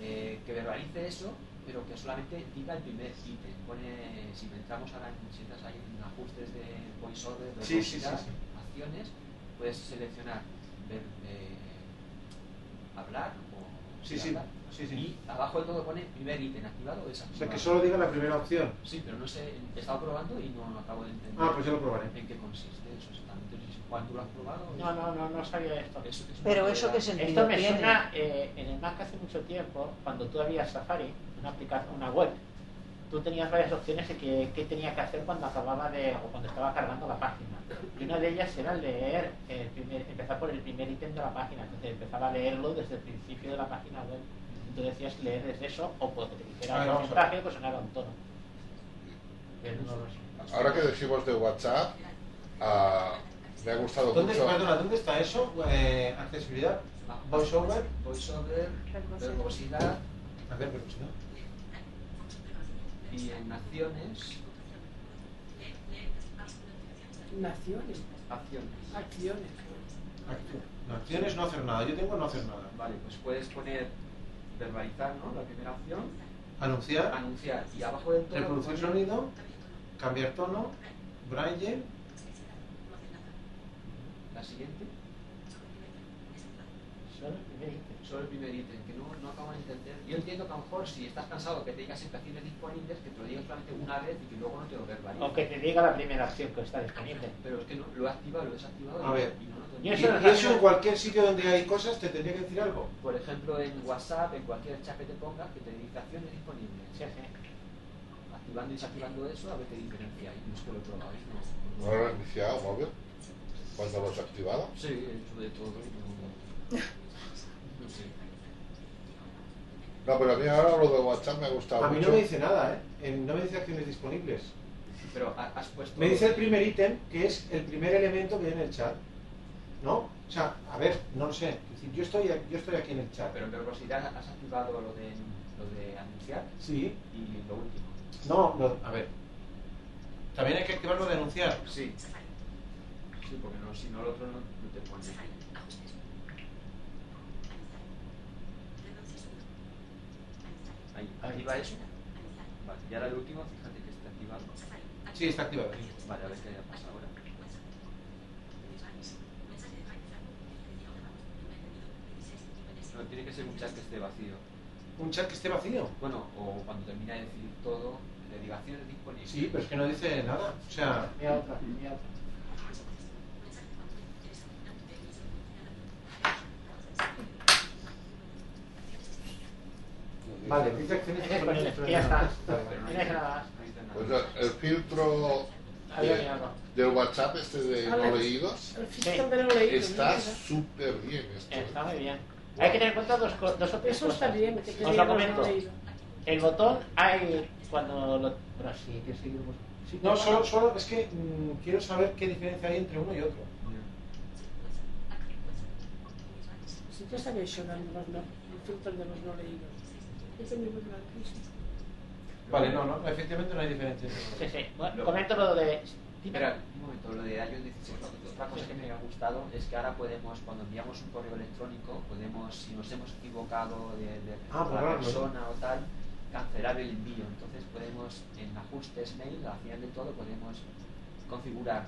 Eh, que verbalice eso, pero que solamente diga el primer ítem. Pone, si entramos ahora en, si entras ahí en ajustes de voiceover, de
Sí, sí, sí,
velocidad,
sí.
acciones, puedes seleccionar ver- eh, hablar o
Sí, sí,
hablar. y abajo de todo pone primer ítem activado o
O
desactivado.
sea, que solo diga la primera opción.
Sí, pero no sé, he estado probando y no, no acabo de entender
Ah, pues yo lo probaré.
en qué consiste eso exactamente. No sé si Juan, ¿tú lo has probado?
No, no, no, no sabía esto.
Eso que es una
Pero eso
novedad.
qué sentido
Esto me
tiene.
suena eh, en el Mac hace mucho tiempo, cuando tú abrías Safari, una aplicación, una web, tú tenías varias opciones de qué qué tenía que hacer cuando acababa de, o cuando estaba cargando la página. Y una de ellas era leer, el primer, empezar por el primer ítem de la página, entonces empezaba a leerlo desde el principio de la página web. Entonces decías leer desde eso, o pues que te
Ah,
dijera un
vamos a
mensaje, pues sonaba un tono. Pero no lo sé.
Ahora que decimos de WhatsApp, ah, me ha gustado
¿Dónde,
mucho.
perdona, ¿dónde está eso? Eh, accesibilidad. VoiceOver.
VoiceOver, verbosidad
A ver, verbosidad.
y en acciones.
Naciones.
Acciones.
Acciones.
No, acciones no hacer nada. Yo tengo no hacer nada.
Vale, pues puedes poner verbalizar, ¿no? La primera acción.
Anunciar.
Anunciar. Y abajo del todo.
Reproducir
pone-
sonido. Cambiar tono. Braille.
La siguiente.
Solo el primer ítem.
Solo el primer ítem, que no, no acabo de entender. Yo entiendo que a lo mejor si estás cansado que te digas siempre acciones disponibles, que te lo digas solamente una vez y que luego no te lo verbalice.
Aunque te diga la primera acción que está disponible.
Pero es que no, lo he activado, lo he desactivado.
A
y-
ver.
y no lo
Y,
tengo.
y eso en cualquier sitio donde hay cosas te tendría que decir algo.
Por ejemplo, en WhatsApp, en cualquier chat que te pongas, que te diga acciones disponibles. Activando y desactivando eso, a ver qué diferencia hay. No es que lo probáis, no.
¿No lo he iniciado móvil? Cuando lo has activado.
Sí, eso de todo. no- no sé.
No, pero a mí ahora lo de WhatsApp me ha gustado
A mí
mucho.
no me dice nada, ¿eh? Eh, No me dice acciones disponibles.
Pero ha- has puesto.
Me dice el primer ítem, que es el primer elemento que hay en el chat. ¿No? O sea, a ver, no lo sé. Es decir, Yo estoy, yo estoy aquí en el chat.
Pero en verbosidad has activado lo de, lo de anunciar.
Sí.
Y lo último.
No, no, a ver. También hay que activarlo de anunciar.
Sí. Sí, porque no, si no, el otro no, no te pone. Ahí, activa eso. Vale, y ahora el último, fíjate que está activado.
Sí, está activado.
Vale, a ver qué pasa ahora. No, tiene que ser un chat que esté vacío.
Un chat que esté vacío.
Bueno, o cuando termina de decir todo, le diga acciones disponibles.
Sí, pero es que no dice nada. O sea,
Mira otra, mira otra.
vale, dice acciones
[laughs]
disponibles. pero
Ya
nada.
está. Tienes nada más.
Pues el, el filtro
Había
de-
mirado.
del WhatsApp este de
A ver,
no leídos
el filtro de no leídos,
está
mira.
súper bien. Esto, ¿eh?
Está muy bien. Hay que tener en cuenta dos, co- dos o tres
Eso
cosas.
está bien, que te
Os
diga
lo
lo que no he
comento.
leído.
El botón hay cuando lo... Bueno, sí, que seguir bus- sí.
No, solo, solo es que mm, quiero saber qué diferencia hay entre uno y otro.
Si ya sabéis yo de los no, el filtro de los no leídos. Es el mismo que la crisis.
Vale, no, no, efectivamente no hay diferencia.
Sí, sí. Bueno, comento lo de...
Espera, un momento, lo de iOS 16. lo- Otra cosa que me ha gustado es que ahora podemos, cuando enviamos un correo electrónico, podemos, si nos hemos equivocado de, de
Ah,
la
borrarlo.
persona o tal, cancelar el envío. Entonces podemos, en ajustes mail, al final de todo, podemos configurar,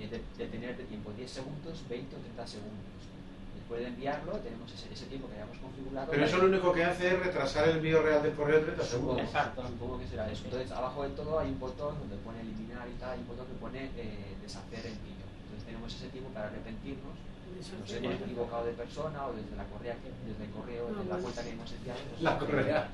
eh, de- detener de tiempo 10 segundos, 20 o 30 segundos. Después de enviarlo, tenemos ese, ese tiempo que hayamos configurado.
Pero eso lo único que hace es retrasar el envío real del correo 30
Supongo,
segundos.
supongo que será eso. Entonces, abajo de todo hay un botón donde pone eliminar y tal, hay un botón que pone eh, deshacer el envío. Entonces tenemos ese tiempo para arrepentirnos si nos hemos equivocado de persona o desde la correa que- desde
pues.
el correo, desde pues, [laughs] la cuenta que hemos enviado.
La correa.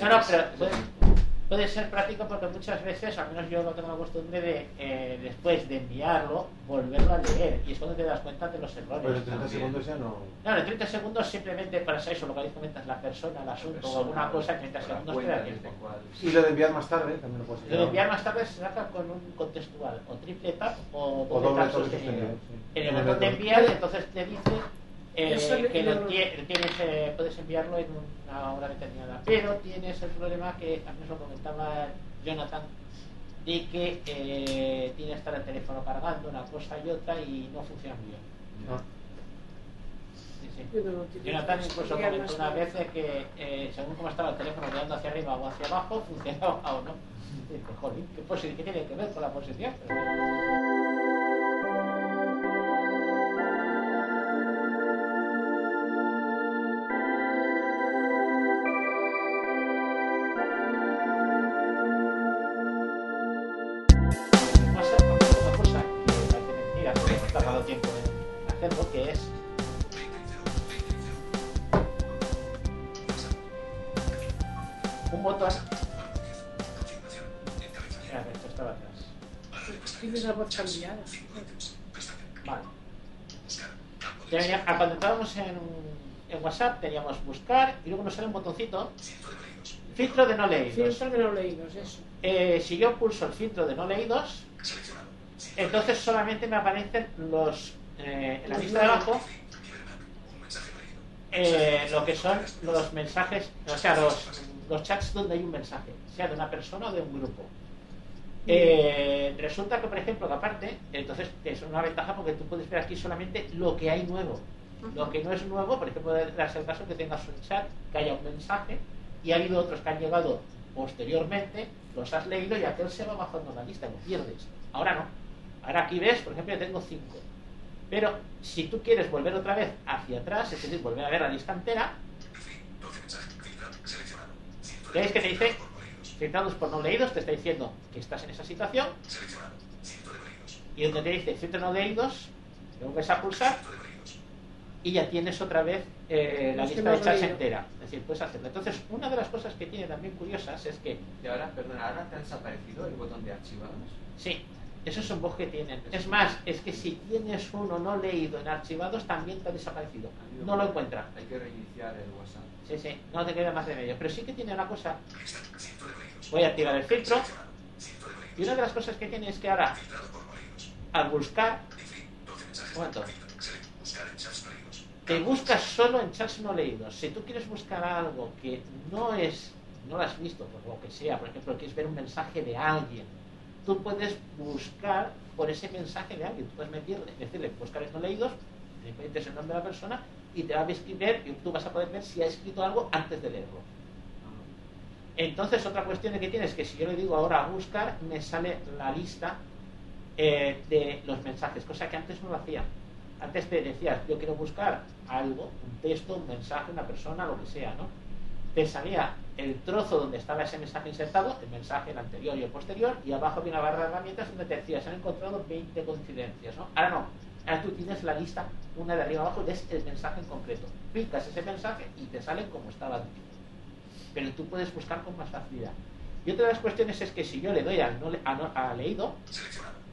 No, no, pero... puede ser práctico porque muchas veces, al menos yo no tengo la costumbre de, eh, después de enviarlo, volverlo a leer. Y es cuando te das cuenta de los errores.
Pero Pues en 30
también.
segundos ya no.
No, en 30 segundos simplemente para eso, localizas la persona, el asunto
persona,
o alguna cosa, en 30
la
segundos te
cuenta
da
desde
tiempo.
Y lo de enviar más tarde también lo puedes
Lo de enviar más tarde se saca con un contextual, o triple tap o
O
doble,
doble
tap
tap
sostenido.
sostenido, sí.
En el botón de enviar, entonces te dice eh,
Eso le-
que lo
lo-
tie- tienes, eh, puedes enviarlo en una hora determinada. Pero tienes el problema que también lo comentaba Jonathan, de que eh, tiene que estar el teléfono cargando una cosa y otra y no funciona muy bien. Sí, sí.
Yo no lo utilizo.
Jonathan incluso
Sería
comentó
más
pues, una
tarde.
vez de que eh, según cómo estaba el teléfono mirando hacia arriba o hacia abajo, funcionaba o no. Y dices, jolín, ¿qué, posi- qué tiene que ver con la posición? Pero bueno. Pasa una cosa que parece mentira, pero hemos tardado tiempo en hacerlo, que es un botón. Espera, que esto estaba atrás.
Tienes la voz cambiada.
Vale. Ya venía- ah, cuando entrábamos en, en WhatsApp teníamos buscar y luego nos sale un botoncito. Filtro de no leídos.
Filtro de no leídos, eso.
Eh, si yo pulso el filtro de no leídos, entonces solamente me aparecen los eh, en la
Los
lista de
nuevos.
abajo eh, lo que son los mensajes, o sea, los, los chats donde hay un mensaje, sea de una persona o de un grupo. Eh, resulta que, por ejemplo, que aparte, entonces es una ventaja porque tú puedes ver aquí solamente lo que hay nuevo. Lo que no es nuevo, por ejemplo, es el caso que tengas un chat, que haya un mensaje y ha habido otros que han llegado posteriormente, los has leído y aquel se va bajando la lista, lo pierdes. Ahora no. Ahora aquí ves, por ejemplo, yo tengo cinco. Pero si tú quieres volver otra vez hacia atrás, es decir, volver a ver la lista entera, veis que te dice filtrados por no leídos, te está diciendo que estás en esa situación. Y donde te dice filtro no leídos, lo vuelves a pulsar y ya tienes otra vez eh, la
Los que
lista
no
de
has
chats
leído.
entera. Es decir, puedes hacerlo. Entonces, una de las cosas que tiene también curiosas es que
Y ahora, perdona, ahora te ha desaparecido el botón de archivados.
Sí, eso es un bug que tienen. Es más, es que si tienes uno no leído en archivados, también te ha desaparecido. No lo encuentra.
Hay que reiniciar el WhatsApp.
Sí, sí, no te queda más de medio. Pero sí que tiene una cosa. Voy a activar el filtro. Y una de las cosas que tiene es que ahora, al buscar... Un momento. Te buscas solo en chats no leídos. Si tú quieres buscar algo que no es, no lo has visto, por lo que sea, por ejemplo, quieres ver un mensaje de alguien, tú puedes buscar por ese mensaje de alguien. Tú puedes meterle, decirle buscar en no leídos, le metes el nombre de la persona y te va a escribir y tú vas a poder ver si ha escrito algo antes de leerlo. Entonces, otra cuestión que tiene es que si yo le digo ahora a buscar, me sale la lista eh, de los mensajes, cosa que antes no lo hacía. Antes te decías, yo quiero buscar algo, un texto, un mensaje, una persona, lo que sea, ¿no? Te salía el trozo donde estaba ese mensaje insertado, el mensaje, el anterior y el posterior, y abajo había una barra de herramientas donde te decía, se han encontrado 20 coincidencias, ¿no? Ahora no, ahora tú tienes la lista, una de arriba abajo, que es el mensaje en concreto. Picas ese mensaje y te sale como estaba antes pero tú puedes buscar con más facilidad. Y otra de las cuestiones es que si yo le doy al no le- a, no- a leído,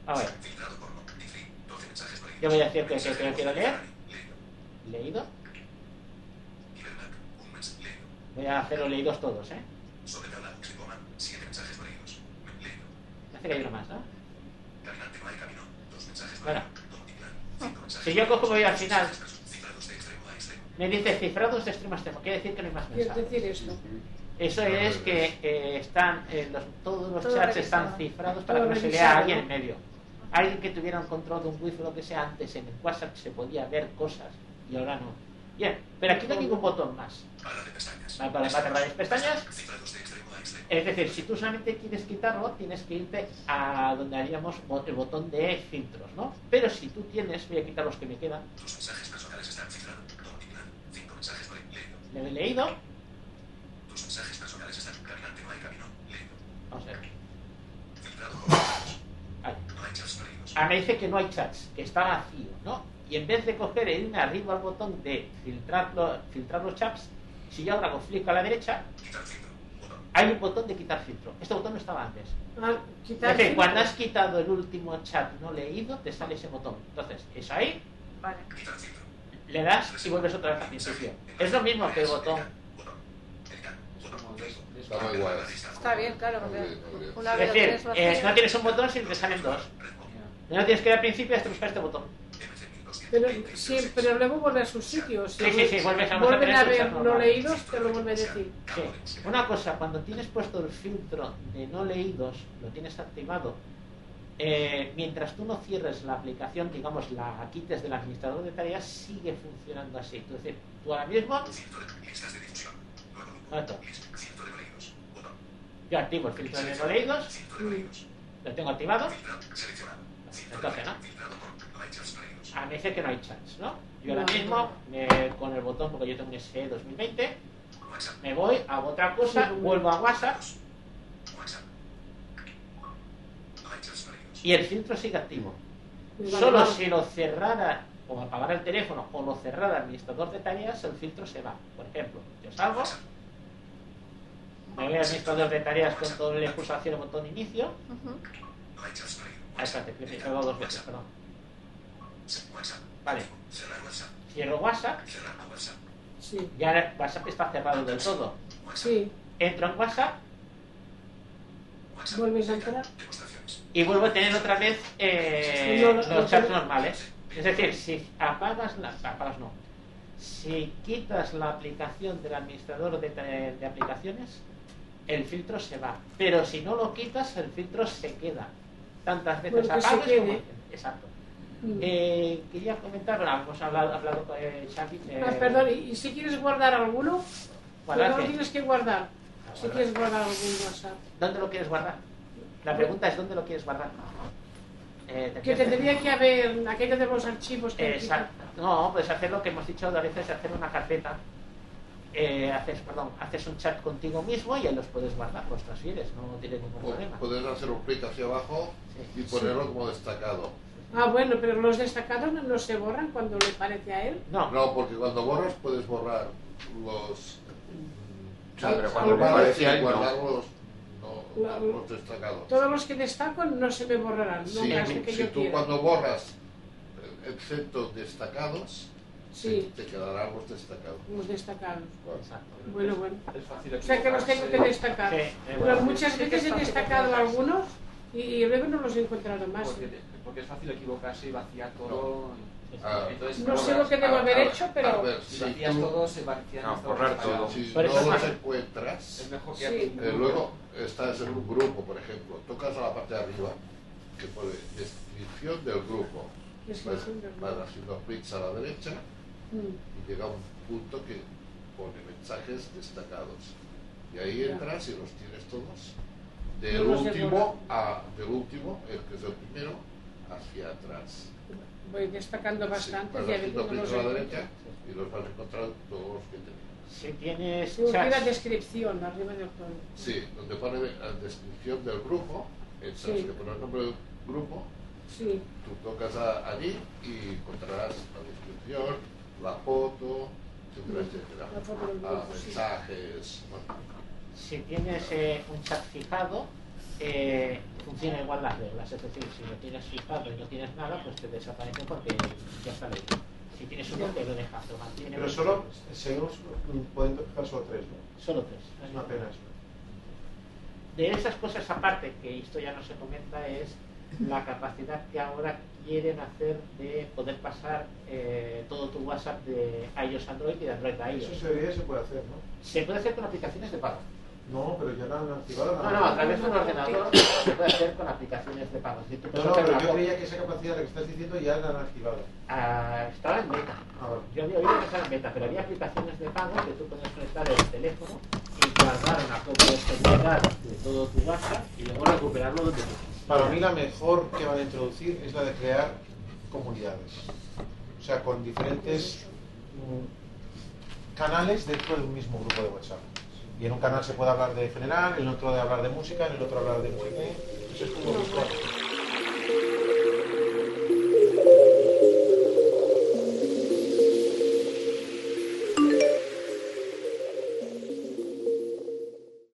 a ver, yo voy a decir que, que, que lo quiero leer, leído, voy a hacerlo leídos todos, ¿eh? Parece que hay uno más, ¿no? Bueno, si yo cojo y voy al final, me dice cifrados de extremo a extremo, quiere decir que no hay más
Quiero
mensajes.
decir esto.
Eso es que eh, están eh, los- todos los
Todo
chats
revisado.
están cifrados para
Todo
que no se lea
revisado,
a alguien
¿no?
en medio. Alguien que tuviera un control de un wifi o lo que sea antes en el WhatsApp se podía ver cosas y ahora no. Bien, pero aquí no hay ningún botón más. Va Ah, Para para cerrar las pestañas. Es decir, si tú solamente quieres quitarlo, tienes que irte a donde haríamos bo- el botón de filtros, ¿no? Pero si tú tienes, voy a quitar los que me quedan, le he leído, vamos a ver. Ahí. Ah, me dice que no hay chats, que está vacío, ¿no? Y en vez de coger e irme arriba al botón de filtrar, lo- filtrar los chats, si yo ahora hago clic a la derecha, hay un botón de quitar filtro. Este botón no estaba antes.
Ah, quitar
Entonces,
filtro.
cuando has quitado el último chat no leído, te sale ese botón. Entonces, es ahí,
Vale.
le das y vuelves otra vez al principio. Es lo mismo que el botón.
Estamos igual.
Está bien, claro, porque una
Es
vez lo tienes
decir, eh, no
vacío.
tienes un botón si te salen dos. No tienes que ir al principio hasta buscar este botón.
Pero, sí, pero luego vuelve a sus sitios.
Sí, sí, sí, vuelves a
vuelven a
mantener sus
ver
chat
no
normales.
leídos, te lo vuelve a decir.
Sí. Una cosa, cuando tienes puesto el filtro de no leídos, lo tienes activado, eh, mientras tú no cierres la aplicación, digamos, la quites del administrador de tareas, sigue funcionando así. Es decir, tú ahora mismo... Momento. Yo activo el filtro de no leídos, lo tengo activado. Entonces, ¿no? Ah, me dice que no hay chats, ¿no? Yo ahora
No,
mismo, eh, con el botón, porque yo tengo un E SE 2020, me voy, hago otra cosa, vuelvo a WhatsApp y el filtro sigue activo.
Vale,
Solo
vale.
si lo cerrara o apagara el teléfono o lo cerrara el administrador de tareas, el filtro se va. Por ejemplo, yo salgo, me voy al administrador de tareas con todo el pulsación el botón inicio.
Ujú.
Ah, espérate, que me he pegado dos veces, perdón. Vale. Cierro WhatsApp. Y ahora WhatsApp está cerrado del todo.
Sí.
Entro en WhatsApp
Vuelves a entrar.
y vuelvo a tener otra vez eh,
No, no,
los
no,
chats
no.
normales. Es decir, si apagas la, apagas no. Si quitas la aplicación del administrador de, tra- de aplicaciones, el filtro se va. Pero si no lo quitas, el filtro se queda. Tantas veces
Bueno, que se
apagas como-
quede.
Exacto.
Mm.
Eh, quería comentar, bueno, hemos hablado, hablado con eh, Xavi. eh,
Ah, perdón, y, y si quieres guardar alguno,
Guardar
no lo
qué?
tienes que guardar. Si
guardar.
quieres guardar algún WhatsApp.
¿Dónde lo quieres guardar? La pregunta es ¿dónde lo quieres guardar? Eh,
Que tendría que haber aquello de los archivos que
Exacto. Eh, No, puedes hacer lo que hemos dicho a veces, hacer una carpeta. Eh, haces, perdón, haces un chat contigo mismo y ahí los puedes guardar, los transfieres, no tiene ningún problema.
Pues Puedes hacer un clic hacia abajo y ponerlo como destacado.
Ah, bueno, pero los destacados no, no se borran cuando le parece a él.
No.
porque cuando borras puedes borrar los.
Ah, pero
chats
cuando le
normales
parece a
y
él, no.
guardarlos no,
La-
los destacados.
Todos los que destaco no se me borrarán, no
Si,
caso
tú-
que
si
yo
tú
quiera.
cuando borras eh, exceptos destacados,
Sí.
te, te quedarán los destacados.
Los destacados.
Exacto.
Bueno, bueno.
Es fácil
O sea que los tengo que destacar.
Sí, eh,
Pero
bueno.
muchas
Sí que
veces
es
he
fácil
destacado
borrarlos.
algunos y, y luego no los he encontrado más.
Porque, porque es fácil equivocarse y vaciar todo. Entonces,
No sé
borras-
lo que debo
a-
haber
a-
hecho, pero-
a ver, si vacías
Ah. tú-
todo, se vacían
No,
hasta
borrar
los
todo.
pagados.
Si
Por
no
eso es
los
más-
encuentras,
Es mejor que
eh,
hagas un-
luego estás en un grupo, por ejemplo, tocas a la parte de arriba, que pone descripción del grupo. Vas,
Descripción del
vas
grupo.
haciendo clics a la derecha
Mm.
y llega un punto que pone mensajes destacados. Y ahí
Ya.
entras y los tienes todos.
No
Del
los
último, a, del último, el que es el primero, hacia atrás.
Voy destacando bastante
Vas
y a veces
haciendo
no
clics
los
a la
encuentro.
derecha y los vas a encontrar todos los que tenías.
Si tienes
Tengo que ir a
chats,
descripción, arriba del todo.
Sí, donde pone la descripción del grupo, entras
Sí.
que pone el nombre del grupo,
Sí.
tú tocas a, allí y encontrarás la descripción, la foto, etcétera, etcétera.
Mm. La foto del
Ah,
grupo, sí.
mensajes, bueno,
si tienes eh, un chat fijado, eh, funciona igual las reglas. Es decir, si lo tienes fijado y no tienes nada, pues te desaparece porque ya está leído. Si tienes uno, te lo dejas, lo mantiene.
Pero solo seguimos pudiendo fijar solo tres, ¿no?
Solo tres.
Es una pena eso.
De esas cosas aparte, que esto ya no se comenta, es la capacidad que ahora quieren hacer de poder pasar eh, todo tu WhatsApp de iOS a Android y de Android a iOS.
Eso se debería y se puede hacer, ¿no?
Se puede hacer con aplicaciones de pago.
No, pero ya la han activado. la
No,
han
no, a través de
activado.
un ordenador se puede hacer con aplicaciones de pago. Es decir, tú
No,
puedes
no,
hacer
pero
una
yo
foto.
creía que esa capacidad la que estás diciendo ya la han activado.
Ah, estaba en beta. Yo había oído que estaba en beta, pero había aplicaciones de pago que tú puedes conectar el teléfono y guardar una copia de seguridad de todo tu WhatsApp y luego recuperarlo donde tú quieras.
Para mí la mejor que van a introducir es la de crear comunidades. O sea, con diferentes mm, canales dentro de un mismo grupo de WhatsApp. Y en un canal se puede hablar de general, en otro de hablar de música, en el otro hablar de música. Eso es como...